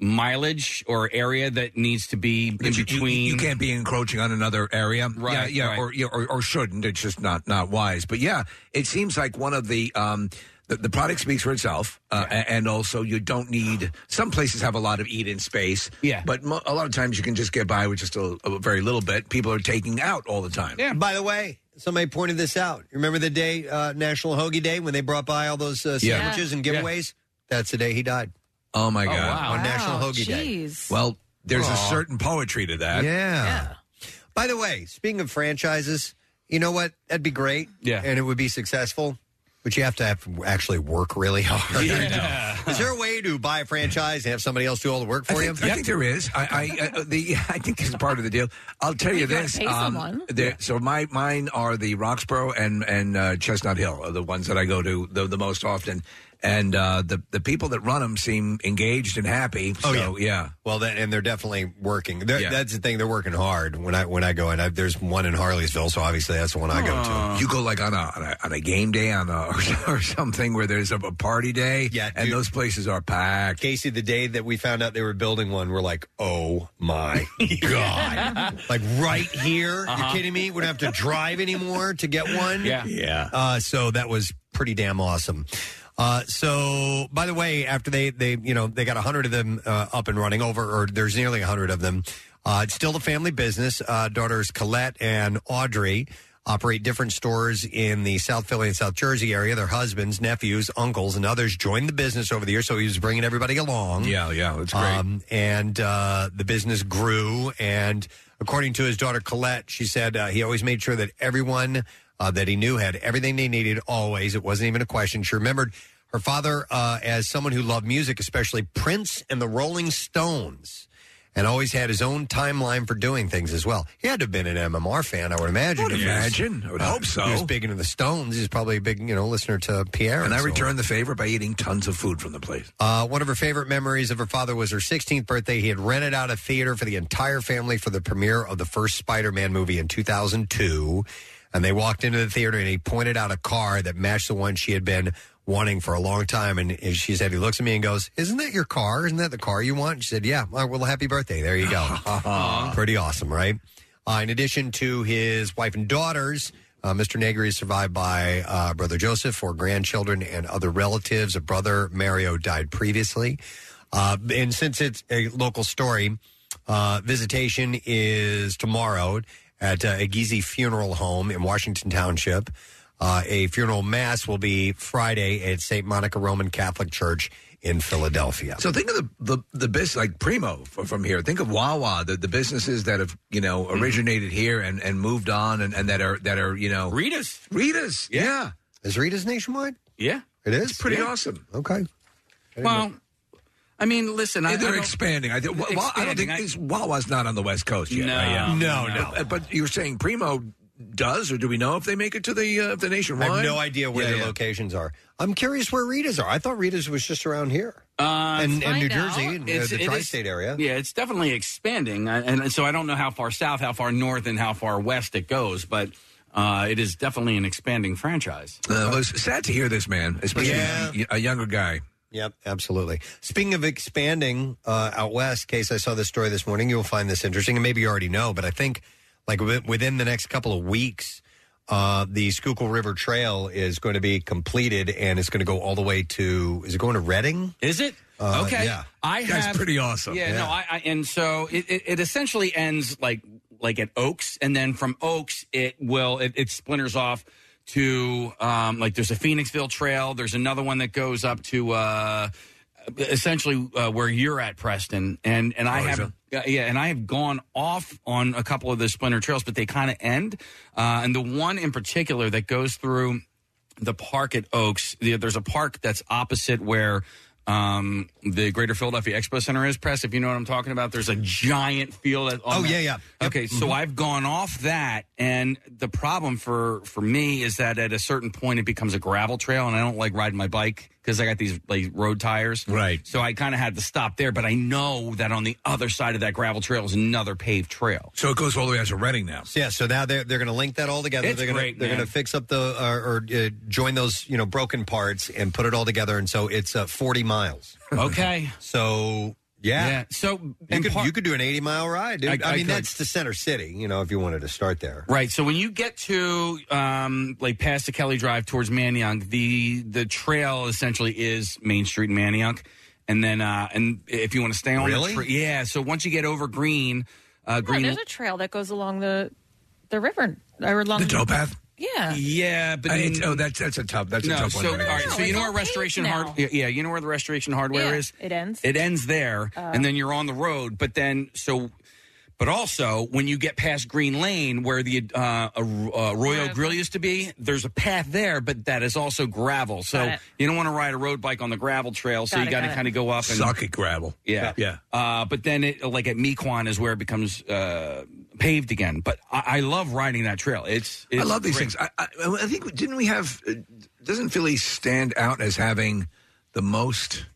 S5: mileage or area that needs to be in
S4: you- you-
S5: between
S4: You, can't be encroaching on another area,
S5: Right,
S4: Yeah, yeah,
S5: right.
S4: Or, yeah or or shouldn't. It's just not not wise. But yeah, it seems like one of the. Um, the, the product speaks for itself, uh, a- and also you don't need. Some places have a lot of eat-in space, yeah. But mo- a lot of times you can just get by with just a, a very little bit. People are taking out all the time.
S2: Yeah. By the way, somebody pointed this out. You Remember the day, uh, National Hoagie Day, when they brought by all those uh,
S4: Yeah.
S2: sandwiches and
S4: Yeah.
S2: giveaways? That's the day he died.
S4: Oh my
S2: Oh,
S4: god!
S2: wow. On National Wow, Hoagie Day. jeez.
S4: Well, there's a
S2: Aw.
S4: certain poetry to that.
S2: Yeah. By the way, speaking of franchises, you know what? That'd be great. Yeah. And it would be successful. But you have to, have to actually work really
S4: *laughs*
S2: hard. *laughs* Is there a way to buy a franchise and have somebody else do all the work for
S4: I
S2: you?
S4: think, I think there is. I, I, uh, the, *laughs* I think this is part of the deal. I'll tell you,
S2: You gotta
S4: this.
S2: pay someone.
S4: there- So my mine are the Roxborough and and uh, Chestnut Hill are the ones that I go to the, the most often, and uh, the the people that run them seem engaged and happy.
S2: Oh
S4: so,
S2: yeah,
S4: yeah.
S2: Well, that, and they're definitely working. They're-
S4: Yeah.
S2: That's the thing; they're working hard. When I when I go, and I, there's one in Harleysville, so obviously that's the one I go to.
S4: You go like on a on a, on a game day on a, *laughs* or something where there's a, a party day. Yeah, and those places are packed.
S2: Casey, the day that we found out they were building one, we're like, oh my
S3: *laughs*
S2: god! like right here,
S5: Uh-huh.
S2: you kidding me? We don't have to drive anymore to get one.
S5: Yeah.
S2: yeah. Uh, so that was pretty damn awesome. Uh, so, by the way, after they they you know they got hundred of them uh, up and running over, or there's nearly hundred of them. Uh, it's still the family business. Uh, daughters Colette and Audrey operate different stores in the South Philly and South Jersey area. Their husbands, nephews, uncles, and others joined the business over the years, so he was bringing everybody along.
S4: Yeah, yeah, it's great.
S2: Um, and uh, the business grew. And according to his daughter Colette, she said uh, he always made sure that everyone uh, that he knew had everything they needed. Always, it wasn't even a question. She remembered her father uh, as someone who loved music, especially Prince and the Rolling Stones. And always had his own timeline for doing things as well. He had to have been an MMR fan, I would imagine.
S4: Would
S2: if he was-
S4: imagine. I would hope so.
S2: He was big into the Stones. He's probably a big, you know, listener to Pierre.
S4: And I
S2: so on.
S4: return the favor by eating tons of food from the place.
S2: Uh, one of her favorite memories of her father was her 16th birthday. He had rented out a theater for the entire family for the premiere of the first Spider Man movie in 2002. And they walked into the theater and he pointed out a car that matched the one she had been wanting for a long time. And and she said, he looks at me and goes, Isn't that your car? Isn't that the car you want? She said, Yeah. All right, well, happy birthday. There you go.
S4: *laughs*
S2: Pretty awesome, right? Uh, in addition to his wife and daughters, uh, Mr. Negri is survived by uh, brother Joseph, four grandchildren, and other relatives. A brother, Mario, died previously. Uh, and since it's a local story, uh, visitation is tomorrow at uh, a Gizi funeral home in Washington Township. Uh, a funeral mass will be Friday at St. Monica Roman Catholic Church in Philadelphia.
S4: So think of the the the business like Primo f- from here. Think of Wawa, the, the businesses that have you know
S5: Hmm.
S4: originated here and, and moved on, and, and that are that are you know
S5: Rita's
S4: Rita's. Yeah,
S2: is Rita's nationwide?
S5: Yeah,
S2: it is.
S4: It's pretty
S5: Yeah.
S4: awesome.
S2: Okay.
S5: Well, I mean, listen, I,
S4: they're
S5: I don't-
S4: expanding. I, think- Wa- Wa- I don't
S5: Expanding,
S4: think
S5: I-
S4: these Wawa's not on the West Coast yet.
S5: No,
S4: right? Yeah.
S5: No, no.
S4: But, but you were saying Primo does, or do we know if they make it to the uh, the nationwide?
S2: I have no idea where
S4: Yeah,
S2: their
S4: yeah.
S2: locations are. I'm curious where Rita's are. I thought Rita's was just around here.
S5: Uh,
S2: And- and New Jersey, and, uh, the
S5: it
S2: tri-state area.
S5: Yeah, it's definitely expanding, I- and, and so I don't know how far south, how far north, and how far west it goes, but uh, it is definitely an expanding franchise.
S4: Uh, well, it's sad to hear this, man. Especially y- a younger guy.
S2: Yep, absolutely. Speaking of expanding uh, out west, case I saw this story this morning, you'll find this interesting, and maybe you already know, but I think like wi- within the next couple of weeks, uh, the Schuylkill River Trail is going to be completed, and it's going to go all the way to. Is it going to Reading?
S5: Is it?
S2: Uh,
S5: okay,
S2: yeah.
S5: I
S2: That's
S5: have,
S2: pretty awesome.
S5: Yeah,
S2: Yeah.
S5: no, I, I and so it, it, it essentially ends like like at Oaks, and then from Oaks it will it, it splinters off to um, like there's a Phoenixville Trail, there's another one that goes up to uh, essentially uh, where you're at, Preston, and and I
S4: Oh, is
S5: have.
S4: it?
S5: Uh, yeah, and I have gone off on a couple of the splinter trails, but they kind of end. Uh, and the one in particular that goes through the park at Oaks, the, there's a park that's opposite where um, the Greater Philadelphia Expo Center is. Press, if you know what I'm talking about, there's a giant field. At, on
S2: Oh,
S5: that-
S2: yeah, yeah.
S5: Okay,
S4: Mm-hmm.
S5: so I've gone off that, and the problem for for me is that at a certain point it becomes a gravel trail, and I don't like riding my bike because I got these like road tires. Right. So I kind of had to stop there, but I know that on the other side of that gravel trail is another paved trail.
S4: So it goes all the way out to Reading now.
S2: Yeah, so now they're they're going to link that all together.
S5: It's
S2: they're gonna,
S5: great,
S2: They're
S5: man.
S2: going to fix up the or, or uh, join those you know broken parts and put it all together, and so it's uh, forty miles.
S5: Okay.
S2: *laughs* so yeah,
S5: Yeah, so
S2: you
S5: and
S2: could
S5: part-
S2: you could do an eighty mile ride, dude.
S5: I-
S2: I,
S5: I
S2: mean
S5: could.
S2: that's the center city, you know, if you wanted to start there.
S5: Right. So when you get to um, like past the Kelly Drive towards Manioc, the the trail essentially is Main Street in Manioc, and then uh, and if you want to stay on
S2: Really?
S5: the tra- yeah. So once you get over Green, uh,
S17: Yeah,
S5: Green.
S17: there's a trail that goes along the the river or along the
S4: towpath.
S17: Yeah.
S5: yeah, but
S4: I- it's- oh, that's that's a tough that's a
S5: no,
S4: tough
S5: so
S4: one.
S5: all right, so
S17: No,
S5: you know
S17: it's
S5: where
S17: all paved
S5: restoration
S17: now.
S5: hard, yeah, yeah, you know where the restoration hardware
S17: Yeah,
S5: is.
S17: it ends.
S5: It ends there,
S17: Uh.
S5: and then you're on the road. But then, so, but also when you get past Green Lane, where the uh, uh, uh, Royal Grill used to be, there's a path there, but that is also gravel.
S4: Got
S5: So
S4: it.
S5: you don't want to ride a road bike on the gravel trail. So
S4: Got
S5: you
S4: it,
S5: got to
S4: got it.
S5: kind of go up and
S4: Suck it, gravel.
S5: Yeah,
S4: yeah.
S5: Uh, but then, it, like at Mequon, is where it becomes uh, paved again. But I, I love riding that trail. It's, it's
S4: I love these
S5: great.
S4: things. I, I, I think didn't we have? uh, Doesn't Philly stand out as having the most?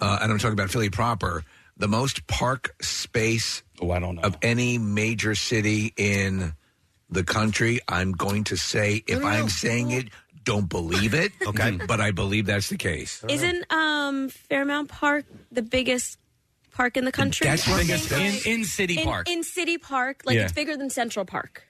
S4: Uh, and I'm talking about Philly proper, the most park space.
S5: Oh, I don't know
S4: of any major city in the country. I'm going to say if I'm saying it, don't believe it. okay, but I believe that's the case.
S10: Isn't um, Fairmount Park the biggest park in the country?
S4: That's
S10: I
S4: biggest-
S10: think,
S4: that's-
S5: in City
S10: in-
S5: Park.
S10: In, City Park, like
S4: Yeah.
S10: it's bigger than Central Park.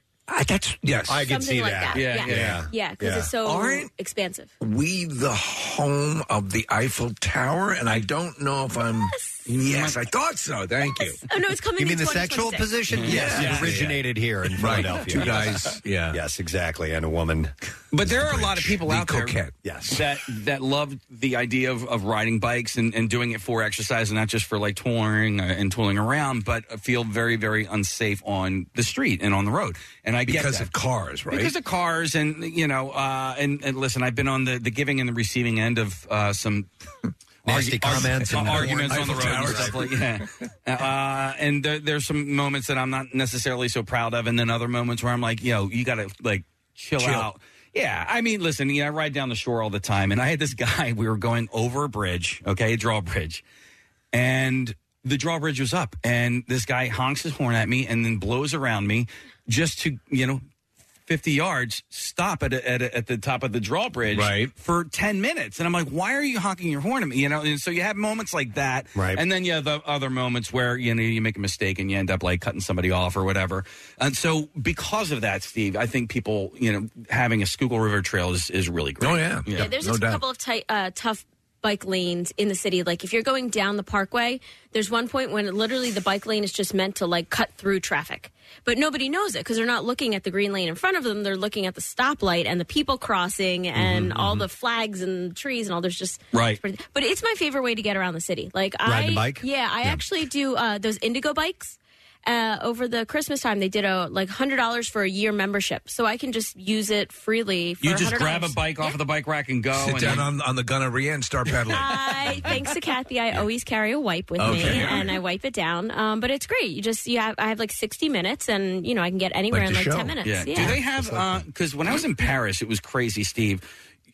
S4: that's yes.
S10: I can Something see like that. that. Yeah, Yeah. yeah. Yeah, because it's so
S4: Aren't
S10: expansive.
S4: we the home of the Eiffel Tower? And I don't know if I'm. Yes, I thought so. Thank you. Mm-hmm.
S10: Oh no, it's coming.
S2: You
S10: in
S2: mean the sexual
S10: 2026.
S2: position? Yes,
S4: Yeah.
S2: it originated here in
S4: Right.
S2: Philadelphia.
S4: Two
S2: *laughs*
S4: guys,
S2: yeah. Yes, exactly, and a woman.
S5: But there are a lot of people
S2: The
S5: out there
S2: coquette. Yes.
S5: that that love the idea of, of riding bikes and, and doing it for exercise and not just for like touring uh, and tooling around, but feel very very unsafe on the street and on the road. And I
S4: Because
S5: get that.
S4: of cars, right?
S5: Because of cars, and you know, uh, and, and listen, I've been on the, the giving and the receiving end of uh, some
S2: Nasty
S5: argu-
S2: comments
S5: argu-
S6: uh,
S2: and
S5: arguments on the
S2: Eiffel
S5: road, and
S2: Towers.
S5: stuff like yeah. uh, and there, there's some moments that I'm not necessarily so proud of, and then other moments where I'm like, yo, you got to like chill,
S4: Chill.
S5: out. Yeah, I mean, listen, yeah, I ride down the shore all the time, and I had this *laughs* guy. We were going over a bridge, okay, a drawbridge, and the drawbridge was up, and this guy honks his horn at me and then blows around me just to you know. 50 yards, stop at, a, at, a, at the top of the drawbridge
S4: Right.
S5: for 10 minutes. And I'm like, why are you honking your horn at me? You know, and so you have moments like that.
S4: Right.
S5: And then you have the other moments where, you know, you make a mistake and you end up like cutting somebody off or whatever. And so because of that, Steve, I think people, you know, having a Schuylkill River Trail is, is really great.
S4: Oh, yeah.
S10: Yeah, there's just a couple of tight, uh, tough bike lanes in the city. Like if you're going down the Parkway, there's one point when literally the bike lane is just meant to like cut through traffic. but nobody knows it because they're not looking at the green lane in front of them. They're looking at the stoplight and the people crossing and all the flags and trees and all. There's just
S2: Right.
S10: But it's my favorite way to get around the city. Like
S2: Ride
S10: I
S2: the bike?
S10: Yeah, I actually do uh, those Indigo bikes. Uh, over the Christmas time, they did a like hundred dollars for a year membership, so I can just use it freely. For
S5: You just
S10: $100.
S5: grab a bike off of the bike rack and go.
S4: Sit
S5: and
S4: down
S5: then-
S4: on, on the gunnery and start
S10: *laughs*
S4: pedaling.
S10: I thanks to Kathy, I always carry a wipe with me,
S4: Okay.
S10: and I wipe it down. Um, but it's great. You just you have I have like sixty minutes, and you know I can get anywhere in like ten minutes. Yeah.
S5: Do they have? Because when I was in Paris, it was crazy, Steve.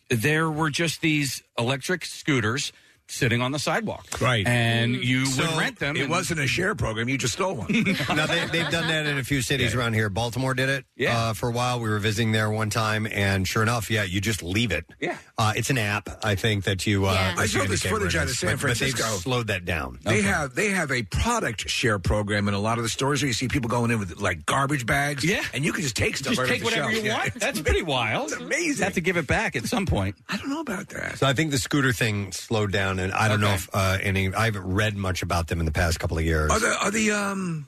S5: There were just these electric scooters sitting on the sidewalk, right? And you would
S4: So
S5: rent them.
S4: It
S5: and-
S4: wasn't a share program. You just stole one.
S5: *laughs*
S2: no, they, they've done that in a few cities around here. Baltimore did it uh, for a while. We were visiting there one time, and sure enough, yeah, you just leave it. Yeah, uh, it's an app, I think that you. Uh, that
S4: I
S2: you
S4: saw
S2: can
S4: this
S2: get rid
S4: footage
S2: of
S4: out of
S2: this,
S4: San
S2: but- but they've
S4: Francisco.
S2: slowed that down.
S4: They have they have a product share program in a lot of the stores where you see people going in with like garbage bags. Yeah, and you can just take stuff.
S5: Just
S4: right
S5: take
S4: off the
S5: whatever
S4: shelf.
S5: you
S4: Yeah. *laughs*
S5: want. That's pretty wild. amazing. Have to give it back at some point. I don't know about that.
S2: So I think the scooter thing slowed down, and I don't know if uh, any. I haven't read much about them in the past couple of years.
S4: Are the are the um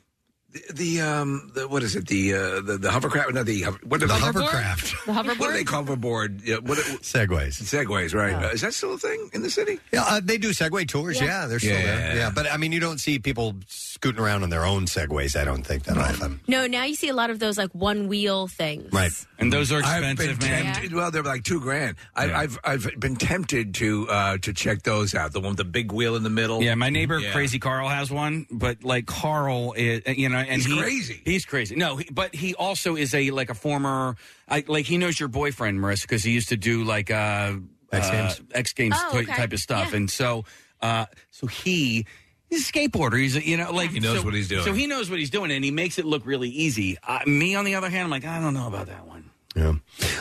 S4: the, the um the, what is it the uh, the, the hovercraft? No, the hover, what
S2: The
S4: they-
S2: hovercraft.
S17: The
S4: What do they call hoverboard? Yeah, what,
S2: segways.
S4: Segways, right? Uh, is that still a thing in the city?
S2: Yeah, uh, they do Segway tours. Yeah, they're still
S4: Yeah.
S2: there. Yeah, but I mean, you don't see people scooting around on their own Segways. I don't think that often.
S10: No, now you see a lot of those like one wheel things.
S2: Right.
S5: And those are
S4: I've been
S5: expensive, man.
S4: tempted. Well, they're like two grand. I, I've I've been tempted to uh, to check those out. The one with the big wheel in the middle.
S5: Yeah, my neighbor
S4: Yeah.
S5: Crazy Carl has one, but like Carl is, uh, you know, and
S4: He's
S5: he-
S4: crazy.
S5: He's crazy. No, he, but he also is a like a former, I, like he knows your boyfriend, Marissa, because he used to do like uh,
S2: X
S5: uh,
S2: Games.
S5: X Games
S2: Oh,
S5: ty-
S2: okay.
S5: type of stuff,
S2: Yeah.
S5: and so, uh, so he. He's a skateboarder. He's a- you know like
S4: He knows
S5: so-
S4: what he's doing.
S5: So he knows what he's doing, and he makes it look really easy. Uh, me, on the other hand, I'm like I don't know about that one.
S2: All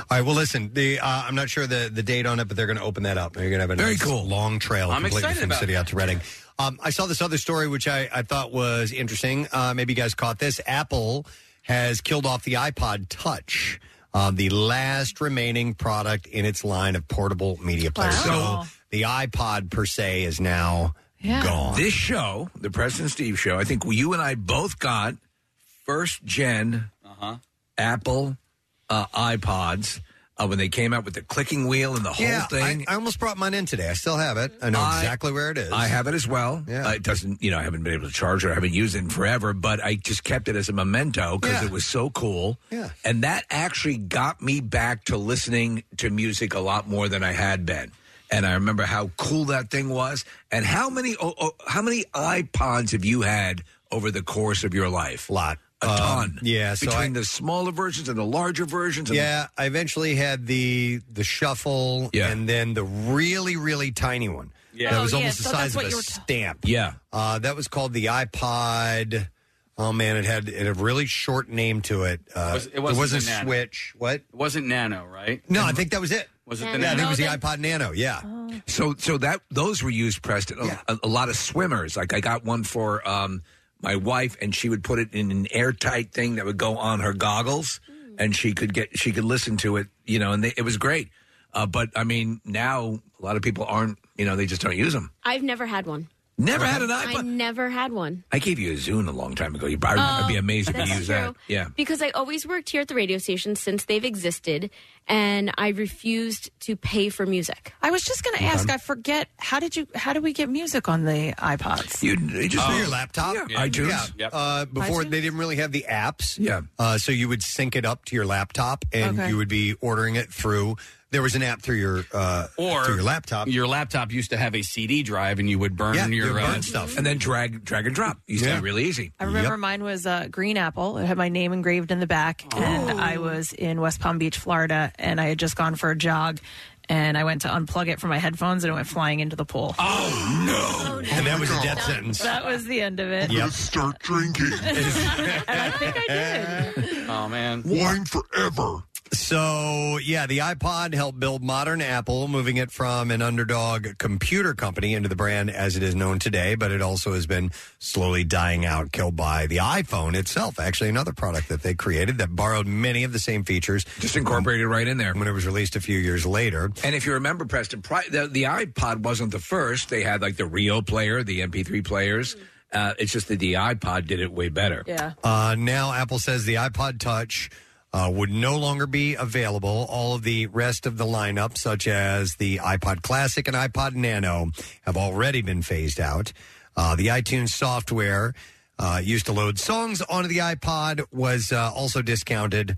S2: right. Well, listen. The uh, I'm not sure the the date on it, but they're going to open that up. You're going to have a very cool long trail.
S5: I'm
S2: completely
S5: excited
S2: from
S5: about
S2: city out to Reading. Um, I saw this other story which I, I thought was interesting. Uh, maybe you guys caught this. Apple has killed off the iPod Touch, um, the last remaining product in its line of portable media players.
S4: Wow.
S2: So the iPod per se is now gone.
S4: This show, the Preston Steve show, I think you and I both got first gen
S2: Uh-huh.
S4: Apple uh, iPods uh, when they came out with the clicking wheel and the whole
S2: yeah,
S4: thing.
S2: I, I almost brought mine in today. I still have it. I know
S4: I-
S2: exactly where it is.
S4: I have it as well.
S2: Yeah.
S4: Uh, it doesn't, you know, I haven't been able to charge it. I haven't used it in forever, but I just kept it as a memento because it was so cool.
S2: Yeah.
S4: And that actually got me back to listening to music a lot more than I had been. And I remember how cool that thing was. And how many oh, oh, how many iPods have you had over the course of your life? A
S2: lot.
S4: A
S2: Um,
S4: ton.
S2: yeah, so
S4: Between
S2: I-
S4: the smaller versions and the larger versions. And
S2: Yeah, I eventually had the the shuffle, and then the really really tiny one.
S4: Yeah.
S2: that
S4: Oh,
S2: was
S4: yeah,
S2: almost
S4: so
S2: the
S4: that's
S2: size of
S4: what
S2: a
S4: you were t-
S2: stamp.
S4: Yeah.
S2: uh, that was called the iPod. Oh man, it had, it had a really short name to it. Uh,
S5: Was- it
S2: there
S5: wasn't
S2: wasn't
S5: the
S2: a
S5: Nano.
S2: switch. What? It
S5: wasn't Nano, right?
S2: No, I think that was it.
S5: Was it
S2: yeah,
S5: the
S2: I
S5: Nano?
S2: think it was the
S5: No,
S2: iPod Nano. Yeah.
S10: Oh,
S4: So so that those were used, Preston. A, a, a lot of swimmers. Like I got one for um, my wife, and she would put it in an airtight thing that would go on her goggles,
S10: Hmm.
S4: and she could get she could listen to it. You know, and they, it was great. Uh, but I mean, now a lot of people aren't. You know, they just don't use them.
S10: I've never had one.
S4: Never had an
S10: I
S4: iPod.
S10: never had one.
S4: I gave you a Zune a long time ago. You, I,
S10: Oh,
S4: I'd be amazed if you
S10: that's
S4: used that.
S10: true.
S4: Yeah.
S10: Because I always worked here at the radio station since they've existed, and I refused to pay for music.
S17: I was just going to ask. I forget how did you? How do we get music on the iPods?
S4: You, you
S2: just for your laptop,
S4: Oh. Yeah. iTunes.
S2: Yeah.
S4: Yep.
S2: Uh, before
S17: iTunes?
S2: they didn't really have the apps.
S4: Yeah.
S2: Uh, so you would sync it up to your laptop, and
S5: Okay.
S2: you would be ordering it through. There was an app through your uh,
S5: or
S2: through your laptop.
S5: Your laptop used to have a CD drive, and you would burn
S2: Yeah,
S5: your
S2: you'd burn
S5: uh,
S2: stuff,
S4: and then drag drag and drop. Used to be really easy.
S17: I remember mine was uh, green apple. It had my name engraved in the back,
S2: Oh.
S17: and I was in West Palm Beach, Florida, and I had just gone for a jog, and I went to unplug it from my headphones, and it went flying into the pool.
S2: Oh no! And that was a death sentence.
S17: That was the end of it.
S2: Start drinking.
S17: I think I did.
S2: *laughs*
S5: *laughs* Oh man,
S2: wine forever. So yeah, the iPod helped build modern Apple, moving it from an underdog computer company into the brand as it is known today. But it also has been slowly dying out, killed by the iPhone itself. Actually, another product that they created that borrowed many of the same features,
S4: just incorporated right in there
S2: when it was released a few years later.
S4: And if you remember,
S10: Hmm.
S4: Preston, pri- the, the iPod wasn't the first. They had like the Rio player, the MP3 players, Uh, it's just that the iPod did it way better.
S17: Yeah.
S2: Uh, now, Apple says the iPod Touch uh, would no longer be available. All of the rest of the lineup, such as the iPod Classic and iPod Nano, have already been phased out. Uh, the iTunes software uh, used to load songs onto the iPod was uh, also discounted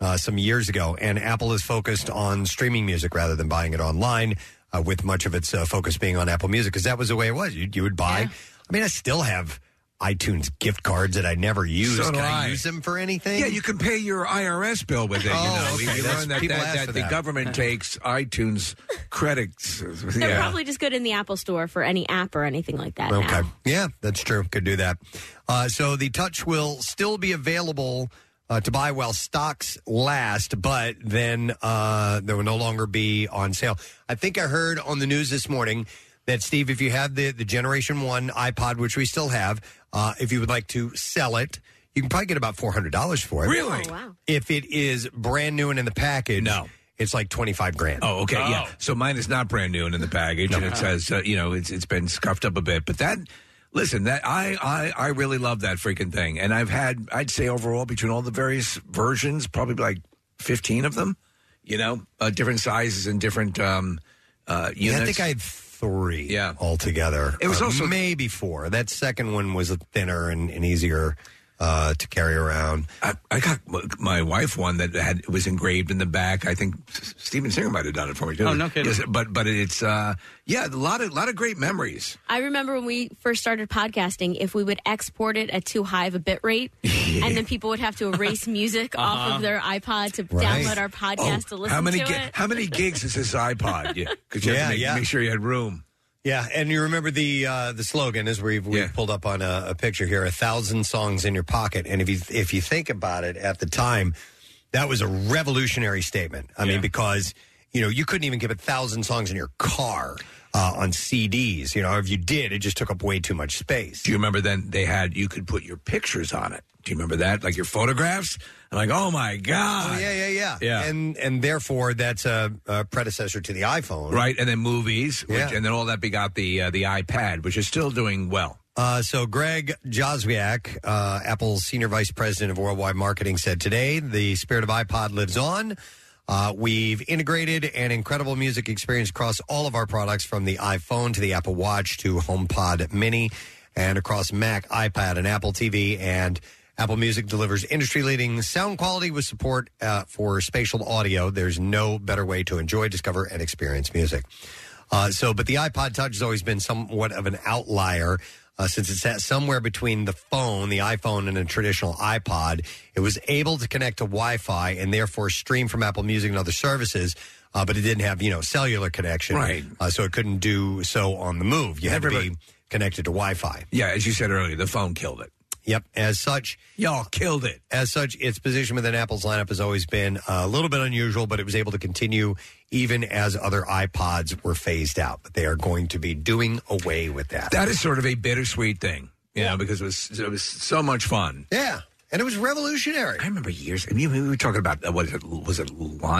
S2: uh, some years ago, and Apple is focused on streaming music rather than buying it online, uh, with much of its uh, focus being on Apple Music, because that was the way it was. You, you would buy. I mean, I still have iTunes gift cards that I never use.
S4: So do
S2: Can I
S4: I.
S2: use them for anything?
S4: Yeah, you can pay your IRS bill with it. you
S2: Oh,
S4: know, We-
S2: okay.
S4: we
S2: That's-
S4: learned that,
S2: people ask
S4: that, that
S2: for
S4: the
S2: that. Uh-huh.
S4: *laughs* government takes iTunes credits.
S10: They're probably just good in the Apple store for any app or anything like that.
S2: Okay.
S10: Now.
S2: Yeah, that's true. Could do that. Uh, so the Touch will still be available uh, to buy while stocks last, but then uh, there will no longer be on sale. I think I heard on the news this morning that, Steve, if you have the, the Generation 1 iPod, which we still have, uh, if you would like to sell it, you can probably get about $400 for it.
S17: Oh,
S4: Really?
S10: Oh, wow.
S2: If it is brand new and in the package, no. it's like 25 grand.
S4: Oh, okay, yeah. So mine is not brand new and in the package, and
S2: Uh-huh.
S4: it says uh, you know it's it's been scuffed up a bit. But that, listen, that I, I I really love that freaking thing, and I've had I'd say overall between all the various versions, probably like fifteen of them. You know, uh, different sizes and different um, uh, units.
S2: Yeah, I think I had three
S4: yeah.
S2: altogether. Uh,
S4: It was
S2: Or
S4: also-
S2: maybe four. That second one was thinner and, and easier uh, to carry around.
S4: I, I got m- my wife one that had it was engraved in the back. I think S- Steven Singer might have done it for me too.
S10: Oh, no kidding.
S4: Yes, But but it's uh, yeah, a lot of lot of great memories.
S10: I remember when we first started podcasting, if we would export it at too high of a bit
S2: *laughs*
S10: rate, and then people would have to erase music off
S4: Uh-huh.
S10: of their iPod to
S4: Right.
S10: download our podcast to
S4: Oh,
S10: listen
S4: how many
S10: to
S4: gi-
S10: it.
S4: How
S10: *laughs*
S4: many gigs is this iPod? Yeah, because you
S2: Yeah,
S4: have to make,
S2: yeah.
S4: make sure you had room.
S2: Yeah, and you remember the uh, the slogan is we've, we've pulled up on a, a picture here: a thousand songs in your pocket. And if you if you think about it, at the time, that was a revolutionary statement. I mean, because you know you couldn't even give a thousand songs in your car uh, on CDs. You know, if you did, it just took up way too much space.
S4: Do you remember then they had you could put your pictures on it? Do you remember that? Like your photographs? I'm like, oh my god!
S2: Oh, yeah, yeah, yeah,
S4: Yeah.
S2: And and therefore that's a, a predecessor to the iPhone,
S4: Right, and then movies, which,
S2: Yeah.
S4: and then all that begot the uh, the iPad, which is still doing well.
S2: Uh, so Greg Joswiak, uh, Apple's senior vice president of worldwide marketing, said today the spirit of iPod lives on. Uh, we've integrated an incredible music experience across all of our products, from the iPhone to the Apple Watch to HomePod Mini, and across Mac, iPad, and Apple TV. And Apple Music delivers industry-leading sound quality with support uh, for spatial audio. There's no better way to enjoy, discover, and experience music. Uh, so, but the iPod Touch has always been somewhat of an outlier uh, since it's at somewhere between the phone, the iPhone, and a traditional iPod. It was able to connect to Wi-Fi and therefore stream from Apple Music and other services, uh, but it didn't have you know cellular connection,
S4: Right.
S2: Uh, so it couldn't do so on the move. You had to
S4: Everybody-
S2: be connected to Wi-Fi.
S4: Yeah, as you said earlier, the phone killed it.
S2: Yep. As such,
S4: y'all killed it.
S2: As such, its position within Apple's lineup has always been a little bit unusual, but it was able to continue even as other iPods were phased out. But they are going to be doing away with that.
S4: That is sort of a bittersweet thing, you know, because it was it was so much fun.
S2: Yeah, and it was revolutionary.
S4: I remember years. I mean, we were talking about uh, what is it? Was it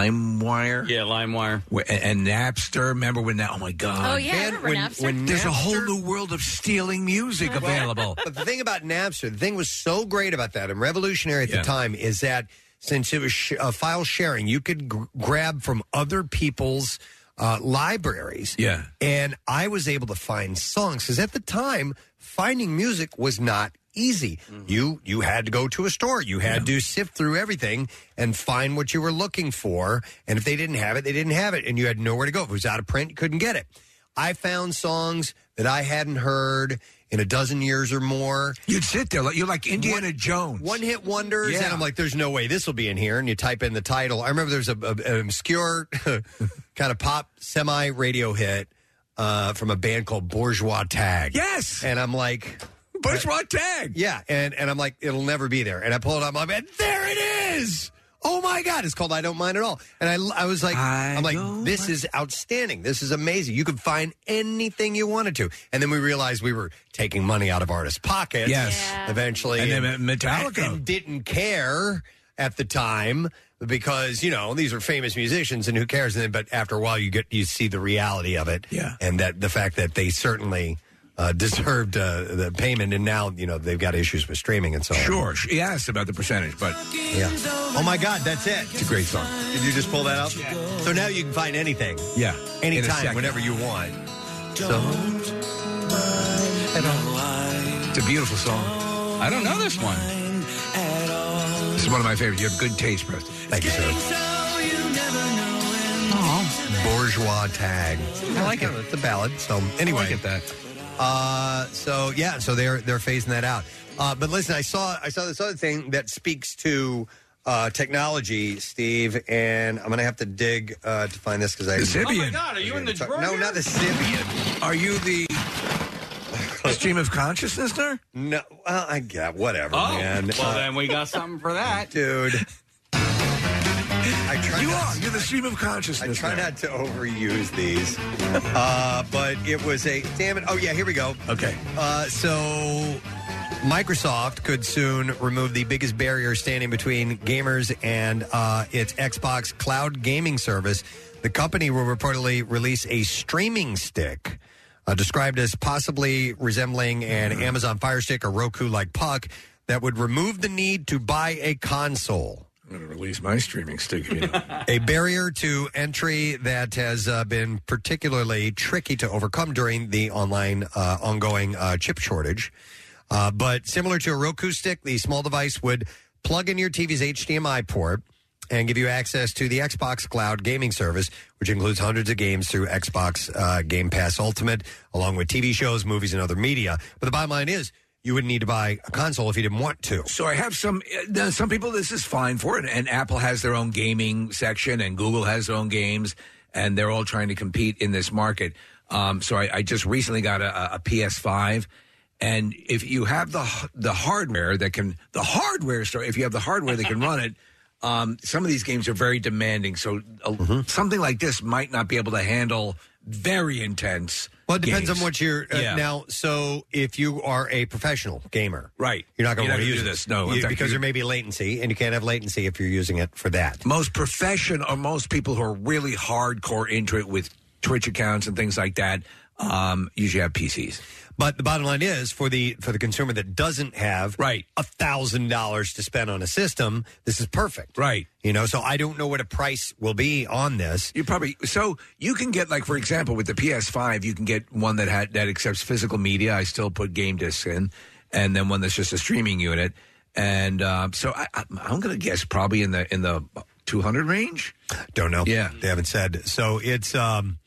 S4: LimeWire?
S5: Yeah, LimeWire
S4: and, and Napster. Remember when that? Oh my God!
S2: Oh, yeah, I Man, remember when- Napster. when
S4: there's a whole
S2: Napster-
S4: new world of stealing
S2: *laughs*
S4: music
S2: Well,
S4: available.
S2: But the thing about Napster, the thing was so great about that and revolutionary at the time is that since it was sh- uh, file sharing, you could gr- grab from other people's uh, libraries.
S4: Yeah.
S2: And I was able to find songs because at the time, finding music was not easy.
S4: Mm-hmm.
S2: You you had to go to a store. You had to sift through everything and find what you were looking for. And if they didn't have it, they didn't have it, and you had nowhere to go. If it was out of print, you couldn't get it. I found songs that I hadn't heard in a dozen years or more.
S4: You'd sit there like you're like Indiana Jones,
S2: one hit wonders,
S4: Yeah.
S2: and I'm like, "There's no way this will be in here." And you type in the title. I remember there's a, a- an obscure *laughs* kind of pop semi radio hit uh, from a band called Bourgeois Tag. Yes, and I'm like,
S4: Bourgeois Tag.
S2: Yeah, and and I'm like, it'll never be there. And I pull it up, I'm like, there it is. Oh my God! It's called "I Don't Mind at All," and I, I was like, I am like, this is outstanding. This is amazing. You could find anything you wanted to, and then we realized we were taking money out of artists' pockets.
S4: Yes. Yeah.
S2: eventually,
S4: And then Metallica.
S2: and didn't care at the time because you know these are famous musicians, and who cares? And then, but after a while, you get you see the reality of it, yeah, and that the fact that they certainly uh, *laughs* deserved uh, the payment, and now you know they've got issues with streaming and so on.
S4: Sure, she asked about the percentage, but
S2: yeah. Oh my God, that's it. It's
S4: a great song.
S2: Did you just pull that up? So now you can find anything,
S4: yeah, In a
S2: anytime,
S4: second.
S2: whenever you want. So
S4: It's a beautiful song. I don't know this one. This is one of my favorites. You have good taste, Preston. Thank you, sir.
S2: bourgeois tag. I like it. It's a ballad. So anyway, I get
S4: that.
S2: Uh, so yeah, so they're they're phasing that out. Uh, but listen, I saw I saw this other thing that speaks to uh, technology, Steve, and I'm gonna have to dig uh, to find this because I.
S4: The Sibian. Oh my
S2: God, are you in the No, not the Sibian.
S4: Are you the stream of consciousness there?
S2: No, well, I yeah, whatever,
S5: Oh,
S2: man.
S5: well
S2: Uh,
S5: then we got something for that.
S2: dude. I try
S4: you
S2: not-
S4: are. You're the stream of consciousness.
S2: I try not to overuse these, uh, *laughs* but it was a damn it. Oh yeah, here we go.
S4: Okay.
S2: Uh, so Microsoft could soon remove the biggest barrier standing between gamers and uh, its Xbox cloud gaming service. The company will reportedly release a streaming stick. Uh, described as possibly resembling an Amazon Fire Stick or Roku like puck that would remove the need to buy a console
S4: I'm going to release my streaming stick. You know.
S2: *laughs* a barrier to entry that has uh, been particularly tricky to overcome during the online uh, ongoing uh, chip shortage. Uh, but similar to a Roku stick, the small device would plug in your TV's HDMI port and give you access to the Xbox Cloud gaming service, which includes hundreds of games through Xbox uh, Game Pass Ultimate, along with TV shows, movies, and other media. But the bottom line is, you wouldn't need to buy a console if you didn't want to.
S4: So I have some uh, now some people this is fine for it, and Apple has their own gaming section, and Google has their own games, and they're all trying to compete in this market. Um, so I, I just recently got a, a PS5, and if you have the h- the hardware that can the hardware store, if you have the hardware that can run it. *laughs* Um, some of these games are very demanding, so uh,
S2: Mm-hmm.
S4: something like this might not be able to handle very intense.
S2: Well, it depends
S4: games.
S2: on what you're uh,
S4: Yeah.
S2: now. So, if you are a professional gamer,
S4: Right.
S2: you're not going to
S4: You're not
S2: want to
S4: gonna
S2: use
S4: do
S2: it.
S4: this. No, in
S2: You-
S4: fact,
S2: because
S4: you-
S2: there may be latency, and you can't have latency if you're using it for that.
S4: most profession or most people who are really hardcore into it with Twitch accounts and things like that um, usually have PCs.
S2: But the bottom line is for the for the consumer that doesn't have right a thousand dollars to spend on a system, this is perfect.
S4: Right.
S2: You know, so I don't know what a price will be on this.
S4: You probably so you can get like for example with the PS5 you can get one that had that accepts physical media. I still put game discs in, and then one that's just a streaming unit. And uh, so I, I, I'm going to guess probably in the in the 200 range.
S2: Don't know.
S4: Yeah,
S2: they haven't said. So it's um,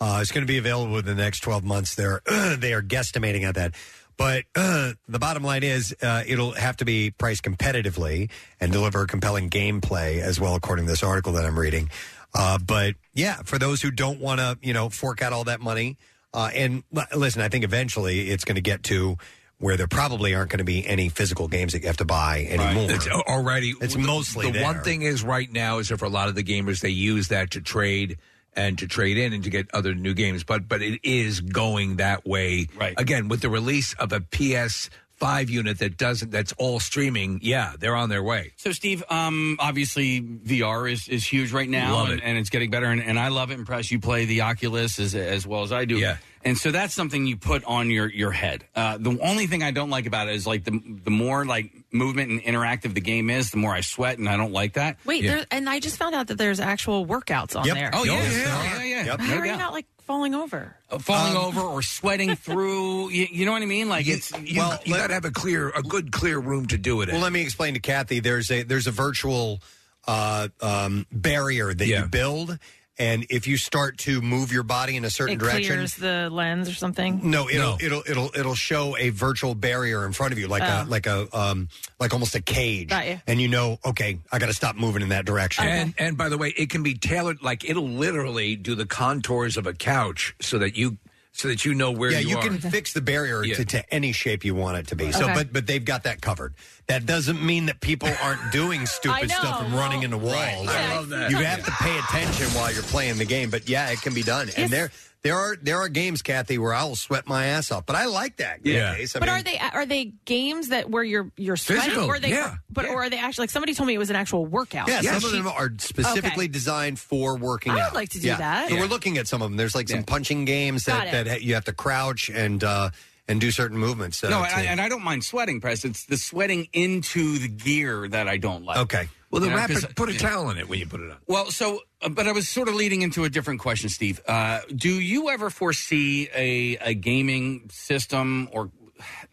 S2: uh, it's going to be available within the next twelve months. They're *clears throat* they are guesstimating at that, but *clears throat* the bottom line is uh, it'll have to be priced competitively and deliver compelling gameplay as well, according to this article that I'm reading. Uh, but yeah, for those who don't want to, you know, fork out all that money, uh, and l- listen, I think eventually it's going to get to. Where there probably aren't going to be any physical games that you have to buy anymore.
S4: It's al- already.
S2: It's
S4: the-
S2: mostly
S4: the
S2: there.
S4: one thing is right now is that for a lot of the gamers they use that to trade and to trade in and to get other new games, but but it is going that way. Right again with the release of a PS. Five unit that doesn't that's all streaming. Yeah, they're on their way.
S5: So, Steve, um, obviously VR is, is huge right now,
S4: Love
S5: and, and it's getting better. And, and I love it. And Press, you play the Oculus as, as well as I do. Yeah. And so that's something you put on your your head. Uh, the only thing I don't like about it is like the the more like movement and interactive the game is, the more I sweat, and I don't like that.
S17: *laughs* Wait, there, and I just found out that there's actual workouts on
S5: Yep.
S17: there.
S5: Oh, yeah, yeah, yeah, yeah, yeah. Yep.
S17: How
S5: No
S17: are you
S5: doubt.
S17: not like falling over?
S5: Uh, falling over or sweating through. You, you know what I mean? Like it's
S4: You, you got to have a clear, a good clear room to do it.
S2: Well, let me explain to Kathy. There's a there's a virtual uh, um, barrier that you build, and if you start to move your body in a certain
S17: it
S2: direction,
S17: clears the lens or something.
S2: no, it'll, it'll it'll it'll show a virtual barrier in front of you, like a
S17: Oh.
S2: like a um, like almost a cage,
S17: Got you.
S2: and you know, okay, I got to stop moving in that direction.
S4: And and by the way, it can be tailored like it'll literally do the contours of a couch so that you so that you know where
S2: yeah,
S4: you,
S2: you,
S4: are.
S2: can fix the barrier
S4: Yeah.
S2: to, to any shape you want it to be. So,
S4: Okay.
S2: but but they've got that covered. That doesn't mean that people
S17: *laughs*
S2: aren't doing stupid
S4: know,
S2: stuff and running into walls.
S4: Right. I Yeah, love that.
S2: You have to pay attention while you're playing the game. But yeah, it can be done. And there there are there are games, Kathy, where I will sweat my ass off. But I like that.
S4: Yeah.
S2: Case. I
S17: But
S2: mean,
S17: are they are they games that where you're you're sweating
S2: Physical,
S17: or are they
S2: yeah,
S17: but or are they actually like somebody told me it was an actual workout.
S2: Yeah,
S17: Like
S2: some
S17: she-
S2: of them are specifically
S17: Okay.
S2: designed for working
S17: I would
S2: out.
S17: like to do
S2: Yeah.
S17: that.
S2: So
S17: Yeah.
S2: we're looking at some of them. There's like some punching games that,
S17: Got it.
S2: that ha- you have to crouch and uh, and do certain movements. uh,
S5: no, and
S2: to-
S5: I, and I don't mind sweating, Press. It's the sweating into the gear that I don't like.
S2: Okay.
S4: Well, the
S5: You know,
S4: wrap
S5: 'cause- uh,
S4: it, put a
S5: yeah.
S4: towel in it when you put it on.
S5: Well, so, uh, but I was sort of leading into a different question, Steve. Uh, do you ever foresee a, a gaming system or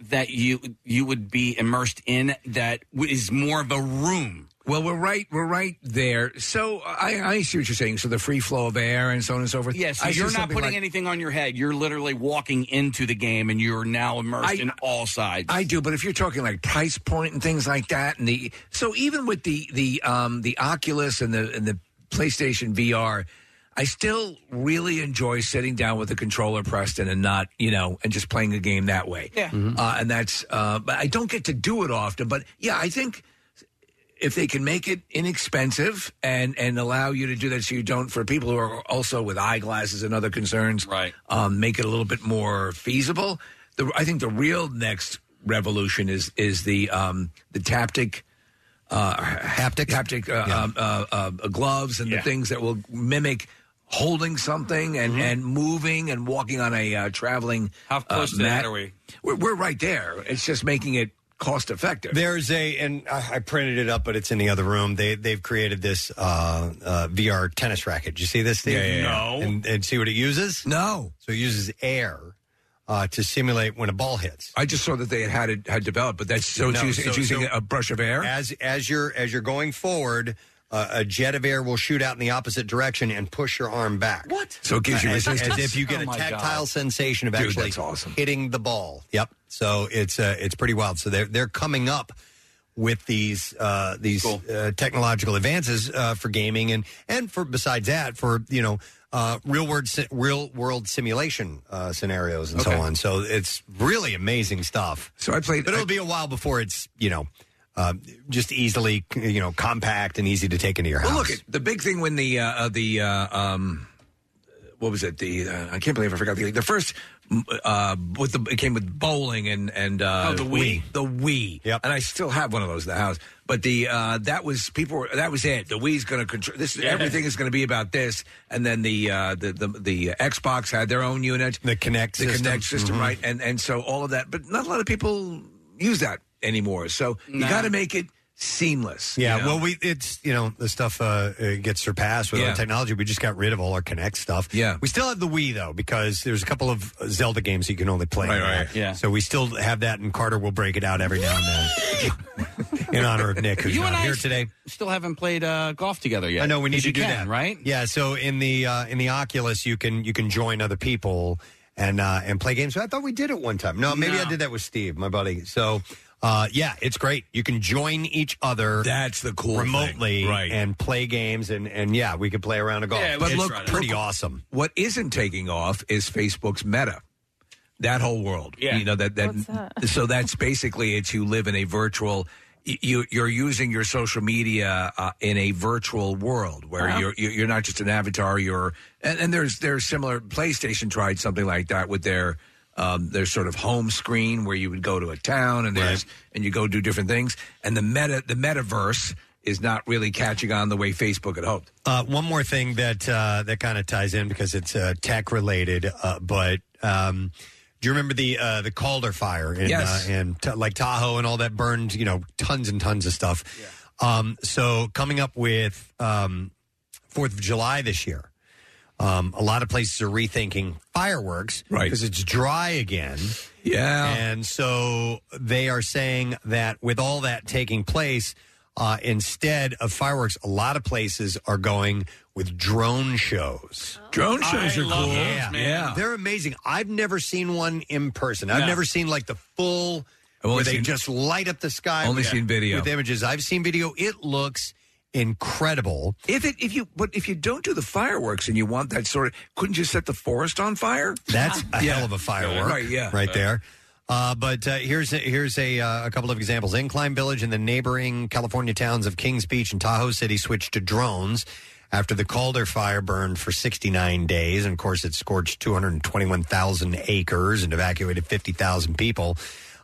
S5: that you you would be immersed in that w- is more of a room?
S4: Well, we're right. We're right there. So I, I see what you're saying. So the free flow of air and so on and so forth.
S5: Yes,
S4: I see
S5: you're not
S4: something
S5: putting
S4: like-
S5: anything on your head. You're literally walking into the game, and you're now immersed
S4: I-
S5: in all sides.
S4: I do, but if you're talking like price point and things like that, and the so even with the the um the Oculus and the and the PlayStation VR, I still really enjoy sitting down with a controller, Preston, and not you know and just playing a game that way.
S5: Yeah. Mhm.
S4: uh, and that's uh, but I don't get to do it often. But yeah, I think if they can make it inexpensive and and allow you to do that so you don't for people who are also with eyeglasses and other concerns
S5: right
S4: um, make it a little bit more feasible the, i think the real next revolution is is the um the taptic uh haptic haptic uh, um, uh, uh, gloves and the things that will mimic holding something and
S5: Mm-hmm.
S4: and moving and walking on a uh, traveling how
S5: close to that are we?
S4: we're, we're right there it's just making it cost effective
S2: There's a, and I I printed it up, but it's in the other room. They they've created this uh, uh, VR tennis racket. Did you see this thing?
S4: Yeah, yeah, yeah. No.
S2: And, and see what it uses?
S4: No.
S2: So it uses air uh, to simulate when a ball hits.
S4: I just saw that they had had it had developed, but that's so it's
S2: No,
S4: using, it's
S2: so-
S4: using
S2: so-
S4: a brush of air.
S2: As as you're as you're going forward, uh, a jet of air will shoot out in the opposite direction and push your arm back. Uh,
S4: What? So it gives you
S2: As-
S4: resistance.
S2: As if you get
S4: Oh
S2: a
S4: my God.
S2: tactile sensation of
S4: Dude,
S2: actually
S4: that's awesome.
S2: hitting the ball. Yep. So it's uh, it's pretty wild. So they're they're coming up with these uh, these uh, technological advances uh, for gaming and and for besides that for you know uh, real world si- real world simulation uh, scenarios and
S4: Okay.
S2: so on. So it's really amazing stuff.
S4: So I played,
S2: but it'll be a while before it's you know. Um, just easily, c- you know, compact and easy to take into your house.
S4: Well, look, at, the big thing when the uh, uh, the uh, um, what was it? The uh, I can't believe I forgot the the first mm, uh, with the it came with bowling and and uh,
S5: Oh, the Wii.
S4: the Wii. Yep. And I still have one of those in the house. But the uh, that was people were, that was it. The Wii's going to control this.
S5: Yeah.
S4: Everything is going to be about this. And then the uh, the, the the Xbox had their own unit.
S2: The Connect
S4: the
S2: system.
S4: Connect system,
S2: Mhm.
S4: right? And and so all of that. But not a lot of people use that anymore. So you
S2: Nah.
S4: got to make it seamless.
S2: Yeah,
S4: you know?
S2: well, we it's you know the stuff uh, uh, gets surpassed with
S4: Yeah.
S2: our technology. We just got rid of all our Connect stuff.
S4: Yeah.
S2: we still have the Wii though because there's a couple of Zelda games you can only play.
S4: Right,
S2: on that.
S4: right. Yeah.
S2: So we still have that, and Carter will break it out every now and then *laughs* in honor of Nick, who's
S5: you
S2: not
S5: and I
S2: here
S5: s-
S2: today.
S5: Still haven't played uh, golf together yet.
S2: I know we need
S5: 'Cause
S2: to
S5: you
S2: do that,
S5: can, right?
S2: Yeah. So in the uh, in the Oculus, you can you can join other people and uh, and play games. I thought we did it one time. No, maybe
S5: No.
S2: I did that with Steve, my buddy. So. Uh, yeah, it's great. You can join each other.
S4: That's the cool thing.
S2: remotely,
S4: Right.
S2: And play games, and and yeah, we could play around a golf.
S4: but
S2: It's
S4: look,
S2: pretty
S4: look,
S2: awesome.
S4: What isn't taking off is Facebook's Meta. That whole world,
S5: Yeah.
S4: You know that that,
S5: What's
S4: *laughs*
S5: that?
S4: So that's basically it's you live in a virtual. y- You, you're using your social media uh, in a virtual world where
S5: Wow.
S4: you're you're you're not just an avatar. You're and, and there's there's similar. PlayStation tried something like that with their um, their sort of home screen where you would go to a town and there's and you go do different things. And the meta the metaverse is not really catching on the way Facebook had hoped.
S2: Uh, one more thing that uh, that kind of ties in because it's uh, tech related, uh, but um, do you remember the uh, the Calder fire in,
S4: Yes.
S2: uh, in Ta- like Tahoe and all that burned you know tons and tons of stuff. Um, so coming up with um, Fourth of July this year, um, a lot of places are rethinking fireworks
S4: Right.
S2: because it's dry again.
S4: Yeah.
S2: And so they are saying that with all that taking place, uh, instead of fireworks, a lot of places are going with drone shows.
S4: Drone shows I are love cool. those,
S2: yeah.
S4: man. Yeah.
S2: They're amazing. I've never seen one in person. I've
S4: No.
S2: never seen like the full
S4: I've only
S2: where they
S4: seen-
S2: just light up the sky.
S4: Only
S2: with-
S4: seen video.
S2: with images. I've seen video. It looks incredible.
S4: If it if you but if you don't do the fireworks and you want that sort of couldn't you set the forest on fire? *laughs*
S2: That's a
S4: Yeah.
S2: hell of a firework,
S4: Right, yeah.
S2: right there. Uh, but uh, here's a, here's a uh, a couple of examples. Incline Village and the neighboring California towns of Kings Beach and Tahoe City switched to drones after the Calder fire burned for 69 days, and of course it scorched 221,000 acres and evacuated 50,000 people.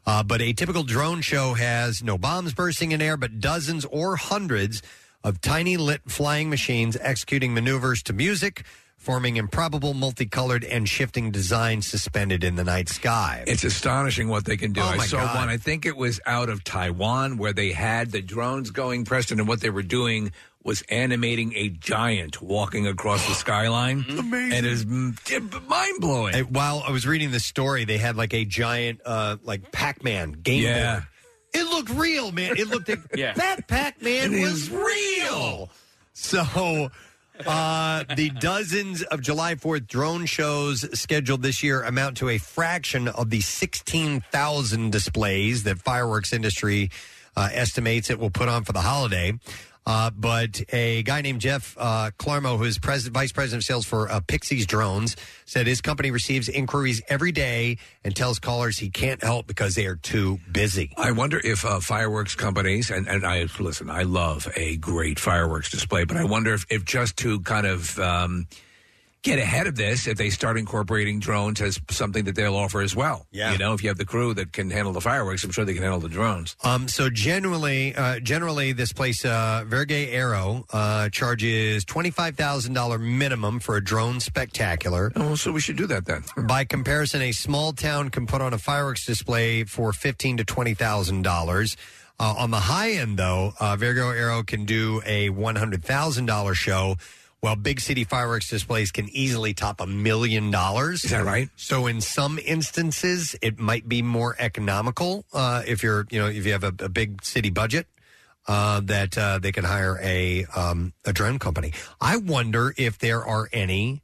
S2: Uh, but a typical drone show has no bombs bursting in air, but dozens or hundreds of tiny lit flying machines executing maneuvers to music. forming improbable multicolored and shifting designs suspended in the night sky.
S4: It's astonishing what they can do.
S2: Oh,
S4: I
S2: my
S4: saw
S2: God.
S4: one. I think it was out of Taiwan where they had the drones going, Preston, and what they were doing was animating a giant walking
S2: *gasps*
S4: across the skyline.
S2: Mm-hmm.
S4: Amazing. And it was mind blowing.
S2: Uh, While I was reading the story, they had like a giant, uh, like Pac-Man game
S4: Yeah.
S2: board. It looked real, man. It looked
S5: *laughs*
S6: Yeah.
S2: that Pac-Man was real. So, uh, the dozens of July Fourth drone shows scheduled this year amount to a fraction of the sixteen thousand displays that fireworks industry uh, estimates it will put on for the holiday. Uh, but a guy named Jeff uh, Clarmo, who is president, vice president of sales for uh, Pixie's Drones, said his company receives inquiries every day and tells callers he can't help because they are too busy.
S4: I wonder if uh, fireworks companies and, and I listen. I love a great fireworks display, but I wonder if, if just to kind of um, get ahead of this, if they start incorporating drones as something that they'll offer as well. Yeah, you know, if you have the crew that can handle the fireworks, I'm sure they can handle the drones.
S2: Um, so generally, uh, generally, this place, uh, Vergay Aero, uh, charges twenty five thousand dollar minimum for a drone spectacular.
S4: Oh, so we should do that then.
S2: By comparison, a small town can put on a fireworks display for fifteen to twenty thousand dollars. Uh, on the high end, though, uh, Vergo Aero can do a one hundred thousand dollar show, while big city fireworks displays can easily top a million dollars. Is
S4: that right?
S2: So in some instances, it might be more economical uh, if you're, you know, if you have a, a big city budget. Uh, that uh, they can hire a um, a drone company. I wonder if there are any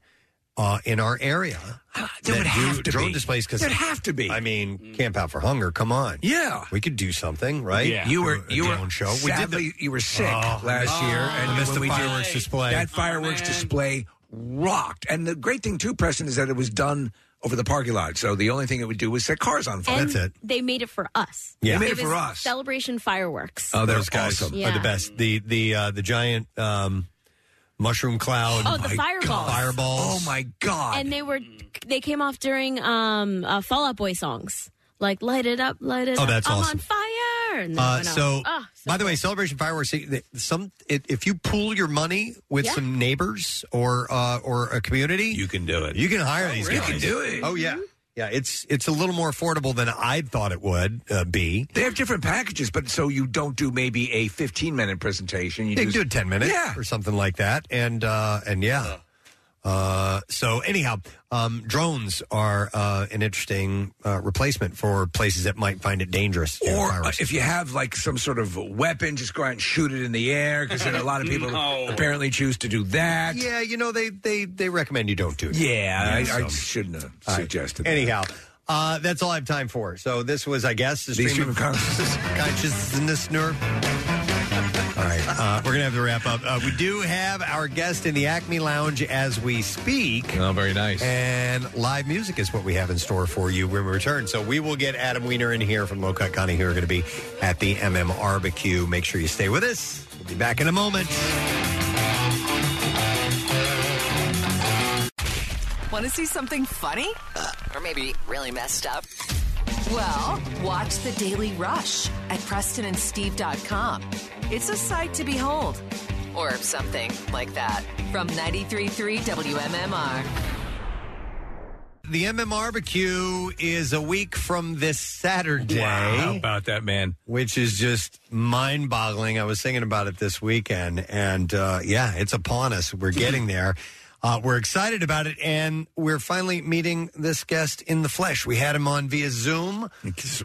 S2: uh, in our area that
S4: Ah, would
S2: do
S4: have to
S2: drone
S4: be.
S2: displays. Because
S4: There'd have to be.
S2: I mean, Camp Out for Hunger. Come on.
S4: Yeah.
S2: we could do something, right?
S4: You were
S2: Do a
S4: you
S2: drone
S4: were
S2: show.
S4: sadly, you were sick
S2: Oh,
S4: last
S2: I
S4: year
S2: missed- I
S4: and
S2: missed
S4: when
S2: the
S4: we did-
S2: fireworks display. Oh,
S4: That fireworks display rocked. And the great thing too, Preston, is that it was done over the parking lot. So the only thing it would do was set cars on fire.
S10: And They made it for us.
S2: oh, Yeah. They made it
S10: was
S2: for us.
S10: Celebration fireworks.
S2: Oh, those guys
S10: awesome.
S2: are
S10: Yeah.
S2: the best. The the uh, the giant um, mushroom cloud.
S10: Oh, the My fireballs. God.
S2: Fireballs.
S4: Oh my god!
S10: And they were they came off during um uh, Fall Out Boy songs. Like light it up, light it
S2: Oh,
S10: up.
S2: that's
S10: I'm
S2: awesome.
S10: on fire. And then it
S2: Uh,
S10: went off.
S2: so,
S10: Ah,
S2: by the way, Celebration Fireworks. they- Some it, if you pool your money with
S10: Yeah.
S2: some neighbors or uh, or a community, you
S4: can do it.
S2: You can hire these
S4: really?
S2: guys.
S4: You can do it.
S2: Oh yeah, yeah. It's it's a little more affordable than I thought it would uh, be.
S4: They have different packages, but so you don't do maybe a 15 minute presentation. You
S2: You can
S4: just-
S2: do a ten minute
S4: Yeah.
S2: or something like that, and uh, and yeah. Uh, so anyhow, um, drones are uh, an interesting uh, replacement for places that might find it dangerous. you know,
S4: Or uh,
S2: fireworks.
S4: if you have like some sort of weapon, just go out and shoot it in the air because a *laughs* lot of people
S2: No.
S4: apparently choose to do that.
S2: yeah, you know they they they recommend you don't do that.
S4: Yeah, I, I
S2: so-
S4: shouldn't have
S2: All right.
S4: suggested that.
S2: Anyhow, uh, that's all I have time for. So this was, I guess, the stream,
S4: The stream of consciousness.
S2: *laughs* consciousness nerve. All right, uh, we're gonna have to wrap up. Uh, we do have our guest in the Acme Lounge as we speak.
S4: Oh, very nice.
S2: And live music is what we have in store for you when we return. So we will get Adam Weiner in here from Low Cut County, who are going to be at the MM Barbecue. Make sure you stay with us. We'll be back in a moment.
S19: Want to see something funny? Uh, or maybe really messed up? Well, watch The Daily Rush at PrestonandSteve.com. It's a sight to behold, or something like that, from 93.3 WMMR.
S2: The MM Barbecue is a week from this Saturday.
S4: Wow, how about that, man?
S2: Which is just mind boggling. I was thinking about it this weekend, and uh, yeah, it's upon us. We're getting there. Uh, we're excited about it, and we're finally meeting this guest in the flesh. We had him on via Zoom.
S4: It's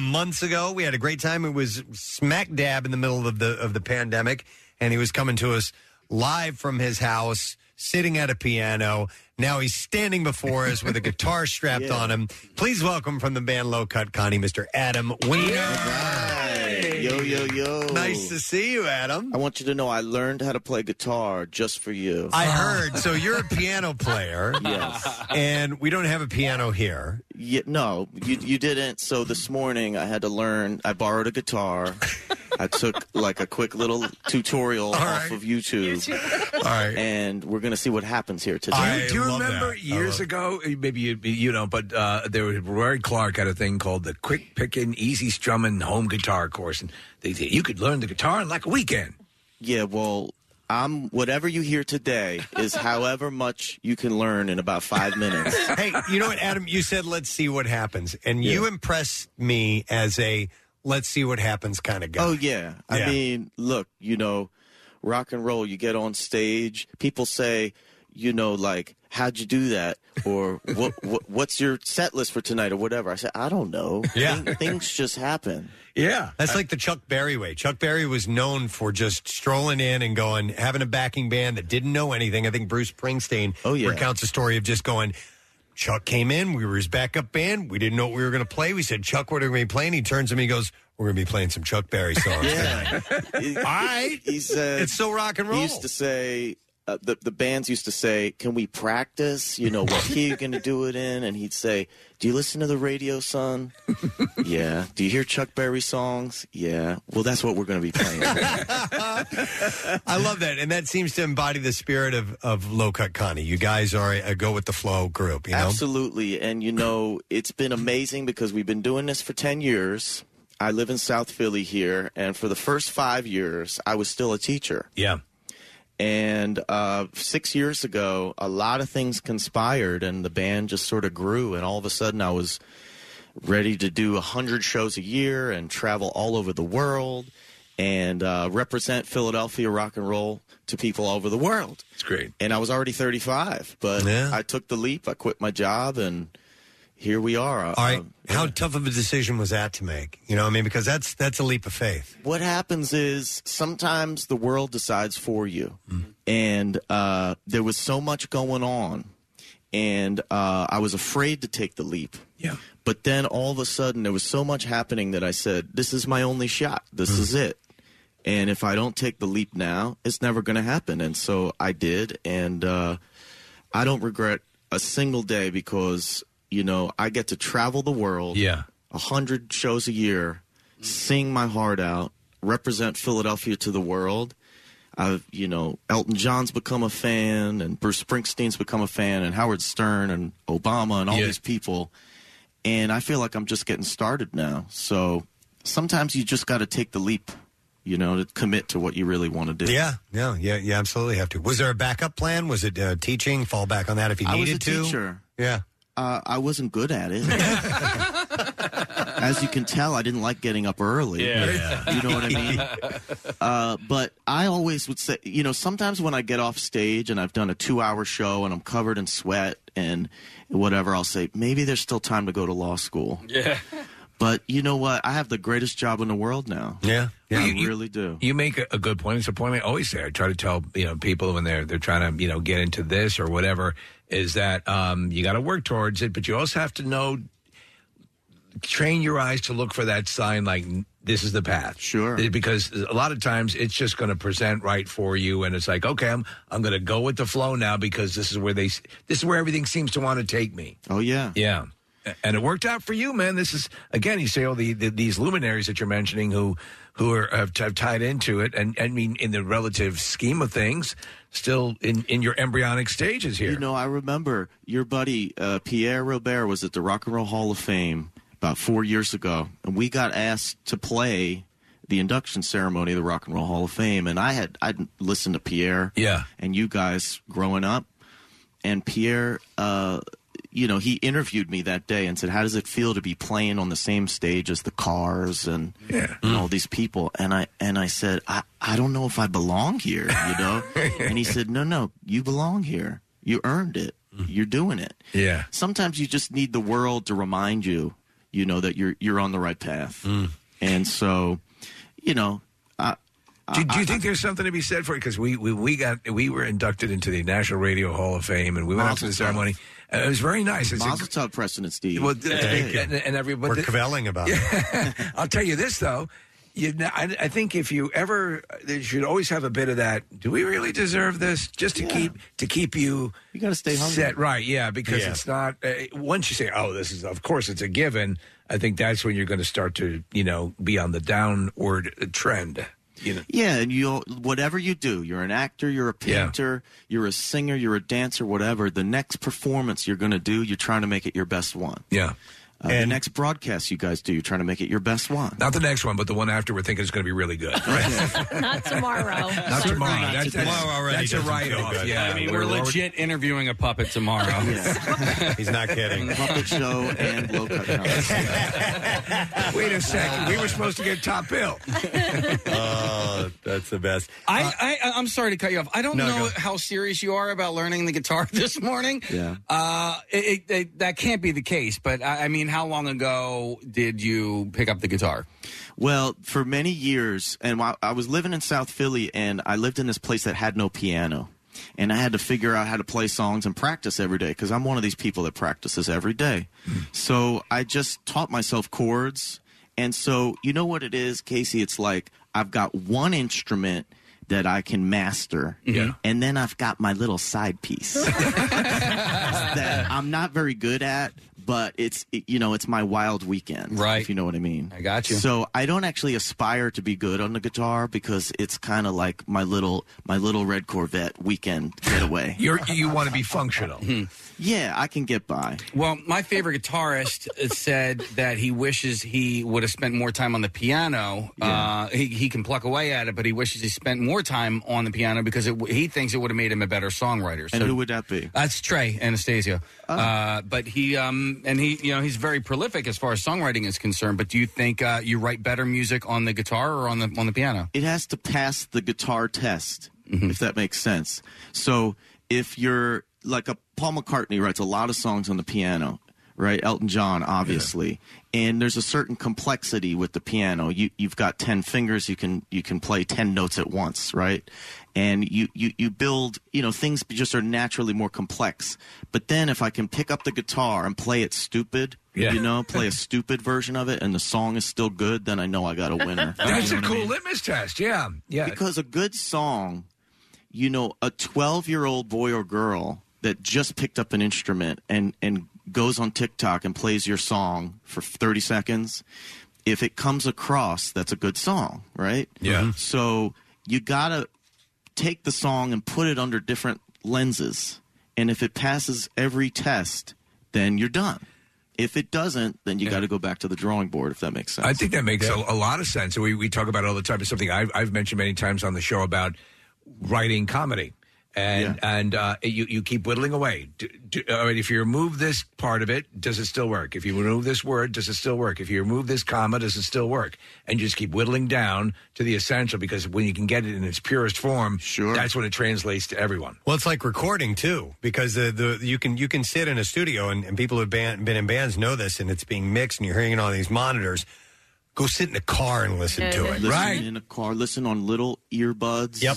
S2: *clears throat* Months ago, we had a great time. It was smack dab in the middle of the of the pandemic, and he was coming to us live from his house, sitting at a piano. Now he's standing before us with a
S25: *laughs*
S2: guitar strapped on him. Please welcome from the band Low Cut Connie, Mr. Adam Wiener.
S25: Yo, yo, yo.
S2: Nice to see you, Adam.
S25: I want you to know I learned how to play guitar just for you.
S2: I heard. So you're a piano player.
S25: Yes.
S2: And we don't have a piano here.
S25: Yeah, no, you, you didn't. So this morning I had to learn. I borrowed
S2: *laughs*
S25: a guitar. I took like a quick little tutorial off of YouTube.
S4: All right.
S25: And we're going to see what happens here today.
S4: Do you, do you remember years ago? Maybe you you don't, but uh, there was Roy Clark had a thing called the Quick Pickin' Easy Strummin' Home Guitar Course, and they, they- you could learn the guitar in like a weekend.
S25: Yeah, well, I'm whatever you hear today
S2: *laughs*
S25: is however much you can learn in about five minutes.
S2: hey, you know what, Adam? You said let's see what happens, and you impressed me as a let's see what happens kind of guy.
S25: Oh yeah. I
S2: Yeah.
S25: mean, look, you know, rock and roll, you get on stage, people say, you know, like, how'd you do that?
S2: *laughs*
S25: Or what, what what's your set list for tonight or whatever? I said, I don't know.
S2: Yeah.
S25: Thing- things just happen.
S2: Yeah, that's like the Chuck Berry way. Chuck Berry was known for just strolling in and going, having a backing band that didn't know anything. I think Bruce Springsteen recounts a story of just going. Chuck came in. We were his backup band. We didn't know what we were going to play. We said, "Chuck, what are we going to be playing?" He turns to me, and goes, "We're going to be playing some Chuck Berry *laughs* songs."
S25: Yeah.
S2: All right.
S25: He said,
S2: It's so rock and
S25: He
S2: roll.
S25: used to say, uh, the, the bands used to say, can we practice? You know, what key you going to do it in? And he'd say, do you listen to the radio, son? yeah. Do you hear Chuck Berry songs? Yeah. Well, that's what we're going to be playing.
S2: I love that, and that seems to embody the spirit of of Low Cut Connie. You guys are a, a go with the flow group. You know,
S25: Absolutely. And, you know, it's been amazing because we've been doing this for 10 years. I live in South Philly here. And for the first five years, I was still a teacher.
S2: Yeah.
S25: And uh, six years ago, a lot of things conspired and the band just sort of grew. And all of a sudden, I was ready to do 100 shows a year and travel all over the world and uh, represent Philadelphia rock and roll to people all over the world. It's
S4: great.
S25: And I was already 35, but I took the leap. I quit my job, and here we are.
S2: All right. Um, How tough of a decision was that to make? You know, what I mean, because that's that's a leap of faith.
S25: What happens is sometimes the world decides for you, and uh, there was so much going on, and uh, I was afraid to take the leap.
S4: Yeah.
S25: But then all of a sudden, there was so much happening that I said, "This is my only shot. This is it." And if I don't take the leap now, it's never going to happen. And so I did, and uh, I don't regret a single day because you know I get to travel the world.
S4: Yeah.
S25: a hundred shows a year, sing my heart out, represent Philadelphia to the world. I've you know Elton John's become a fan, and Bruce Springsteen's become a fan, and Howard Stern and Obama and all
S4: Yeah.
S25: these people. And I feel like I'm just getting started now. So sometimes you just got to take the leap, you know, to commit to what you really want to do.
S2: Yeah, yeah, yeah, you absolutely have to. Was there a backup plan? Was it uh, teaching? Fall back on that if you
S25: I was
S2: needed
S25: a
S2: to.
S25: teacher.
S2: Yeah.
S25: Uh, I wasn't good
S2: *laughs*
S25: at it. As you can tell, I didn't like getting up early. You know what I mean? Uh, but I always would say, you know, sometimes when I get off stage and I've done a two hour show and I'm covered in sweat and whatever, I'll say, maybe there's still time to go to law school.
S5: Yeah.
S25: But you know what? I have the greatest job in the world now.
S2: Yeah.
S25: I
S4: you- you-
S25: really do.
S4: You make a, a good point. It's a point I always say. I try to tell you know people when they're they're trying to you know get into this or whatever is that um, you got to work towards it, but you also have to know train your eyes to look for that sign like this is the path. Sure. Because a lot of times it's just going to present right for you and it's like, okay, I'm I'm going to go with the flow now because this is where they s- this is where everything seems to want to take me.
S25: Oh yeah.
S4: Yeah. A- And it worked out for you, man. This is again. You say all the, the these luminaries that you're mentioning who who are, have, have tied into it, and I mean, in the relative scheme of things, still in in your embryonic stages here.
S25: You know, I remember your buddy uh, Pierre Robert was at the Rock and Roll Hall of Fame about four years ago, and we got asked to play the induction ceremony of the Rock and Roll Hall of Fame. And I had I'd listened to Pierre,
S4: *laughs* Yeah.
S25: and you guys growing up, and Pierre, uh, you know, he interviewed me that day and said, "How does it feel to be playing on the same stage as the Cars and, and all these people?" And I and I said, "I I don't know if I belong here,"
S4: *laughs*
S25: you know. and he said, "No, no, you belong here. You earned it.
S4: Mm.
S25: You're doing it."
S4: Yeah.
S25: Sometimes you just need the world to remind you, you know, that you're you're on the right path. And so, you know, I,
S4: Do, do
S25: I-
S4: you think there's something to be said for it? Because we, we we got we were inducted into the National Radio Hall of Fame, and we went out to the
S25: Mazel tov.
S4: ceremony. And it was very nice. It's a-
S25: Mazel tov, President Steve.
S4: Well, th-
S25: Thank you.
S4: and, and everybody
S25: We're cavelling
S2: about
S4: it. *laughs* I'll tell you this though. You, kn- I, I think if you ever, uh, you should always have a bit of that. Do we really deserve this? Just to keep to keep you.
S25: You got to stay hungry.
S4: set right. Yeah, because
S25: Yeah.
S4: it's not. Uh, once you say, "Oh, this is," of course, it's a given. I think that's when you're going to start to, you know, be on the downward trend. You know.
S25: Yeah, and you whatever you do, you're an actor, you're a painter, you're a singer, you're a dancer, whatever. The next performance you're going to do, you're trying to make it your best one.
S4: Yeah.
S25: Uh, the next broadcast you guys do, you're trying to make it your best one.
S4: Not the next one, but the one after we're thinking is going to be really
S25: *laughs*
S4: good.
S17: Not tomorrow.
S4: Not tomorrow. That's, that's, that's a write off. Yeah,
S5: I mean, we're,
S4: already-
S5: legit interviewing a puppet
S4: *laughs*
S5: tomorrow. *laughs*
S2: He's not kidding.
S25: Puppet show and
S4: *laughs*
S25: low cut
S4: Wait a second. We were supposed to get top bill.
S2: Oh, that's the best.
S5: I, I I'm sorry to cut you off. I don't
S2: No,
S5: know
S2: go.
S5: how serious you are about learning the guitar *laughs* this morning.
S2: Yeah.
S5: Uh, it, it, it, that can't be the case. But I, I mean, how long ago did you pick up the guitar?
S25: Well, for many years, and while I was living in South Philly, and I lived in this place that had no piano, and I had to figure out how to play songs and practice every day because I'm one of these people that practices every day. so I just taught myself chords, and so you know what it is, Casey? It's like I've got one instrument that I can master,
S15: Yeah.
S25: and then I've got my little side piece that I'm not very good at, but it's it- you know it's my wild weekend, right? If you know what I mean. I
S5: got you.
S25: So I don't actually aspire to be good on the guitar because it's kind of like my little my little red Corvette weekend getaway.
S4: You're, you want to be functional.
S25: yeah, I can get by.
S5: Well, my favorite guitarist said that he wishes he would have spent more time on the piano. Uh, he, he can pluck away at it, but he wishes he spent more time on the piano because it, w- he thinks it would have made him a better songwriter.
S25: And who would Oh. that be?
S5: That's Trey Anastasio. Uh, but he um, and he, you know, he's very prolific as far as songwriting is concerned. But do you think uh, you write better music on the guitar or on the on the piano?
S25: It has to pass the guitar test, if that makes sense. So if you're like a Paul McCartney writes a lot of songs on the piano, right? Elton John, obviously, and there's a certain complexity with the piano. You you've got ten fingers, you can you can play ten notes at once, right? And you you you build, you know, things just are naturally more complex. But then if I can pick up the guitar and play it stupid,
S4: Yeah.
S25: you know, play a stupid version of it, and the song is still good, then I know I got a
S4: *laughs*
S25: winner.
S4: That's a
S25: You know what I
S4: cool
S25: mean?
S4: litmus test. Yeah. Yeah.
S25: Because a good song, you know, a 12 year old boy or girl that just picked up an instrument and, and goes on TikTok and plays your song for 30 seconds, if it comes across, that's a good song, right?
S26: Yeah.
S25: So you got to take the song and put it under different lenses. And if it passes every test, then you're done. If it doesn't, then you got to go back to the drawing board, if that makes sense.
S4: I think that makes
S25: Yeah.
S4: a, a lot of sense. We, we talk about it all the time. It's something I've, I've mentioned many times on the show about writing comedy. And and uh, you you keep whittling away. Do, do, all right, if you remove this part of it, does it still work? If you remove this word, does it still work? If you remove this comma, does it still work? And you just keep whittling down to the essential because when you can get it in its purest form, sure. that's when it translates to everyone.
S2: Well, it's like recording too, because the, the you can you can sit in a studio and, and people who've ban- been in bands know this, and it's being mixed, and you're hearing it on these monitors. Go sit in a car and listen to it,
S25: Listen in a car. Listen on little earbuds. Yep.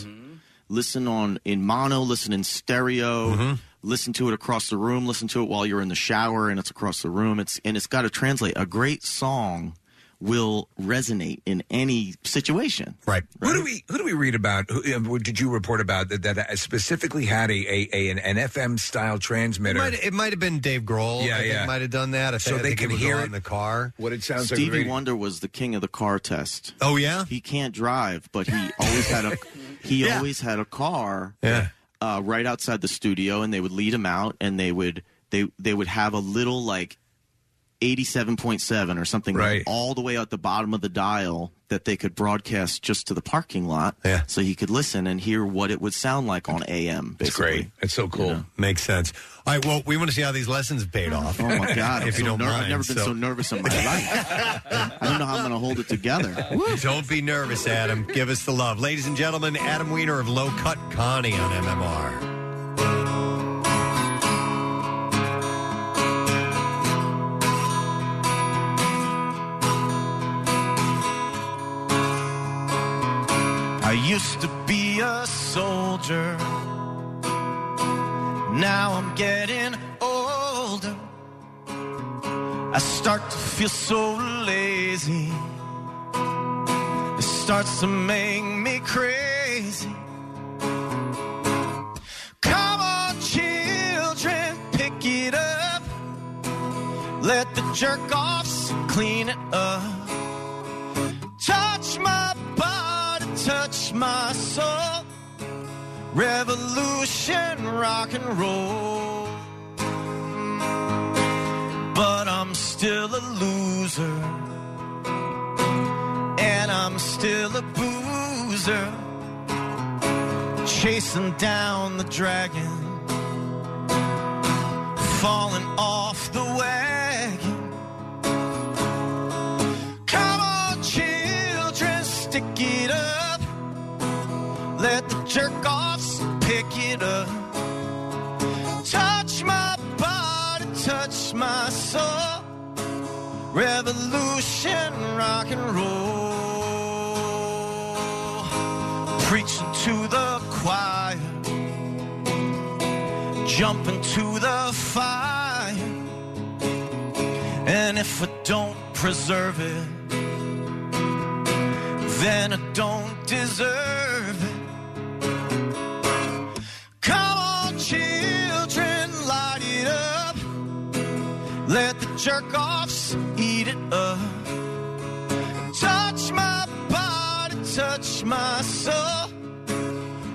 S25: Listen on in mono. Listen in stereo. Listen to it across the room. Listen to it while you're in the shower, and it's across the room. It's and it's got to translate. A great song will resonate in any situation.
S2: Right.
S4: Who do we who do we read about? Who, um, did you report about that, that uh, specifically had a, a, a an, an FM style transmitter?
S2: It might, it might have been Dave Grohl.
S4: Yeah,
S2: I think
S4: yeah.
S2: Might have done that. I
S4: So
S2: think- I
S4: they
S2: think
S4: can
S2: was
S4: hear
S2: on
S4: it.
S2: in the car.
S4: What it sounds
S25: Stevie
S4: like.
S25: Wonder was the king of the car test.
S2: Oh yeah,
S25: he can't drive, but he always had a he
S2: Yeah.
S25: always had a car.
S2: Yeah.
S25: Uh, right outside the studio, and they would lead him out, and they would they they would have a little like eighty seven point seven or something like,
S4: Right.
S25: all the way at the bottom of the dial that they could broadcast just to the parking lot, yeah. so he could listen and hear what it would sound like on AM. Basically. It's great.
S4: It's so cool.
S2: Makes sense. All right. Well, we want to see how these lessons have paid off.
S25: Oh my god!
S2: *laughs*
S25: I'm
S2: if you
S25: so
S2: don't
S25: ner-
S2: mind,
S25: I've never been so, nervous in my life. I don't know how I'm going to hold it together.
S2: Don't be nervous, Adam. Give us the love. Ladies and gentlemen, Adam Weiner of Low Cut Connie on MMR.
S15: I used to be a soldier. Now I'm getting older. I start to feel so lazy. It starts to make me crazy. Come on, children, pick it up. Let the jerk offs clean it up. Touch my body, touch my soul. Revolution, rock and roll. But I'm still a loser. And I'm still a boozer. Chasing down the dragon. Falling off the wagon. Come on, children, stick it up. Let the jerk offs pick it up. Touch my body, touch my soul. Revolution, rock and roll. Preaching to the choir. Jumping to the fire. And if I don't preserve it, then I don't deserve it. Come on, children, light it up. Let the jerk offs eat it up. Touch my body, touch my soul.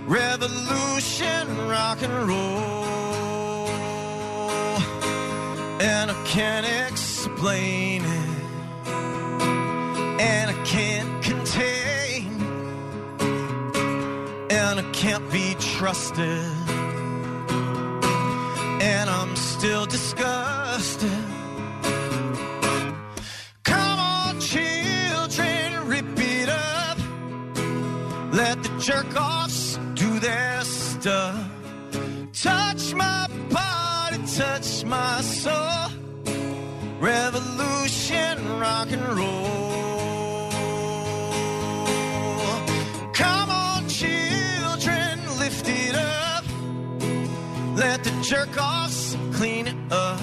S15: Revolution, rock and roll. And I can't explain it. And I can't contain and I can't be trusted. And I'm still disgusted. Come on, children, rip it up. Let the jerk offs do their stuff. Touch my body, touch my soul. Revolution, rock and roll. Come on, children, lift it up. Let the jerk offs clean it up.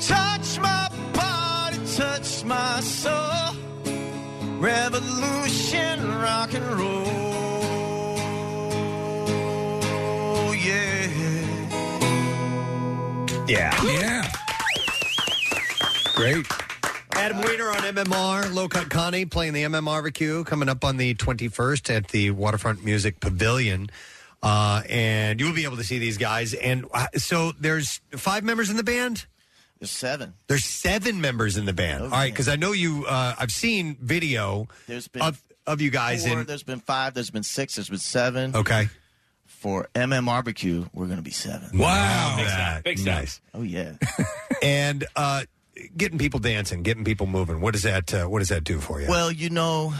S15: Touch my body, touch my soul. Revolution, rock and roll. Yeah.
S2: Yeah.
S4: Yeah.
S2: Great. Adam Weiner on MMR, Low Cut Connie playing the MMRBQ coming up on the 21st at the Waterfront Music Pavilion. Uh, and you will be able to see these guys. And uh, so there's five members in the band?
S25: There's seven.
S2: There's seven members in the band. All right, because I know you, uh, I've seen video
S25: There's been
S2: of, of you *laughs* guys
S25: four,
S2: in.
S25: there's been five, there's been six, there's been seven.
S2: Okay.
S25: For MM Barbecue, we're going to be seven.
S2: Wow. Big step, big step. Nice.
S25: Oh yeah.
S2: *laughs* and uh, getting people dancing, getting people moving. What does that, uh, what does that do for you?
S25: Well, you know,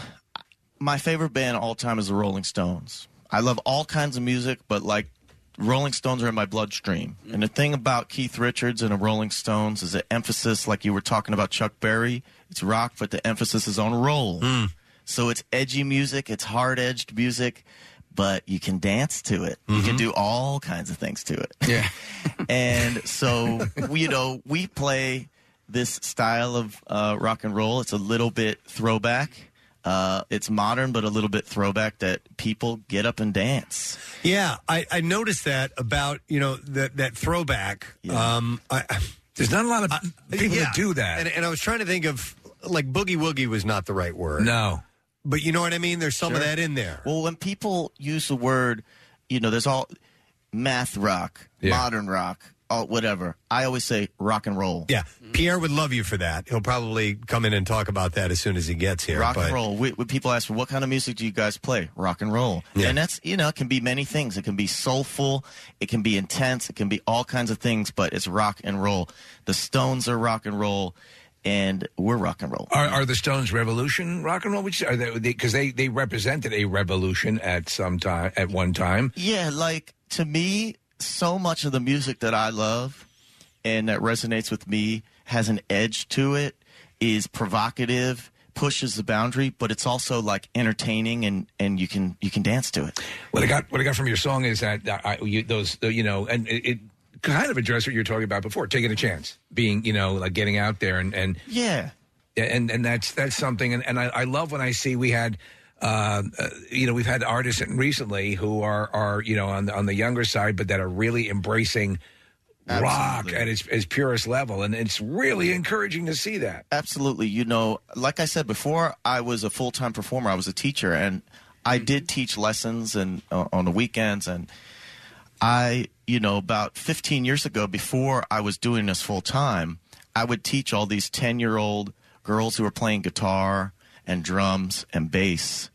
S25: my favorite band of all time is the Rolling Stones. I love all kinds of music, but like Rolling Stones are in my bloodstream. And the thing about Keith Richards and the Rolling Stones is the emphasis, like you were talking about Chuck Berry, it's rock, but the emphasis is on roll.
S4: Hmm.
S25: So it's edgy music, it's hard edged music, but you can dance to it. You
S2: Mm-hmm.
S25: can do all kinds of things to it.
S5: Yeah.
S25: *laughs* and so we- you know we play this style of uh, rock and roll it's a little bit throwback uh, it's modern but a little bit throwback that people get up and dance
S2: Yeah, I, I noticed that about you know that that throwback. Um, I, Uh,
S4: There's not a lot of people that do that.
S2: and, and I was trying to think of like boogie woogie was not the right word.
S4: No.
S2: but you know what I mean. There's some of
S25: Sure.
S2: that in there.
S25: well when people use the word you know there's all math rock modern rock all, whatever i always say rock and roll
S2: Yeah, Pierre would love you for that. He'll probably come in and talk about that as soon as he gets here.
S25: rock
S2: but-
S25: and roll. We, when people ask me, what kind of music do you guys play? Rock and roll.
S2: Yeah.
S25: And that's, you know, it can be many things. It can be soulful. It can be intense. It can be all kinds of things, but it's rock and roll. The Stones are rock and roll, and we're rock and roll.
S4: Are, are the Stones revolution rock and roll? Which are they? Because they, they represented a revolution at some time at one time.
S25: Yeah, like to me, so much of the music that I love and that resonates with me has an edge to it, is provocative, pushes the boundary, but it's also like entertaining and, and you can you can dance to it.
S4: What I got, what I got from your song is that uh, I, you, those, uh, you know, and it, it kind of addressed what you were talking about before, taking a chance, being, you know, like getting out there and and
S25: Yeah.
S4: and and that's that's something. And, and I, I love when I see we had. Uh, uh, you know, we've had artists recently who are are you know on the, on the younger side, but that are really embracing rock at its, its purest level, and it's really encouraging to see that.
S25: Absolutely. You know, like I said before, I was a full time performer. I was a teacher, and
S4: Mm-hmm.
S25: I did teach lessons and uh, on the weekends. And I, you know, about 15 years ago, before I was doing this full time, I would teach all these 10 year old girls who were playing guitar and drums and bass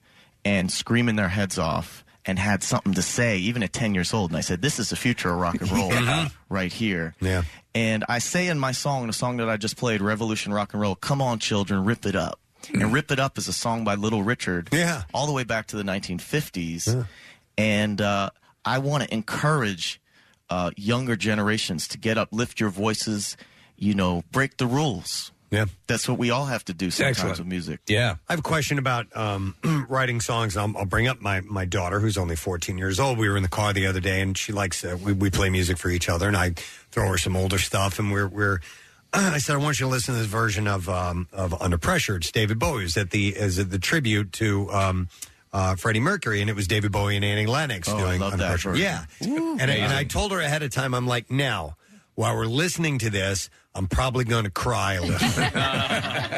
S25: and screaming their heads off and had something to say, even at 10 years old. And I said, This is the future of rock and
S2: *laughs*
S25: roll
S2: Yeah.
S25: *laughs* right here.
S2: Yeah.
S25: And I say in my song, the song that I just played, Revolution Rock and Roll, come on, children, rip it up.
S2: Mm.
S25: And Rip It Up is a song by Little Richard. Yeah. All the way back to the 1950s. And uh, I want to encourage uh, younger generations to get up, lift your voices, you know, break the rules.
S2: Yeah.
S25: That's what we all have to do sometimes with music.
S2: Yeah. I have a question about um, *clears throat* writing songs. I'll, I'll bring up my, my daughter, who's only 14 years old. We were in the car the other day, and she likes, uh, we, we play music for each other, and I throw her some older stuff, and we're, we're *clears throat* I said, I want you to listen to this version of um, of Under Pressure. It's David Bowie. Is at the is at the tribute to um, uh, Freddie Mercury, and it was David Bowie and Annie Lennox
S25: Oh, I
S2: doing
S25: love
S2: Under
S25: that
S2: Pressure.
S25: version.
S2: Yeah,
S25: Ooh.
S2: and I, and I
S25: Amazing.
S2: told her ahead of time, I'm like, now while we're listening to this, I'm probably going to cry a little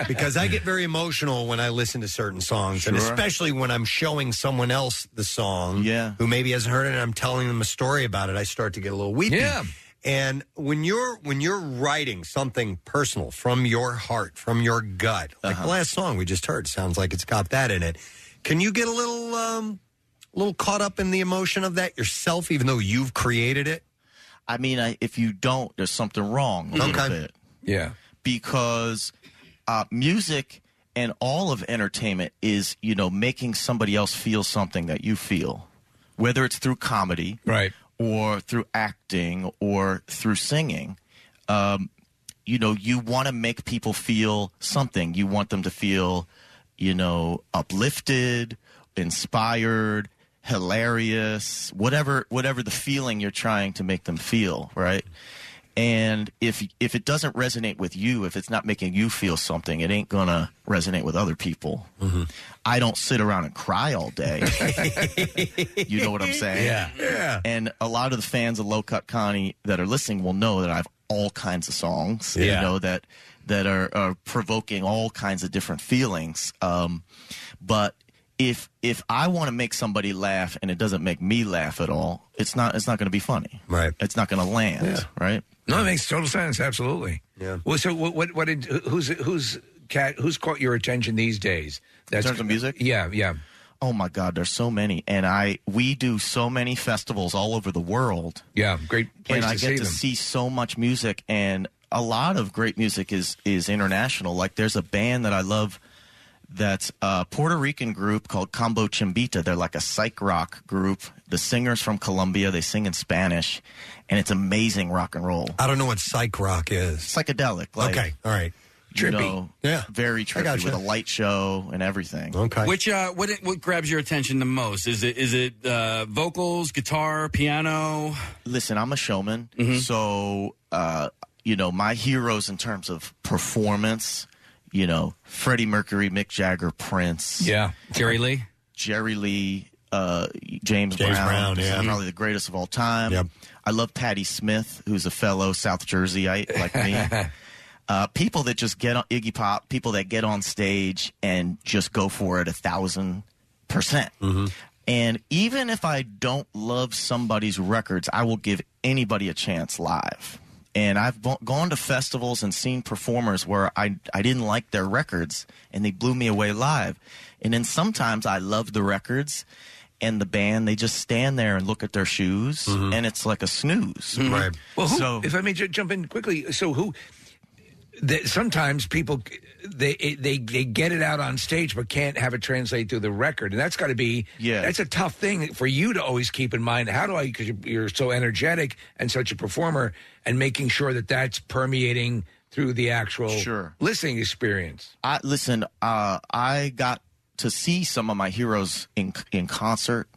S2: because I get very emotional when I listen to certain songs, and
S25: Sure.
S2: especially when I'm showing someone else the song, yeah. who maybe hasn't heard it, and I'm telling them a story about it. I start to get a little weepy. Yeah. And when you're when you're writing something personal from your heart, from your gut, like the last song we just heard, sounds like it's got that in it. Can you get a little um, a little caught up in the emotion of that yourself, even though you've created it?
S25: I mean, I, if you don't, there's something wrong a little bit.
S4: Yeah.
S25: Because uh, music and all of entertainment is, you know, making somebody else feel something that you feel, whether it's through comedy,
S4: right,
S25: or through acting or through singing. Um, you know, you want to make people feel something. You want them to feel, you know, uplifted, inspired, hilarious, whatever whatever the feeling you're trying to make them feel, right? And if if it doesn't resonate with you, if it's not making you feel something, it ain't gonna resonate with other people.
S2: Mm-hmm.
S25: I don't sit around and cry
S2: *laughs*
S25: all day. you know what I'm saying?
S2: Yeah. Yeah.
S25: And a lot of the fans of Low Cut Connie that are listening will know that I have all kinds of songs. You
S8: Yeah.
S25: know that that are, are provoking all kinds of different feelings. Um, but if if I want to make somebody laugh and it doesn't make me laugh at all, it's not it's not going to be funny.
S2: Right.
S25: It's not going to land. Right.
S4: No, it makes total sense. Absolutely. Yeah. Well, so what? What, what did, who's who's cat? Who's caught your attention these days?
S25: in terms of music.
S4: Yeah, yeah.
S25: Oh my God, there's so many, and I we do so many festivals all over the world.
S4: Yeah, great place
S25: and
S4: to
S25: I get
S4: see
S25: to
S4: them.
S25: see so much music, and a lot of great music is is international. Like there's a band that I love that's a Puerto Rican group called Combo Chimbita. They're like a psych rock group. The singers from Colombia. They sing in Spanish, and it's amazing rock and roll.
S2: I don't know what psych rock is.
S25: Psychedelic. Like,
S2: okay, all right.
S25: You know,
S2: yeah,
S25: very trippy
S5: gotcha.
S25: with a light show and everything.
S2: Okay.
S5: Which uh, what what grabs your attention the most? Is it is it uh, vocals, guitar, piano?
S25: Listen, I'm a showman,
S5: Mm-hmm.
S25: so uh, you know my heroes in terms of performance. You know, Freddie Mercury, Mick Jagger, Prince.
S5: Yeah. Jerry Lee.
S25: Jerry Lee, uh, James,
S2: James Brown,
S25: who's
S2: yeah.
S25: probably the greatest of all time. I love Patti Smith, who's a fellow South Jerseyite like
S2: *laughs*
S25: me. Uh, people that just get on Iggy Pop, people that get on stage and just go for it a thousand percent. And even if I don't love somebody's records, I will give anybody a chance live. And I've bo- gone to festivals and seen performers where I, I didn't like their records and they blew me away live. And then sometimes I love the records and the band, they just stand there and look at their shoes and it's like a snooze. Right.
S4: Mm-hmm. Well, who,
S25: so,
S4: if I may ju- jump in quickly, so who? That sometimes people they it- they they get it out on stage but can't have it translate through the record, and that's got to be yeah. That's a tough thing for you to always keep in mind. How do I? Because you're so energetic and such a performer, and making sure that that's permeating through the actual
S25: Sure.
S4: listening experience.
S25: I listen. Uh, I got to see some of my heroes in in concert.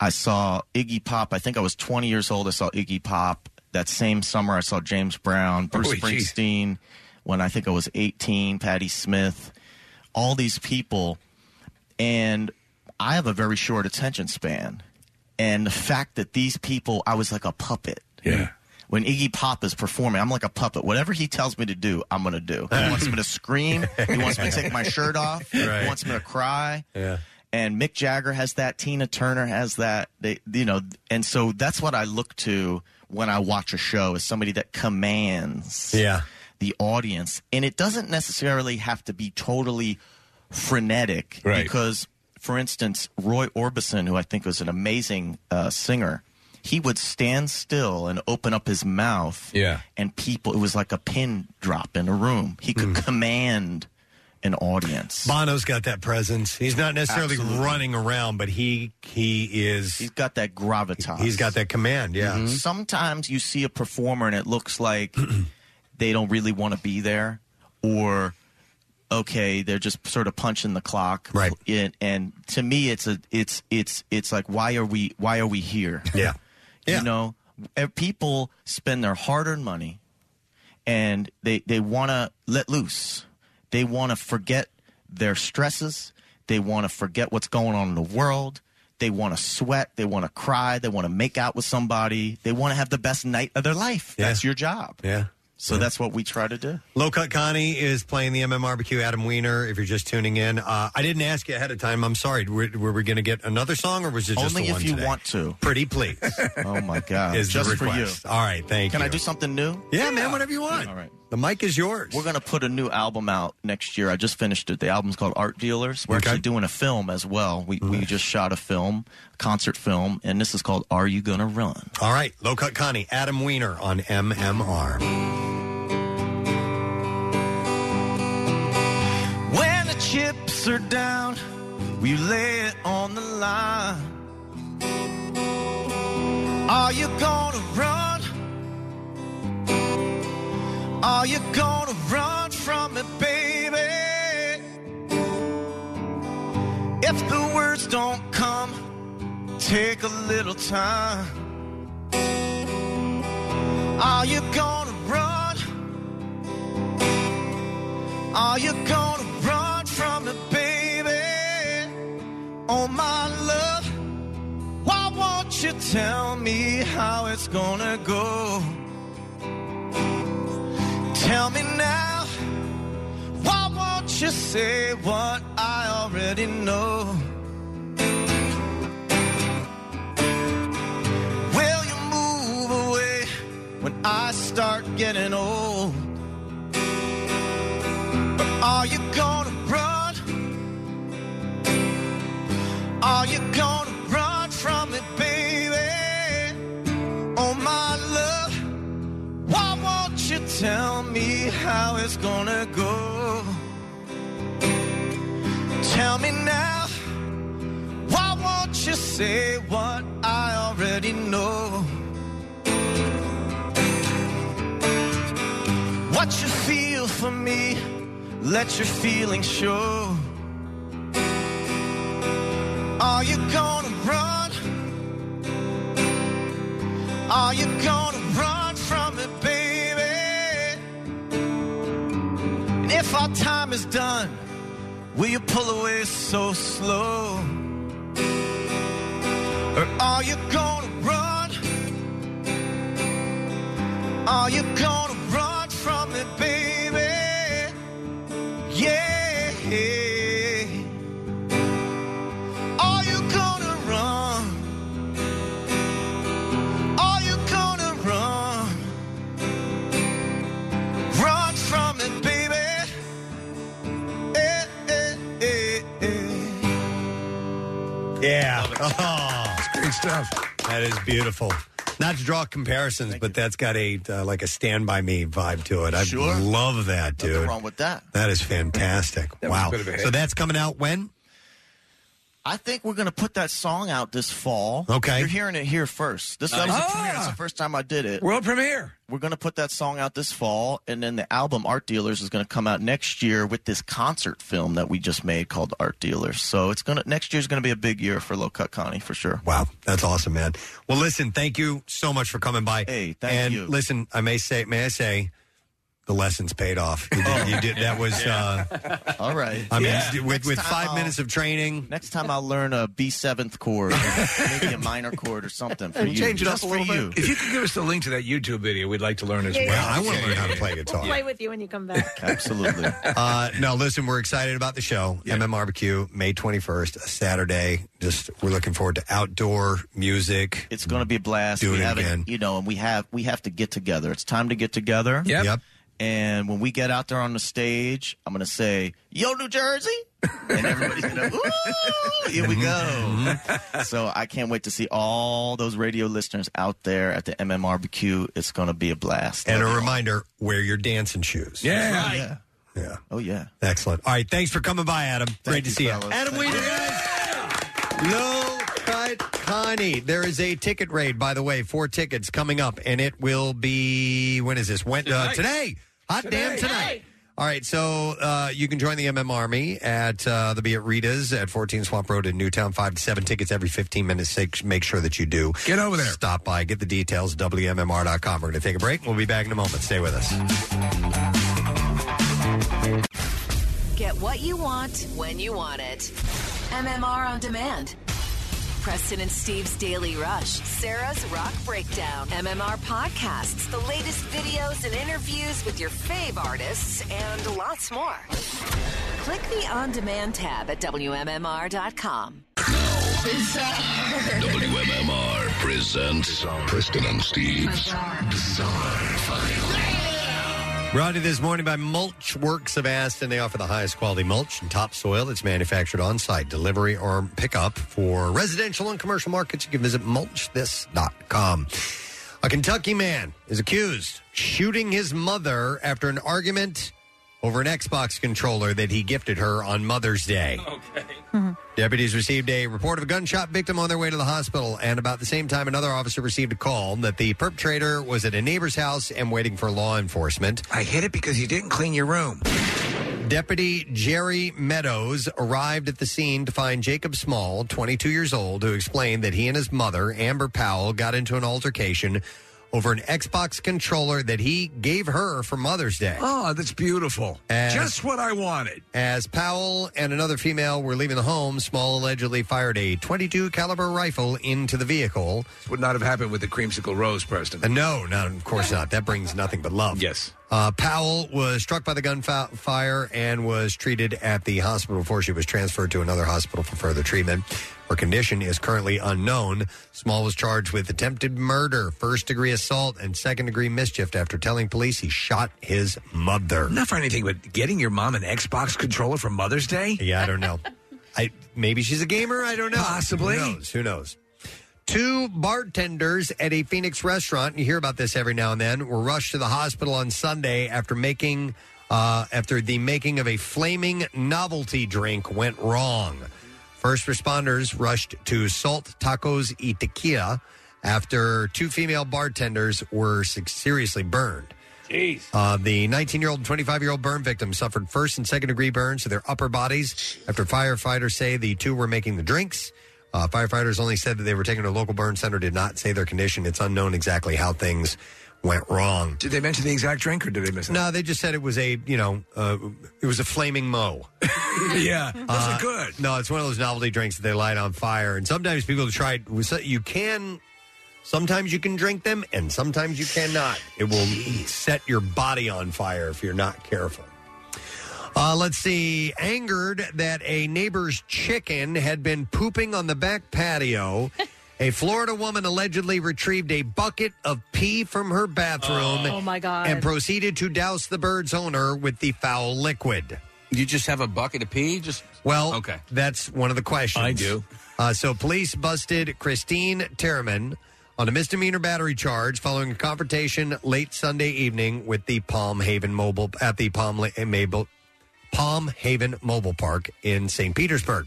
S25: I saw Iggy Pop. I think I was 20 years old. I saw Iggy Pop that same summer. I saw James Brown, Bruce
S4: Oh, geez.
S25: Springsteen. When I think I was 18, Patti Smith, all these people, and I have a very short attention span. And the fact that these people, I was like a puppet.
S4: Yeah.
S25: When Iggy Pop is performing, I'm like a puppet. Whatever he tells me to do, I'm going to do. He wants me to scream. *laughs* He wants me to take my shirt off.
S2: Right.
S25: He wants me to cry.
S2: Yeah.
S25: And Mick Jagger has that. Tina Turner has that. They, you know, and so that's what I look to when I watch a show is somebody that commands.
S2: Yeah.
S25: the audience. And it doesn't necessarily have to be totally frenetic
S8: Right.
S25: because, for instance, Roy Orbison, who I think was an amazing uh, singer, he would stand still and open up his mouth
S8: Yeah.
S25: and people it was like a pin drop in a room he could
S2: Mm.
S25: command an audience
S2: Bono's got that presence. He's not necessarily
S25: Absolutely.
S2: running around, but he he is. He's
S25: got that gravitas. Mm-hmm.
S2: He's got that command. Yeah.
S25: sometimes you see a performer and it looks
S2: *clears throat*
S25: like they don't really want to be there or okay they're just sort of punching the clock right and, and to me it's a it's it's it's like why are we why are we here
S2: *laughs* yeah
S25: you know eh, people spend their hard-earned money and they they want to let loose they want to forget their stresses they want to forget what's going on in the world they want to sweat they want to cry they want to make out with somebody they want to have the best night of their life that's your job
S2: Yeah.
S25: so that's what we try to do
S2: Low Cut Connie is playing the MMRBQ Adam Weiner. If you're just tuning in, uh, I didn't ask you ahead of time. I'm sorry. Were, were we going to get another song, or was it just
S25: only
S2: the
S25: if
S2: one
S25: you
S2: today?
S25: want to
S2: Pretty please.
S25: *laughs*
S2: *laughs*
S25: oh my god
S2: Is the
S25: just for you
S2: request. all right thank
S25: can
S2: you.
S25: i do something new
S2: Yeah, man, whatever you want.
S25: all right
S2: the mic is yours
S25: we're going to put a new album out next year i just finished it the album's called art dealers we're actually doing a film as well we, we just shot a film concert film and this is called are you gonna run
S2: All right, Low Cut Connie, Adam Weiner on MMR.
S15: When the chips are down, we lay it on the line. Are you gonna run? Are you gonna run from it, baby? If the words don't come, take a little time. Are you gonna run? Are you gonna run from it, baby? Oh, my love, why won't you tell me how it's gonna go? Tell me now, why won't you say what I already know? Will you move away when I start getting old? Or are you gonna run? Are you gonna run from it, baby? Oh, my love, why won't you tell me how it's gonna go? Tell me now, why won't you say what I already know? What you feel for me, let your feelings show. Are you gonna run? Are you gonna run from it, baby? And if our time is done, will you pull away so slow? Or are you gonna run? Are you gonna run from it, baby? Yeah. Are you gonna run? Are you gonna run? Run from it, baby. Eh, eh, eh, eh.
S2: Yeah. *laughs* Oh. great stuff. That is beautiful. Not to draw comparisons, but that's got a uh, like a Stand By Me vibe to it. I
S25: Sure.
S2: love that, dude.
S25: Nothing wrong with that.
S2: That is fantastic.
S25: That was a
S2: wow.
S25: bit of a hit.
S2: So that's coming out when?
S25: i think we're gonna put that song out this fall
S2: Okay.
S25: you're hearing it here first this that was a premiere. That's the first time i did it
S4: Ah! World premiere.
S25: we're going to put that song out this fall and then the album art dealers is going to come out next year with this concert film that we just made called art dealers so it's going to next year's going to be a big year for low cut connie for sure
S2: Wow, that's awesome, man. Well, listen, thank you so much for coming by. Hey,
S25: thank
S2: and
S25: you.
S2: listen, I may say, may I say, the lessons paid off. You
S25: Oh.
S2: did, you did that was. Uh,
S25: *laughs* all right
S2: I mean, with, with
S25: time
S2: 5
S25: I'll-
S2: minutes of training.
S25: Next time I'll learn a B seventh chord, maybe a minor chord or something for you. Just for you.
S4: If you could give us the link to that YouTube video, we'd like to learn as
S17: Yeah,
S4: well.
S17: yeah. I
S2: wanna learn how to play
S17: We'll play with you when you
S2: *laughs*
S17: come back. *laughs*
S25: Absolutely.
S2: uh, no, listen, we're excited about the show. MMRBQ, May 21st, a Saturday. Just we're looking forward to outdoor music.
S25: It's going to be a blast.
S2: Do
S25: we
S2: it
S25: haven't-
S2: again.
S25: You know, and we have we have to get together. It's time to get together.
S2: Yep. Yep.
S25: And when we get out there on the stage, I'm going to say, Yo, New Jersey. And everybody's going to, Ooh, *laughs* here we go. *laughs* so I can't wait to see all those radio listeners out there at the MMRBQ. It's going to be a blast.
S2: And a reminder wear your dancing shoes.
S25: Yeah.
S2: Right.
S25: Yeah.
S2: Yeah.
S25: Oh, yeah.
S2: Excellent. All right. Thanks for coming by, Adam. Great to see you. Adam Weiner. No cut, Connie. There is a ticket raid, by the way, four tickets coming up, and it will be when is this? When uh,
S7: Tonight.
S2: today? Hot damn
S7: Today.
S2: tonight. All right, so uh, you can join the MM Army at uh, the Be It Rita's at 14 Swamp Road in Newtown. Five to seven tickets every 15 minutes. Make- Make sure that you do. Get over there. Stop by. Get the details. WMMR.com. We're going to take a break. We'll be back in a moment. Stay with us.
S19: Get what you want when you want it. MMR on demand. Preston and Steve's Daily Rush, Sarah's Rock Breakdown, MMR podcasts, the latest videos and interviews with your fave artists, and lots more. Click the on demand tab at WMMR.com.
S1: WMMR presents Preston and Steve's Bizarre
S2: Brought to you this morning by Mulch Works of Aston. They offer the highest quality mulch and topsoil that's manufactured on site. Delivery or pickup for residential and commercial markets. You can visit mulchthis.com. A Kentucky man is accused of shooting his mother after an argument over an Xbox controller that he gifted her on Mother's Day. Deputies received a report of a gunshot victim on their way to the hospital, and about the same time, another officer received a call that the perpetrator was at a neighbor's house and waiting for law enforcement. I hit it because you didn't clean your room. Deputy Jerry Meadows arrived at the scene to find Jacob Small, 22 years old, who explained that he and his mother, Amber Powell, got into an altercation over an Xbox controller that he gave her for Mother's Day.
S4: Oh, that's beautiful.
S2: As-
S4: Just what I wanted.
S2: As Powell and another female were leaving the home, Small allegedly fired a 22 caliber rifle into the vehicle.
S4: This would not have happened with the creamsicle rose, Preston.
S2: Uh, no, no, of course not. That brings nothing but love.
S4: Yes.
S2: Uh, Powell was struck by the gunfire and was treated at the hospital before she was transferred to another hospital for further treatment. Her condition is currently unknown. Small was charged with attempted murder, first degree assault, and second degree mischief after telling police he shot his mother.
S4: Not for anything, but getting your mom an Xbox controller for Mother's Day?
S2: Yeah, I don't know. I maybe she's a gamer. I don't know.
S4: Possibly.
S2: Who knows? Who knows? Two bartenders at a Phoenix restaurant, and you hear about this every now and then, were rushed to the hospital on Sunday after making uh, after the making of a flaming novelty drink went wrong. First responders rushed to Salt Tacos y Tequila after two female bartenders were se- seriously burned.
S5: Jeez.
S2: Uh, the 19 year old and 25 year old burn victims suffered first and second degree burns to their upper bodies after firefighters say the two were making the drinks. Uh, firefighters only said that they were taken to a local burn center, did not say their condition. It's unknown exactly how things went wrong.
S4: Did they mention the exact drink or did they miss it?
S2: No, they just said it was a, you know, uh, it was a flaming mo.
S4: *laughs* *laughs* yeah. Those
S2: Uh,
S4: are good.
S2: No, it's one of those novelty drinks that they light on fire, and sometimes people try. You can, sometimes you can drink them, and sometimes you cannot. It will set your body on fire if you're not careful. *laughs* Uh, let's see. Angered that a neighbor's chicken had been pooping on the back patio, a Florida woman allegedly retrieved a bucket of pee from her bathroom.
S17: Oh, my God.
S2: And proceeded to douse the bird's owner with the foul liquid.
S5: You just have a bucket of pee? Just
S2: Well, okay. That's one of the questions.
S5: I do.
S2: Uh, so, police busted Christine Terriman on a misdemeanor battery charge following a confrontation late Sunday evening with the Palm Haven Mobile at the Palm La- eh, Mabel, Palm Haven Mobile Park in St. Petersburg.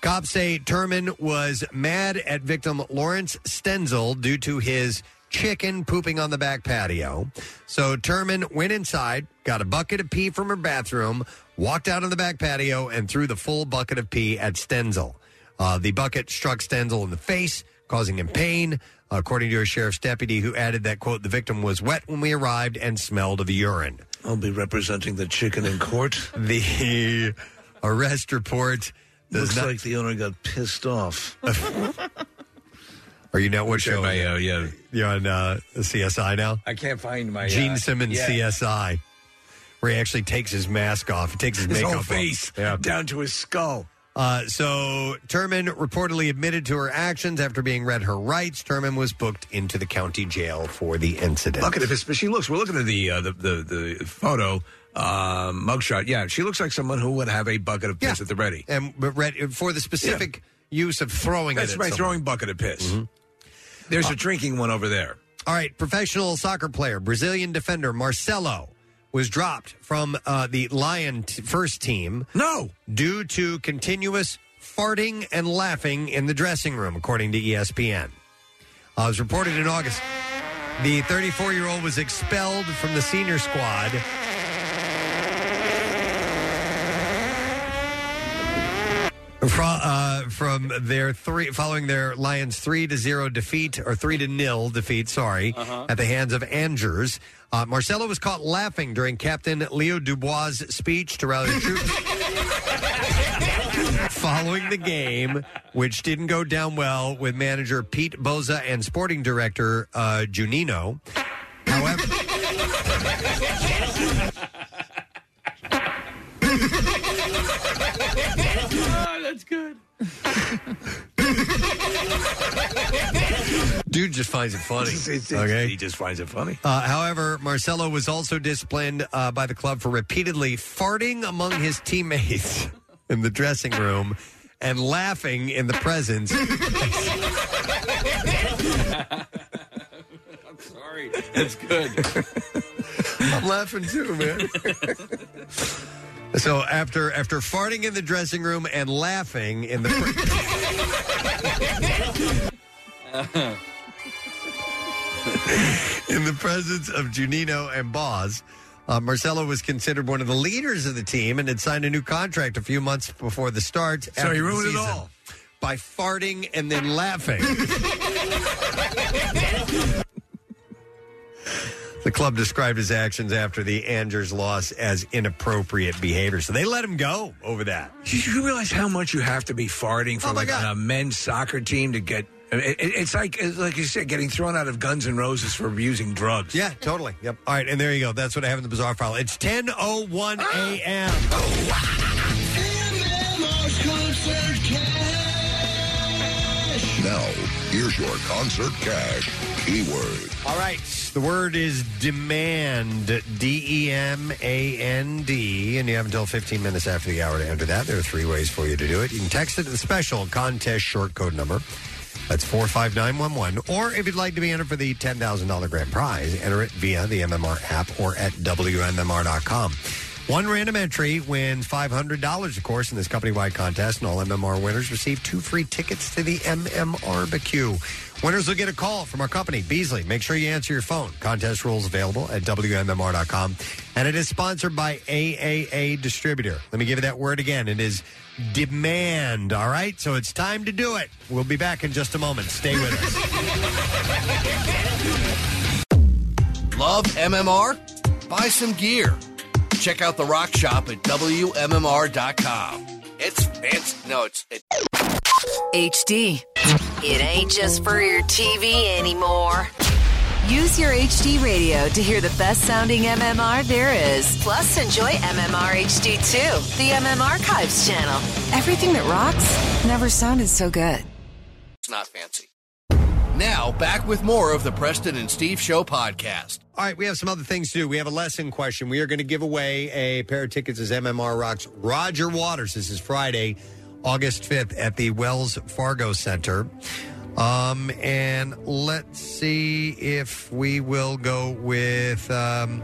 S2: Cops say Terman was mad at victim Lawrence Stenzel due to his chicken pooping on the back patio. So Terman went inside, got a bucket of pee from her bathroom, walked out on the back patio, and threw the full bucket of pee at Stenzel. Uh, the bucket struck Stenzel in the face, causing him pain, according to a sheriff's deputy who added that, quote, the victim was wet when we arrived and smelled of urine.
S4: I'll be representing the chicken in court.
S2: *laughs* The arrest report does
S4: Looks
S2: not-
S4: like the owner got pissed off.
S2: Are you know what show?
S4: I, uh, yeah.
S2: You're on uh, CSI now?
S4: *laughs* I can't find my.
S2: Gene
S4: uh,
S2: Simmons
S4: yeah.
S2: CSI, where he actually takes his mask off, he takes his,
S4: His
S2: makeup
S4: whole
S2: off.
S4: face
S2: Yeah.
S4: down to his skull.
S2: Uh, so Terman reportedly admitted to her actions after being read her rights. Terman was booked into the county jail for the incident.
S4: Look at it. But she looks. We're looking at the uh, the, the the photo uh, mugshot. Yeah, she looks like someone who would have a bucket of piss at the ready.
S2: And but red, uh, for the specific use of throwing it
S4: That's
S2: at someone. Mm-hmm.
S4: right.
S2: Uh,
S4: Throwing bucket of piss. There's a drinking one over there.
S2: All right, professional soccer player, Brazilian defender Marcelo was dropped from uh, the Lion t- first team.
S4: No,
S2: due to continuous farting and laughing in the dressing room, according to E ESPN. Uh, it was reported in August. The 34 year old was expelled from the senior squad. From, uh, from their three, following their Lions three to zero defeat or three to nil defeat, sorry,
S8: Uh-huh.
S2: at the hands of Angers, uh, Marcelo was caught laughing during Captain Leo Dubois' speech to rally the troops following the game, which didn't go down well with manager Pete Boza and sporting director uh, Junino.
S5: oh,
S2: *laughs*
S5: that's good.
S2: Dude just finds it
S4: *laughs*
S2: funny.
S4: okay, he just finds it funny.
S2: Uh, however, Marcelo was also disciplined uh, by the club for repeatedly farting among his teammates in the dressing room and laughing in the presence *laughs*
S5: Sorry, that's good.
S2: I'm laughing too,
S5: *laughs*
S2: man. So after after farting in the dressing room and laughing in
S5: *laughs*
S2: the pre- in the presence of Junino and Boz, uh, Marcelo was considered one of the leaders of the team and had signed a new contract a few months before the start.
S4: So he ruined it all.
S2: by farting and then
S4: *laughs*
S2: laughing. The club described his actions after the Angers loss as inappropriate behavior, so they let him go over that.
S4: You- You realize how much you have to be farting for
S2: Oh, my
S4: like
S2: God.
S4: on a men's soccer team to get. I mean, it- it's like it's like you said, getting thrown out of Guns N' Roses for abusing drugs.
S2: Yeah, totally. Yep. All right, and there you go. That's what I have in the bizarre file. It's ten oh one a.m.
S1: Now, here's your concert cash keyword.
S2: All right, the word is demand. D E M A N D, and you have until fifteen minutes after the hour to enter that. There are three ways for you to do it. You can text it to the special contest short code number. That's 45911. Or if you'd like to be entered for the $10,000 grand prize, enter it via the MMR app or at WMMR.com. One random entry wins $500, of course, in this company wide contest, and all MMR winners receive two free tickets to the MMR BBQ. Winners will get a call from our company, Beasley. Make sure you answer your phone. Contest rules available at WMMR.com. And it is sponsored by AAA Distributor. Let me give you that word again. It is demand, all right? So it's time to do it. We'll be back in just a moment. Stay with us.
S14: Love MMR? Buy some gear. Check out the rock shop at WMMR.com. It's fancy. No, it's. It,
S19: HD. It ain't just for your TV anymore. Use your HD radio to hear the best sounding MMR there is. Plus, enjoy MMR HD 2, the MM Archives channel. Everything that rocks never sounded so good.
S14: it's not fancy. Now, back with more of the Preston and Steve Show podcast.
S2: *laughs* All right, we have some other things to do. We have a lesson question. We are going to give away a pair of tickets as MMR Rocks Roger Waters. This is Friday, August 5th at the Wells Fargo Center. Um, and let's see if we will go with um,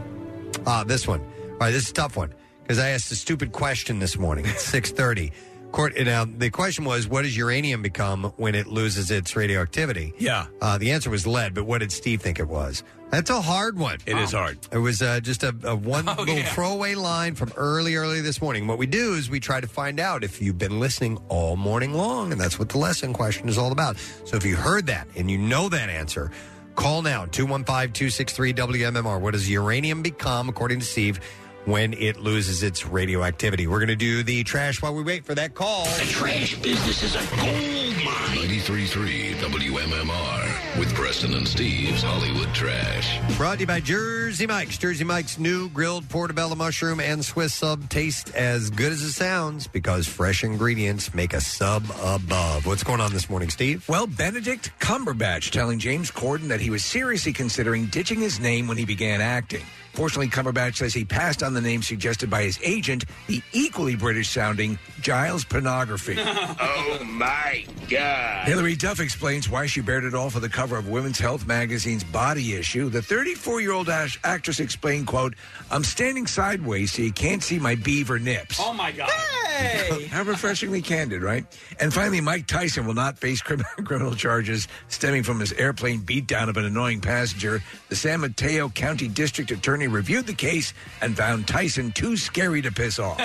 S2: ah, this one. All right, this is a tough one because I asked a stupid question this morning at *laughs* 630. Court, now, the question was, what does uranium become when it loses its radioactivity?
S4: Yeah.
S2: Uh, the answer was lead, but what did Steve think it was? That's a hard one. It
S4: is
S2: is
S4: hard.
S2: It was uh, just a, a one little throwaway line from early, early this morning. What we do is we try to find out if you've been listening all morning long, and that's what the lesson question is all about. So if you heard that and you know that answer, call now 215 263 WMMR. What does uranium become, according to Steve, when it loses its radioactivity? We're going to do the trash while we wait for that call.
S1: Trash business is a gold mine. 93.3 WMMR. with Preston and Steve's Hollywood Trash.
S2: Brought to you by Jersey Mike's. Jersey Mike's new grilled portobello mushroom and Swiss sub taste as good as it sounds because fresh ingredients make a sub above. What's going on this morning, Steve?
S4: Well, Benedict Cumberbatch telling James Corden that he was seriously considering ditching his name when he began acting. Fortunately, Cumberbatch says he passed on the name suggested by his agent, the equally British sounding Giles
S6: *laughs*
S4: Pornography.
S6: oh my god.
S2: *laughs*
S4: Hillary Duff explains why she bared it all for the cover of Women's Health magazine's Body Issue. The 34-year-old ash- actress explained, "quote I'm standing sideways so you can't see my beaver nips."
S5: Oh my god.
S4: How refreshingly candid, right? And finally, Mike Tyson will not face crim- *laughs* criminal charges stemming from his airplane beatdown of an annoying passenger. The San Mateo County District Attorney reviewed the case and found Tyson too scary to piss off.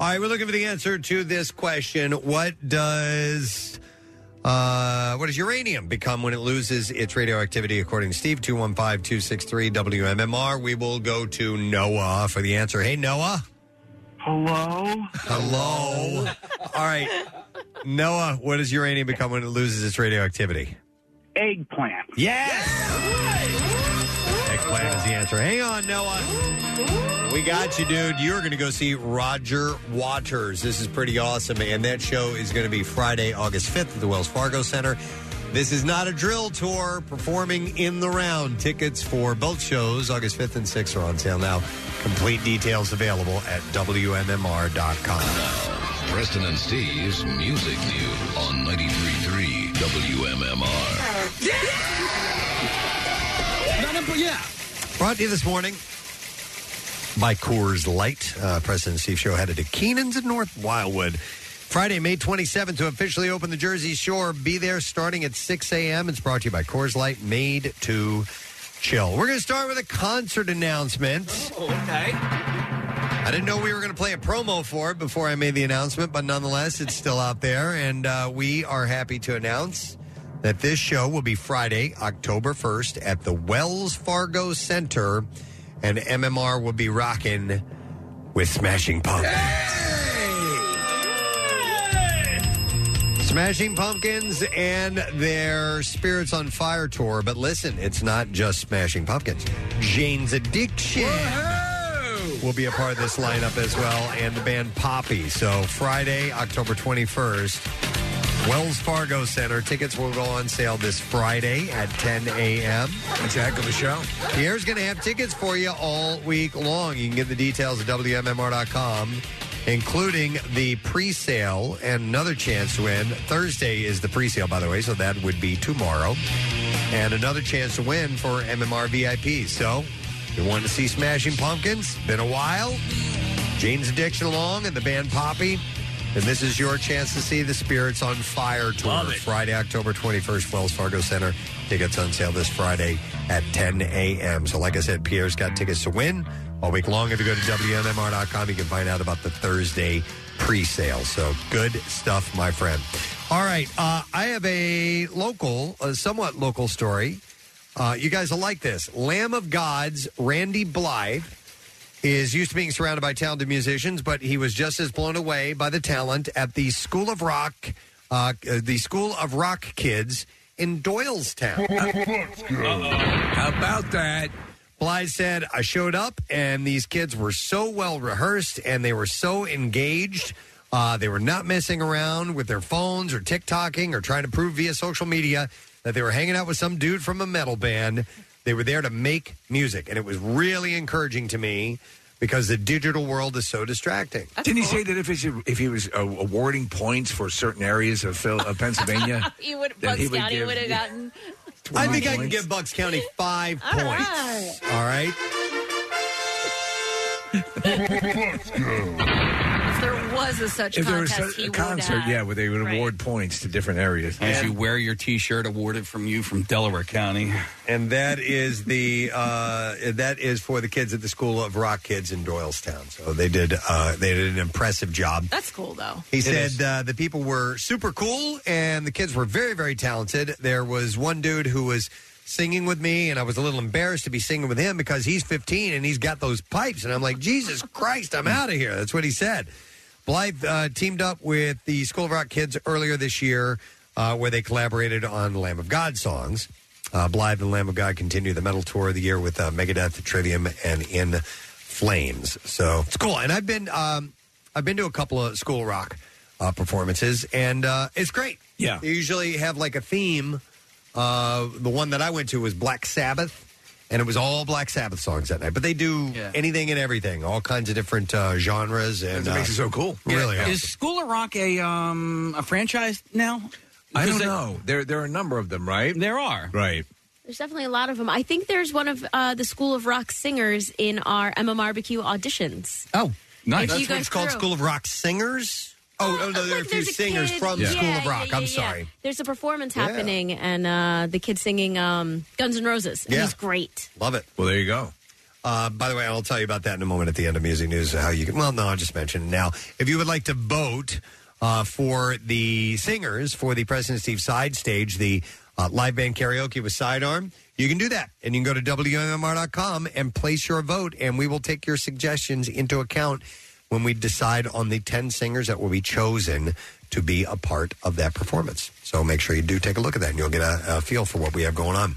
S2: All right, we're looking for the answer to this question. What does uh, what does uranium become when it loses its radioactivity? According to Steve, 215-263-WMMR. We will go to Noah for the answer. Hey, Noah.
S6: Hello?
S2: Hello. All right. Noah, what does uranium E become when it loses its radioactivity?
S6: Eggplant.
S2: Yes. Eggplant is the answer. Hang on, Noah. We got you, dude. You're going to go see Roger Waters. This is pretty awesome. And that show is going to be Friday, August 5th at the Wells Fargo Center. This is not a drill tour performing in the round. Tickets for both shows, August 5th and 6th, are on sale now. Complete details available at WMMR.com.
S1: Preston and Steve's Music News on 93.3 WMMR.
S2: yeah. Brought to you this morning by Coors Light. Uh, President Steve Show headed to Keenan's in North Wildwood. Friday, May 27th, to officially open the Jersey Shore. Be there starting at 6 a.m. It's brought to you by Coors Light, made to chill. We're going to start with a concert announcement.
S5: okay.
S2: I didn't know we were going to play a promo for it before I made the announcement, but nonetheless, it's still out there. And uh, we are happy to announce that this show will be Friday, October 1st at the Wells Fargo Center. And MMR will be rocking with Smashing Pumpkins. Smashing Pumpkins and their Spirits on Fire tour. But listen, it's not just Smashing Pumpkins. Jane's Addiction will be a part of this lineup as well, and the band Poppy. So Friday, October 21st, Wells Fargo Center. Tickets will go on sale this Friday at 10 a.m.
S4: It's a heck of a show.
S2: Pierre's going to have tickets for you all week long. You can get the details at WMMR.com, including the pre sale and another chance to win. Thursday is the pre sale, by the way, so that would be tomorrow. And another chance to win for MMR VIP. So, if you want to see Smashing Pumpkins? Been a while. Jane's Addiction Along and the band Poppy. And this is your chance to see the Spirits on Fire tour Friday, October 21st, Wells Fargo Center. Tickets on sale this Friday at 10 a.m. So, like I said, Pierre's got tickets to win all week long. If you go to WMMR.com, you can find out about the Thursday pre sale. So, good stuff, my friend. All right. Uh, I have a local, a somewhat local story. Uh, you guys will like this. Lamb of God's Randy Blythe is used to being surrounded by talented musicians, but he was just as blown away by the talent at the School of Rock, uh, uh, the School of Rock Kids in Doylestown. How about that? Blythe said, I showed up and these kids were so well rehearsed and they were so engaged. Uh, they were not messing around with their phones or TikToking or trying to prove via social media that they were hanging out with some dude from a metal band. They were there to make music. And it was really encouraging to me because the digital world is so distracting.
S4: Didn't he say that if, it's, if he was uh, awarding points for certain areas of, Phil, of Pennsylvania,
S10: *laughs* He would
S4: Then he
S10: Bucks
S4: would
S10: County
S4: give- *laughs*
S10: would have gotten.
S2: I think I can give Bucks County five
S10: All
S2: points.
S10: right.
S2: All right.
S4: *laughs*
S17: If there was a such
S4: if there was
S17: contest,
S4: a,
S17: he
S4: a
S17: would have.
S4: concert, yeah, where they would award points to different areas.
S5: As you wear your T-shirt awarded from you from Delaware County,
S2: and that is the uh, that is for the kids at the School of Rock Kids in Doylestown. So they *laughs* did uh, they did an impressive job.
S17: That's cool, though.
S2: He said uh, the people were super cool and the kids were very, very talented. There was one dude who was singing with me, and I was a little embarrassed to be singing with him because he's 15 and he's got those pipes. And I'm like, Jesus Christ, I'm out of here. That's what he said. Blythe uh, teamed up with the School of Rock kids earlier this year. uh, where they collaborated on Lamb of God songs. Uh, Blythe and Lamb of God continue the metal tour of the year with uh, Megadeth, Trivium, and In Flames. So it's cool. And I've been um, I've been to a couple of school rock uh, performances, and uh, it's great.
S4: Yeah.
S2: they usually have like a theme. Uh, the one that I went to was Black Sabbath. And it was all Black Sabbath songs that night, but they do anything and everything, all kinds of different uh, genres. And
S4: That makes it
S2: uh,
S4: so cool.
S2: Really,
S4: Yeah.
S5: Is School of Rock a um a franchise now?
S4: I
S5: Because
S4: don't
S5: they-
S4: know. There there are a number of them, right?
S5: There are.
S4: Right.
S10: There's definitely a lot of them. I think there's one of uh, the School of Rock singers in our MMRBQ auditions.
S5: Oh,
S10: If
S2: That's
S10: you
S2: what
S10: go
S2: it's called
S10: through- Uh,
S2: School of Rock Singers? Oh, oh no, there are a few
S10: There's a
S2: singers
S10: kid-
S2: from
S10: yeah,
S2: School of
S10: yeah,
S2: Rock.
S10: yeah,
S2: I'm
S10: yeah.
S2: sorry.
S10: There's a performance
S2: Yeah.
S10: happening, and uh, the kid singing um, Guns N' Roses. And
S2: Yeah.
S10: he's great.
S2: Love it.
S4: Well, there you go.
S2: Uh, by the way, I'll tell you about that in a moment at the end of Music News. How you can? Well, no, I'll just mention it now. If you would like to vote uh, for the singers for the President Steve side stage, the uh, live band karaoke with sidearm, you can do that, and you can go to wmmr.com and place your vote, and we will take your suggestions into account when we decide on the ten singers that will be chosen to be a part of that performance. So make sure you do take a look at that, and you'll get a, a feel for what we have going on.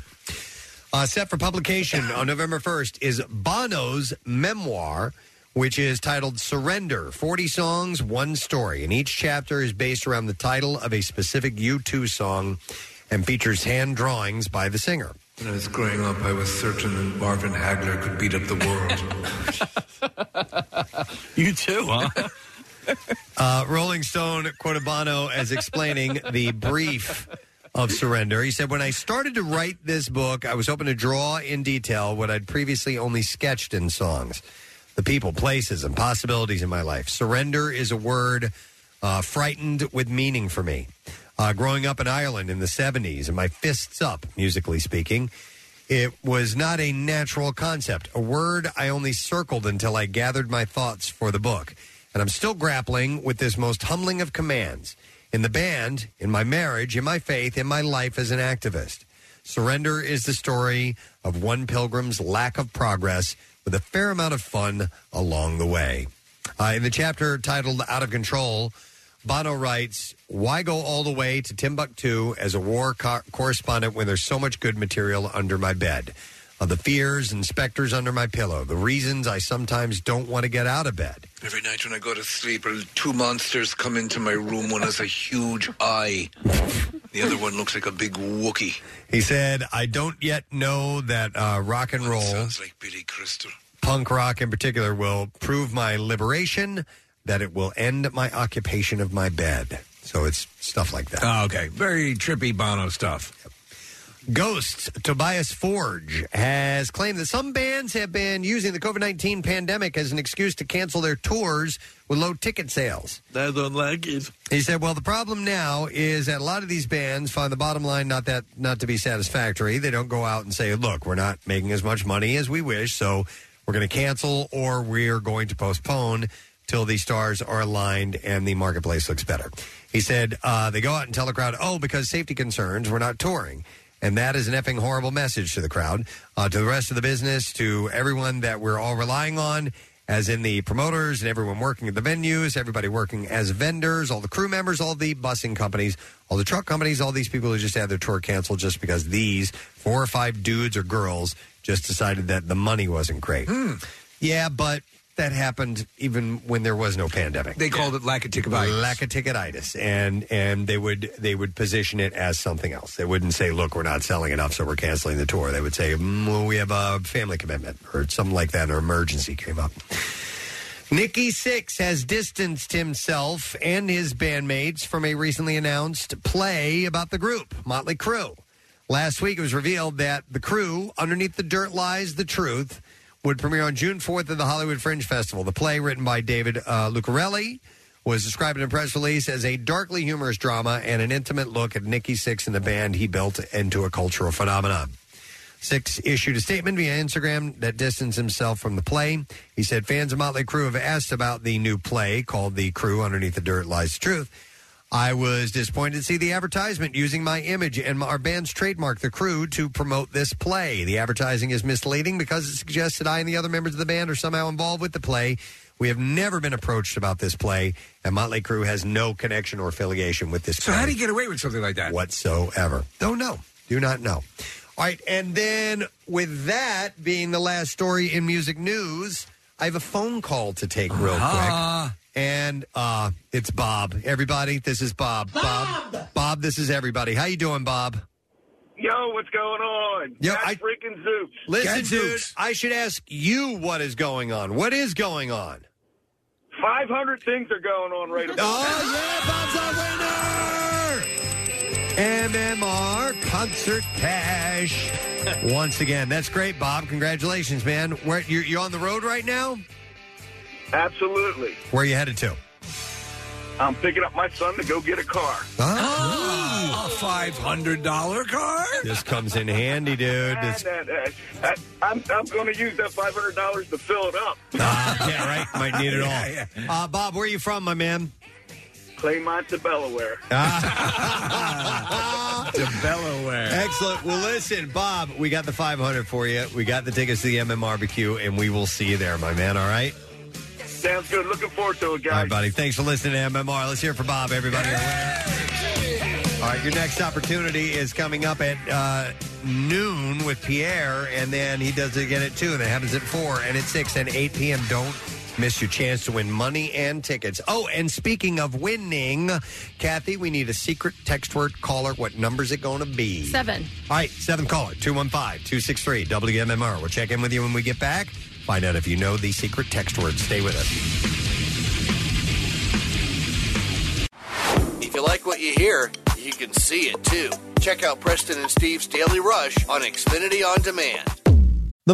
S2: Uh, set for publication on November 1st is Bono's memoir, which is titled Surrender 40 Songs, One Story. And each chapter is based around the title of a specific U2 song and features hand drawings by the singer.
S4: When I was growing up, I was certain that Marvin Hagler could beat up the world.
S5: *laughs* you too, huh?
S2: *laughs* Uh, Rolling Stone quoted Bono as explaining the brief of surrender. He said, When I started to write this book, I was hoping to draw in detail what I'd previously only sketched in songs the people, places, and possibilities in my life. Surrender is a word uh, frightened with meaning for me. Uh, growing up in Ireland in the 70s and my fists up, musically speaking, it was not a natural concept, a word I only circled until I gathered my thoughts for the book. And I'm still grappling with this most humbling of commands in the band, in my marriage, in my faith, in my life as an activist. Surrender is the story of one pilgrim's lack of progress with a fair amount of fun along the way. Uh, in the chapter titled Out of Control, Bono writes, Why go all the way to Timbuktu as a war co- correspondent when there's so much good material under my bed? Uh, the fears and specters under my pillow, the reasons I sometimes don't want to get out of bed.
S4: *laughs* Every night when I go to sleep, two monsters come into my room. One has a huge eye. The other one looks like a big Wookie.
S2: He said, I don't yet know that uh, rock and roll.
S4: like Billy Crystal.
S2: punk rock in particular will prove my liberation that it will end my occupation of my bed so it's stuff like that
S4: Oh, okay. Very trippy Bono stuff.
S2: Ghosts Tobias Forge has claimed that some bands have been using the COVID 19 pandemic as an excuse to cancel their tours with low ticket sales.
S25: I don't like it.
S2: He said, "Well, the problem now is that a lot of these bands find the bottom line not that not to be satisfactory. They don't go out and say, "Look, we're not making as much money as we wish, so we're going to cancel or we're going to postpone till the stars are aligned and the marketplace looks better." He said, uh, "They go out and tell the crowd, "Oh, because safety concerns, we're not touring." And that is an effing horrible message to the crowd, uh, to the rest of the business, to everyone that we're all relying on, as in the promoters and everyone working at the venues, everybody working as vendors, all the crew members, all the busing companies, all the truck companies, all these people who just had their tour canceled just because these four or five dudes or girls just decided that the money wasn't great. Yeah, but that happened even when there was no pandemic.
S4: They called it lackadaisical.
S2: Lackadaisitis, and and they would they would position it as something else. They wouldn't say, "Look, we're not selling enough, so we're canceling the tour." They would say, mm, well, "We have a family commitment or something like that, or emergency came up." Nikki Six has distanced himself and his bandmates from a recently announced play about the group, Motley Crue. Last week, it was revealed that the crew, Underneath the Dirt Lies the Truth, would premiere on June 4th at the Hollywood Fringe Festival. The play, written by David uh, Lucarelli, was described in a press release as a darkly humorous drama and an intimate look at Nikki Six and the band he built into a cultural phenomenon. Six issued a statement via Instagram that distanced himself from the play. He said fans of Motley Crue have asked about the new play called The Crew Underneath the Dirt Lies the Truth. I was disappointed to see the advertisement using my image and our band's trademark, The Crew, to promote this play. The advertising is misleading because it suggests that I and the other members of the band are somehow involved with the play, We have never been approached about this play, and Motley Crue has no connection or affiliation with this
S4: So
S2: play
S4: how do you get away with something like that?
S2: whatsoever. Don't know. Do not know. All right, and then with that being the last story in music news, I have a phone call to take real quick. And uh it's Bob. Everybody, this is Bob. Bob. Bob, this is everybody. How you doing, Bob?
S8: Yo, what's going on?
S2: Yo,
S8: That's
S2: I-
S8: freaking Zoops.
S2: Listen, dude, I should ask you what is going on. What is going on?
S8: 500 things are going on right about
S2: Oh, yeah, Bob's MMR Concert *laughs* Cash. Once again, that's great, Bob. Congratulations, man. Where you're, you're on the road right now?
S8: Absolutely.
S2: Where are you headed to?
S8: I'm picking up my son to go get a car. Ah.
S2: Oh, a five hundred dollar car. This comes in handy, dude. *laughs* This,
S8: And, uh, I, I'm, I'm going to use that $500 to fill it up.
S2: yeah, right. Might need it all. Uh, Bob, where are you from, my man?
S8: Claymont to Delaware.
S2: *laughs* to Delaware. Excellent. Well, listen, Bob, we got the 500 for you. We got the tickets to the MM barbecue, and we will see you there, my man. All right?
S8: Sounds good. Looking forward to it, guys.
S2: All right, buddy. Thanks for listening to MMR. Let's hear it for Bob, everybody. All right, your next opportunity is coming up at uh, noon with Pierre, and then he does it again at 2, and that happens at 4, and at 6, and 8 p.m. Don't miss your chance to win money and tickets. Oh, and speaking of winning, Kathy, we need a secret text word caller. What number is it going to be?
S10: Seven.
S2: All right, seventh caller, 215 263 WMMR. We'll check in with you when we get back. Find out if you know the secret text word. Stay with us.
S14: If you like what you hear, you can see it too. Check out Preston and Steve's Daily Rush on Xfinity On Demand.
S2: The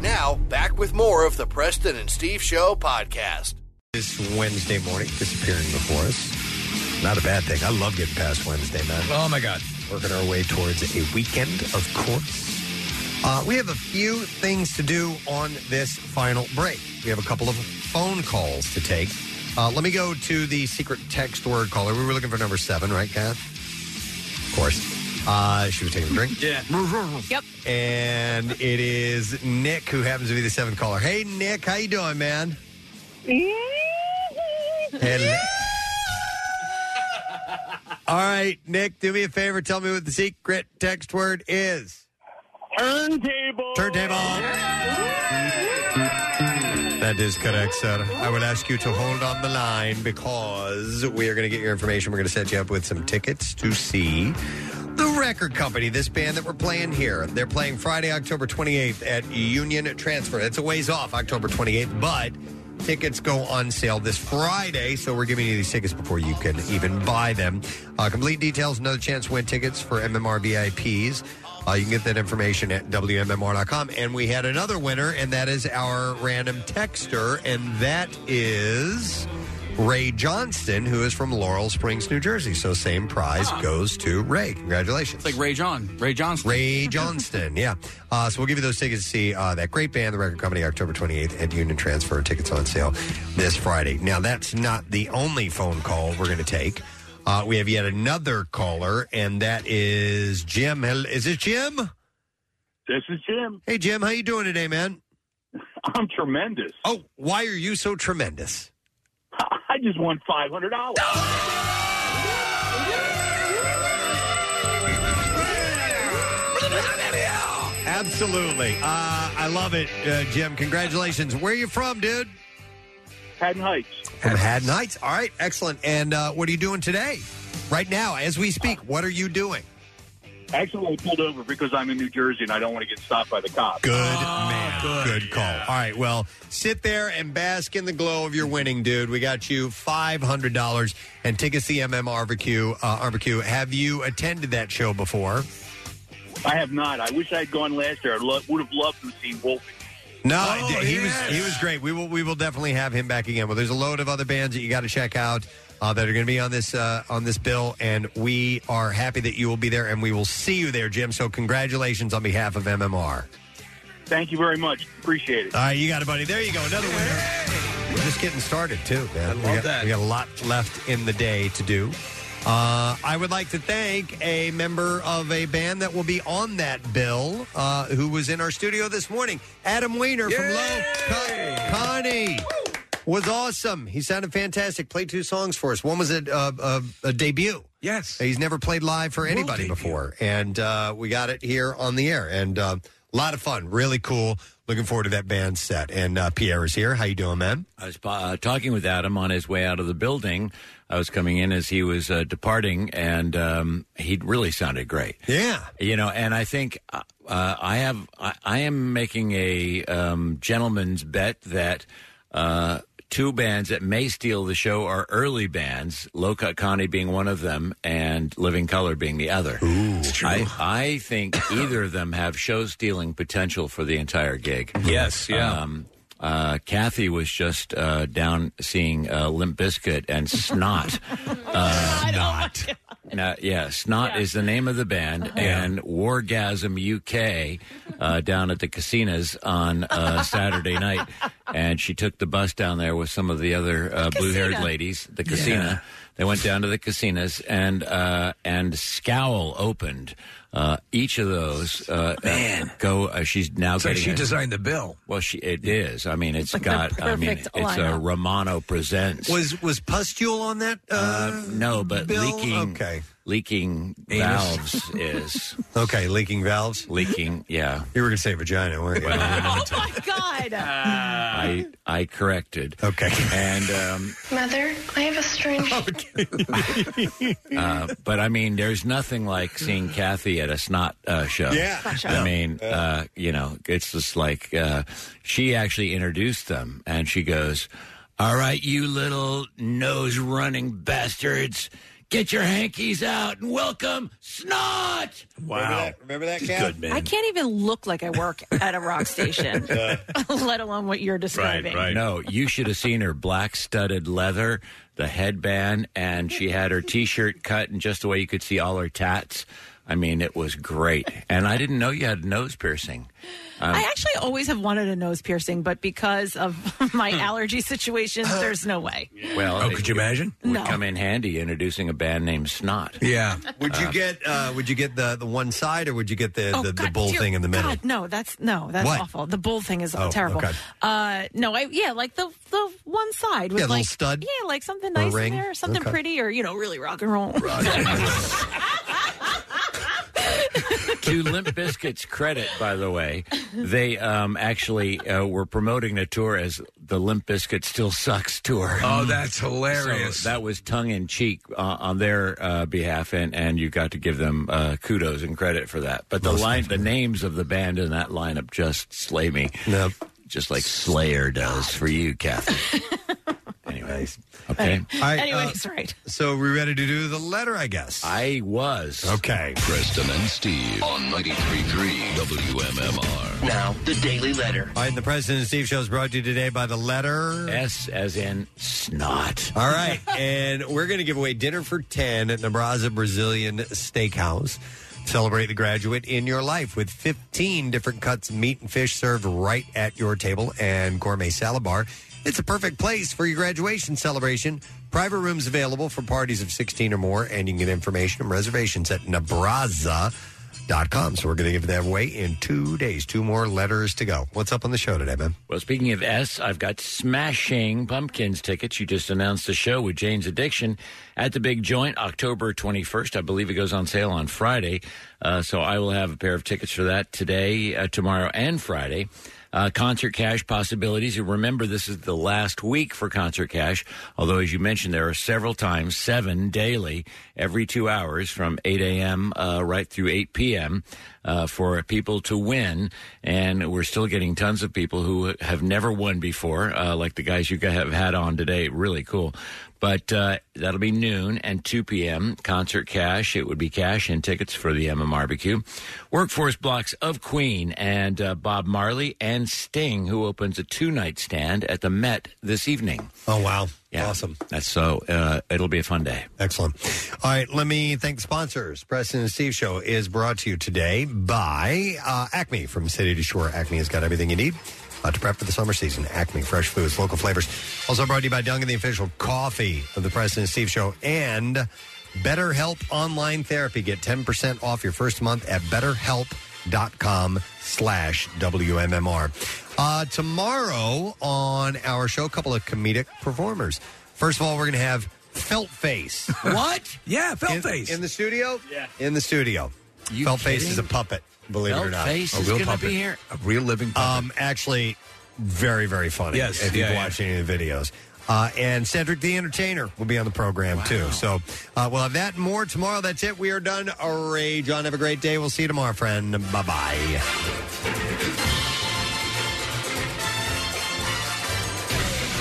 S14: Now, back with more of the Preston and Steve Show podcast.
S2: This Wednesday morning disappearing before us. Not a bad thing. I love getting past Wednesday, man. Oh, my God. Working our way towards a weekend, of course. Uh, we have a few things to do on this final break. We have a couple of phone calls to take. Uh, let me go to the secret text word caller. We were looking for number seven, right, Kath? Of course. Uh, she was taking a drink. yeah.
S3: Yep.
S2: And it is Nick, who happens to be the seventh caller. Hey, Nick, how you doing, man? Hello. All right, Nick, do me a favor. Tell me what the secret text word is.
S8: Turntable.
S2: Turntable. That is correct, sir. I will ask you to hold on the line because we are going to get your information. We're going to set you up with some tickets to see the record company, this band that we're playing here. They're playing Friday, October 28th at Union Transfer. That's a ways off, October 28th, but tickets go on sale this Friday, so we're giving you these tickets before you can even buy them. Uh, complete details, another chance to win tickets for MMR VIPs. Uh, you can get that information at WMMR.com. And we had another winner, and that is our random texter, and that is Ray Johnston, who is from Laurel Springs, New Jersey. So, same prize goes to Ray. Congratulations.
S5: It's like Ray John. Ray Johnston.
S2: Ray Johnston, yeah. Uh, so we'll give you those tickets to see uh, that great band, the record company, October 28th at Union Transfer. Tickets on sale this Friday. Now, that's not the only phone call we're going to take. Uh, we have yet another caller, and that is Jim. Hel- Is it Jim?
S8: This is Jim.
S2: Hey, Jim, how you doing today, man?
S8: *laughs* I'm tremendous.
S2: Oh, why are you so tremendous?
S8: *laughs* I just won $500.
S2: *laughs* Absolutely. Uh, I love it, uh, Jim. Congratulations. Where are you from, dude?
S8: Haddon Heights.
S2: From Haddon Heights. All right, excellent. And uh, what are you doing today? Right now, as we speak, what are you doing?
S8: Actually, I pulled over because I'm in New Jersey and I don't want to get stopped by the cops.
S2: Good man. Good, call. All right. Well, sit there and bask in the glow of your winning, dude. We got you $500 and tickets to the MMRBQ. Uh, RBQ. Have you attended that show before?
S8: I have not. I wish I had gone last year. I lo- would have loved to see Wolfie.
S2: No, he was he was great. We will we will definitely have him back again. Well, there's a load of other bands that you got to check out uh, that are going to be on this uh, on this bill, and we are happy that you will be there, and we will see you there, Jim. So congratulations on behalf of MMR.
S8: Thank you very much. Appreciate it.
S2: All right, you got it, buddy. There you go. Another winner. We're just getting started too, man.
S8: love
S2: we got,
S8: that.
S2: We got a lot left in the day to do. Uh, I would like to thank a member of a band that will be on that bill, uh, who was in our studio this morning, Adam Weiner from Low Con- Connie. Was awesome. He sounded fantastic. Played two songs for us. One was a, a, a, a debut. Yes, he's never played live for anybody before, and uh, we got it here on the air. And uh, a lot of fun. Really cool. Looking forward to that band set. And uh, Pierre is here. How you doing, man?
S26: I was uh, talking with Adam on his way out of the building. I was coming in as he was uh, departing, and um, he really sounded great.
S2: Yeah,
S26: you know, and I think uh, uh, I have I, I am making a um, gentleman's bet that. Uh, Two bands that may steal the show are early bands, Loka Connie being one of them and Living Color being the other. Ooh, I, I think either of them have show stealing potential for the entire gig.
S4: Yes, yeah.
S26: Um, uh, Kathy was just uh, down seeing uh, Limp Bizkit and Snot. uh, Snot. No, yeah, Snot is the name of the band, and Wargasm UK uh, down at the casinos on uh, Saturday night. And she took the bus down there with some of the other uh, blue haired
S18: Casino.
S26: ladies, the
S18: Yeah.
S26: casino. They went down to the casinos and uh, and Scowl opened uh, each of those. Uh, Man, go! Uh, she's now
S4: It's like
S26: getting.
S4: she
S26: a-
S4: designed the bill.
S26: well, she, it is. I mean, it's
S4: Like the
S26: got. I mean, it's
S4: perfect
S26: a
S4: lineup.
S26: Romano presents.
S2: Was was pustule on that? Uh,
S26: no, but
S2: bill?
S26: leaking.
S2: Okay.
S26: Leaking
S2: Anus.
S26: valves is
S2: *laughs* okay. Leaking valves.
S26: Leaking. Yeah.
S2: You were gonna say vagina, weren't you?
S26: Well,
S17: my God.
S24: Ah.
S26: I I corrected.
S2: Okay.
S26: And um,
S24: Mother, I have a strange.
S26: uh, but I mean, there's nothing like seeing Kathy at a snot uh, show.
S24: Yeah. Snot show.
S26: I mean, uh, you know, it's just like uh, she actually introduced them, and she goes, "All right, you little nose running bastards." Get your hankies out and welcome Snot!
S2: Wow. Remember that, Kat?
S26: Good, man.
S17: I can't even look like I work at a
S2: *laughs*
S17: rock station, *laughs* let alone what you're describing.
S26: No, you should have seen her black studded leather, the headband, and she had her t shirt cut and just the way you could see all her tats. I mean, it was great. And I didn't know you had nose piercing. Um,
S17: I actually always have wanted a nose piercing, but because of *laughs* my
S2: Hmm. *laughs*
S17: allergy situation, there's no way.
S26: well,
S4: Oh, could you imagine?
S26: Would
S17: No.
S26: come in handy introducing a band named Snot.
S4: Yeah.
S2: Would you get uh, would you get the, the one side or would you get the,
S17: Oh,
S2: the, the
S17: God,
S2: bull
S17: dear
S2: thing in the middle?
S17: God, no, that's no, that's
S2: What?
S17: awful. The bull thing is
S2: Oh,
S17: terrible.
S2: okay.
S17: Uh, no, I yeah, like the the one side with
S2: Yeah, a little
S17: like
S2: stud
S17: yeah, like something
S2: or a
S17: nice
S2: ring.
S17: in there, something
S2: Okay.
S17: pretty, or you know, really rock
S2: *laughs*
S17: and roll.
S26: to Limp Biscuit's credit, by the way, they um, actually uh, were promoting the tour as the Limp Biscuit Still Sucks tour.
S4: Oh, that's hilarious.
S26: So that was tongue in cheek uh, on their uh, behalf, and, and you got to give them uh, kudos and credit for that. But the line, the names of the band in that lineup just slay me. Just like Slayer does for you, Kathy.
S2: *laughs*
S26: Anyways, okay.
S2: uh,
S17: Anyways, right.
S2: So we ready to do the letter, I guess.
S26: I was.
S2: Okay.
S1: Preston and Steve on 93.3 WMMR.
S2: Now,
S26: the Daily Letter.
S2: All right, and the President and Steve show is brought to you today by the letter
S26: S as in snot.
S2: All right, and we're going to give away dinner for 10 at Nebraza Brazilian Steakhouse. Celebrate the graduate in your life with 15 different cuts of meat and fish served right at your table and gourmet salad bar. It's a perfect place for your graduation celebration. Private rooms available for parties of 16 or more, and you can get information and reservations at nebraza.com. So we're going to give that away in two days. Two more letters to go. What's up on the show today, man?
S26: Well, speaking of S, I've got Smashing Pumpkins tickets. You just announced the show with Jane's Addiction at the Big Joint, October 21st. I believe it goes on sale on Friday. Uh, so I will have a pair of tickets for that today, uh, tomorrow, and Friday. Uh, concert cash possibilities. And remember, this is the last week for concert cash. Although, as you mentioned, there are several times, seven daily, every two hours from 8 a.m. Uh, right through 8 p.m. Uh, for people to win. And we're still getting tons of people who have never won before, uh, like the guys you have had on today. Really cool. But uh, that'll be noon and 2 p.m. Concert cash. It would be cash and tickets for the MMRBQ. Workforce blocks of Queen and uh, Bob Marley and Sting, who opens a two night stand at the Met this evening.
S2: Oh, wow.
S26: Yeah.
S2: Awesome.
S26: That's so, uh, it'll be a fun day.
S2: Excellent. All right, let me thank the sponsors. Preston and Steve Show is brought to you today by uh, Acme from City to Shore. Acme has got everything you need uh, to prep for the summer season. Acme, fresh foods, local flavors. Also brought to you by Dunkin', the official coffee of the Preston and Steve Show, and BetterHelp Online Therapy. Get 10% off your first month at betterhelp.com slash WMMR. Uh, tomorrow on our show, a couple of comedic performers. First of all, we're going to have Felt Face.
S4: *laughs* What? yeah, felt
S2: in,
S4: face.
S2: in the studio. Yeah, in the studio. Felt Face
S4: kidding?
S2: is a puppet. Believe it or
S4: Felt
S2: not,
S4: Face A is real gonna puppet. be here?
S2: A real living. Puppet. Um, actually, very very funny.
S4: Yes,
S2: if
S4: yeah,
S2: you've
S4: yeah.
S2: watched any of the videos. Uh, and Cedric the Entertainer will be on the program too. So uh, we'll have that and more tomorrow. That's it. We are done. Ray John, have a great day. We'll see you tomorrow, friend. Bye bye.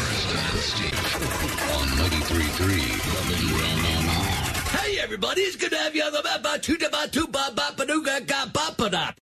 S1: Preston and Steve on 93.3 WMMR.
S9: Hey, everybody, it's good to have you on the map. Ba- Two da- ba- two ba- ba- ba- doo- ga- ga- ba- ba- da.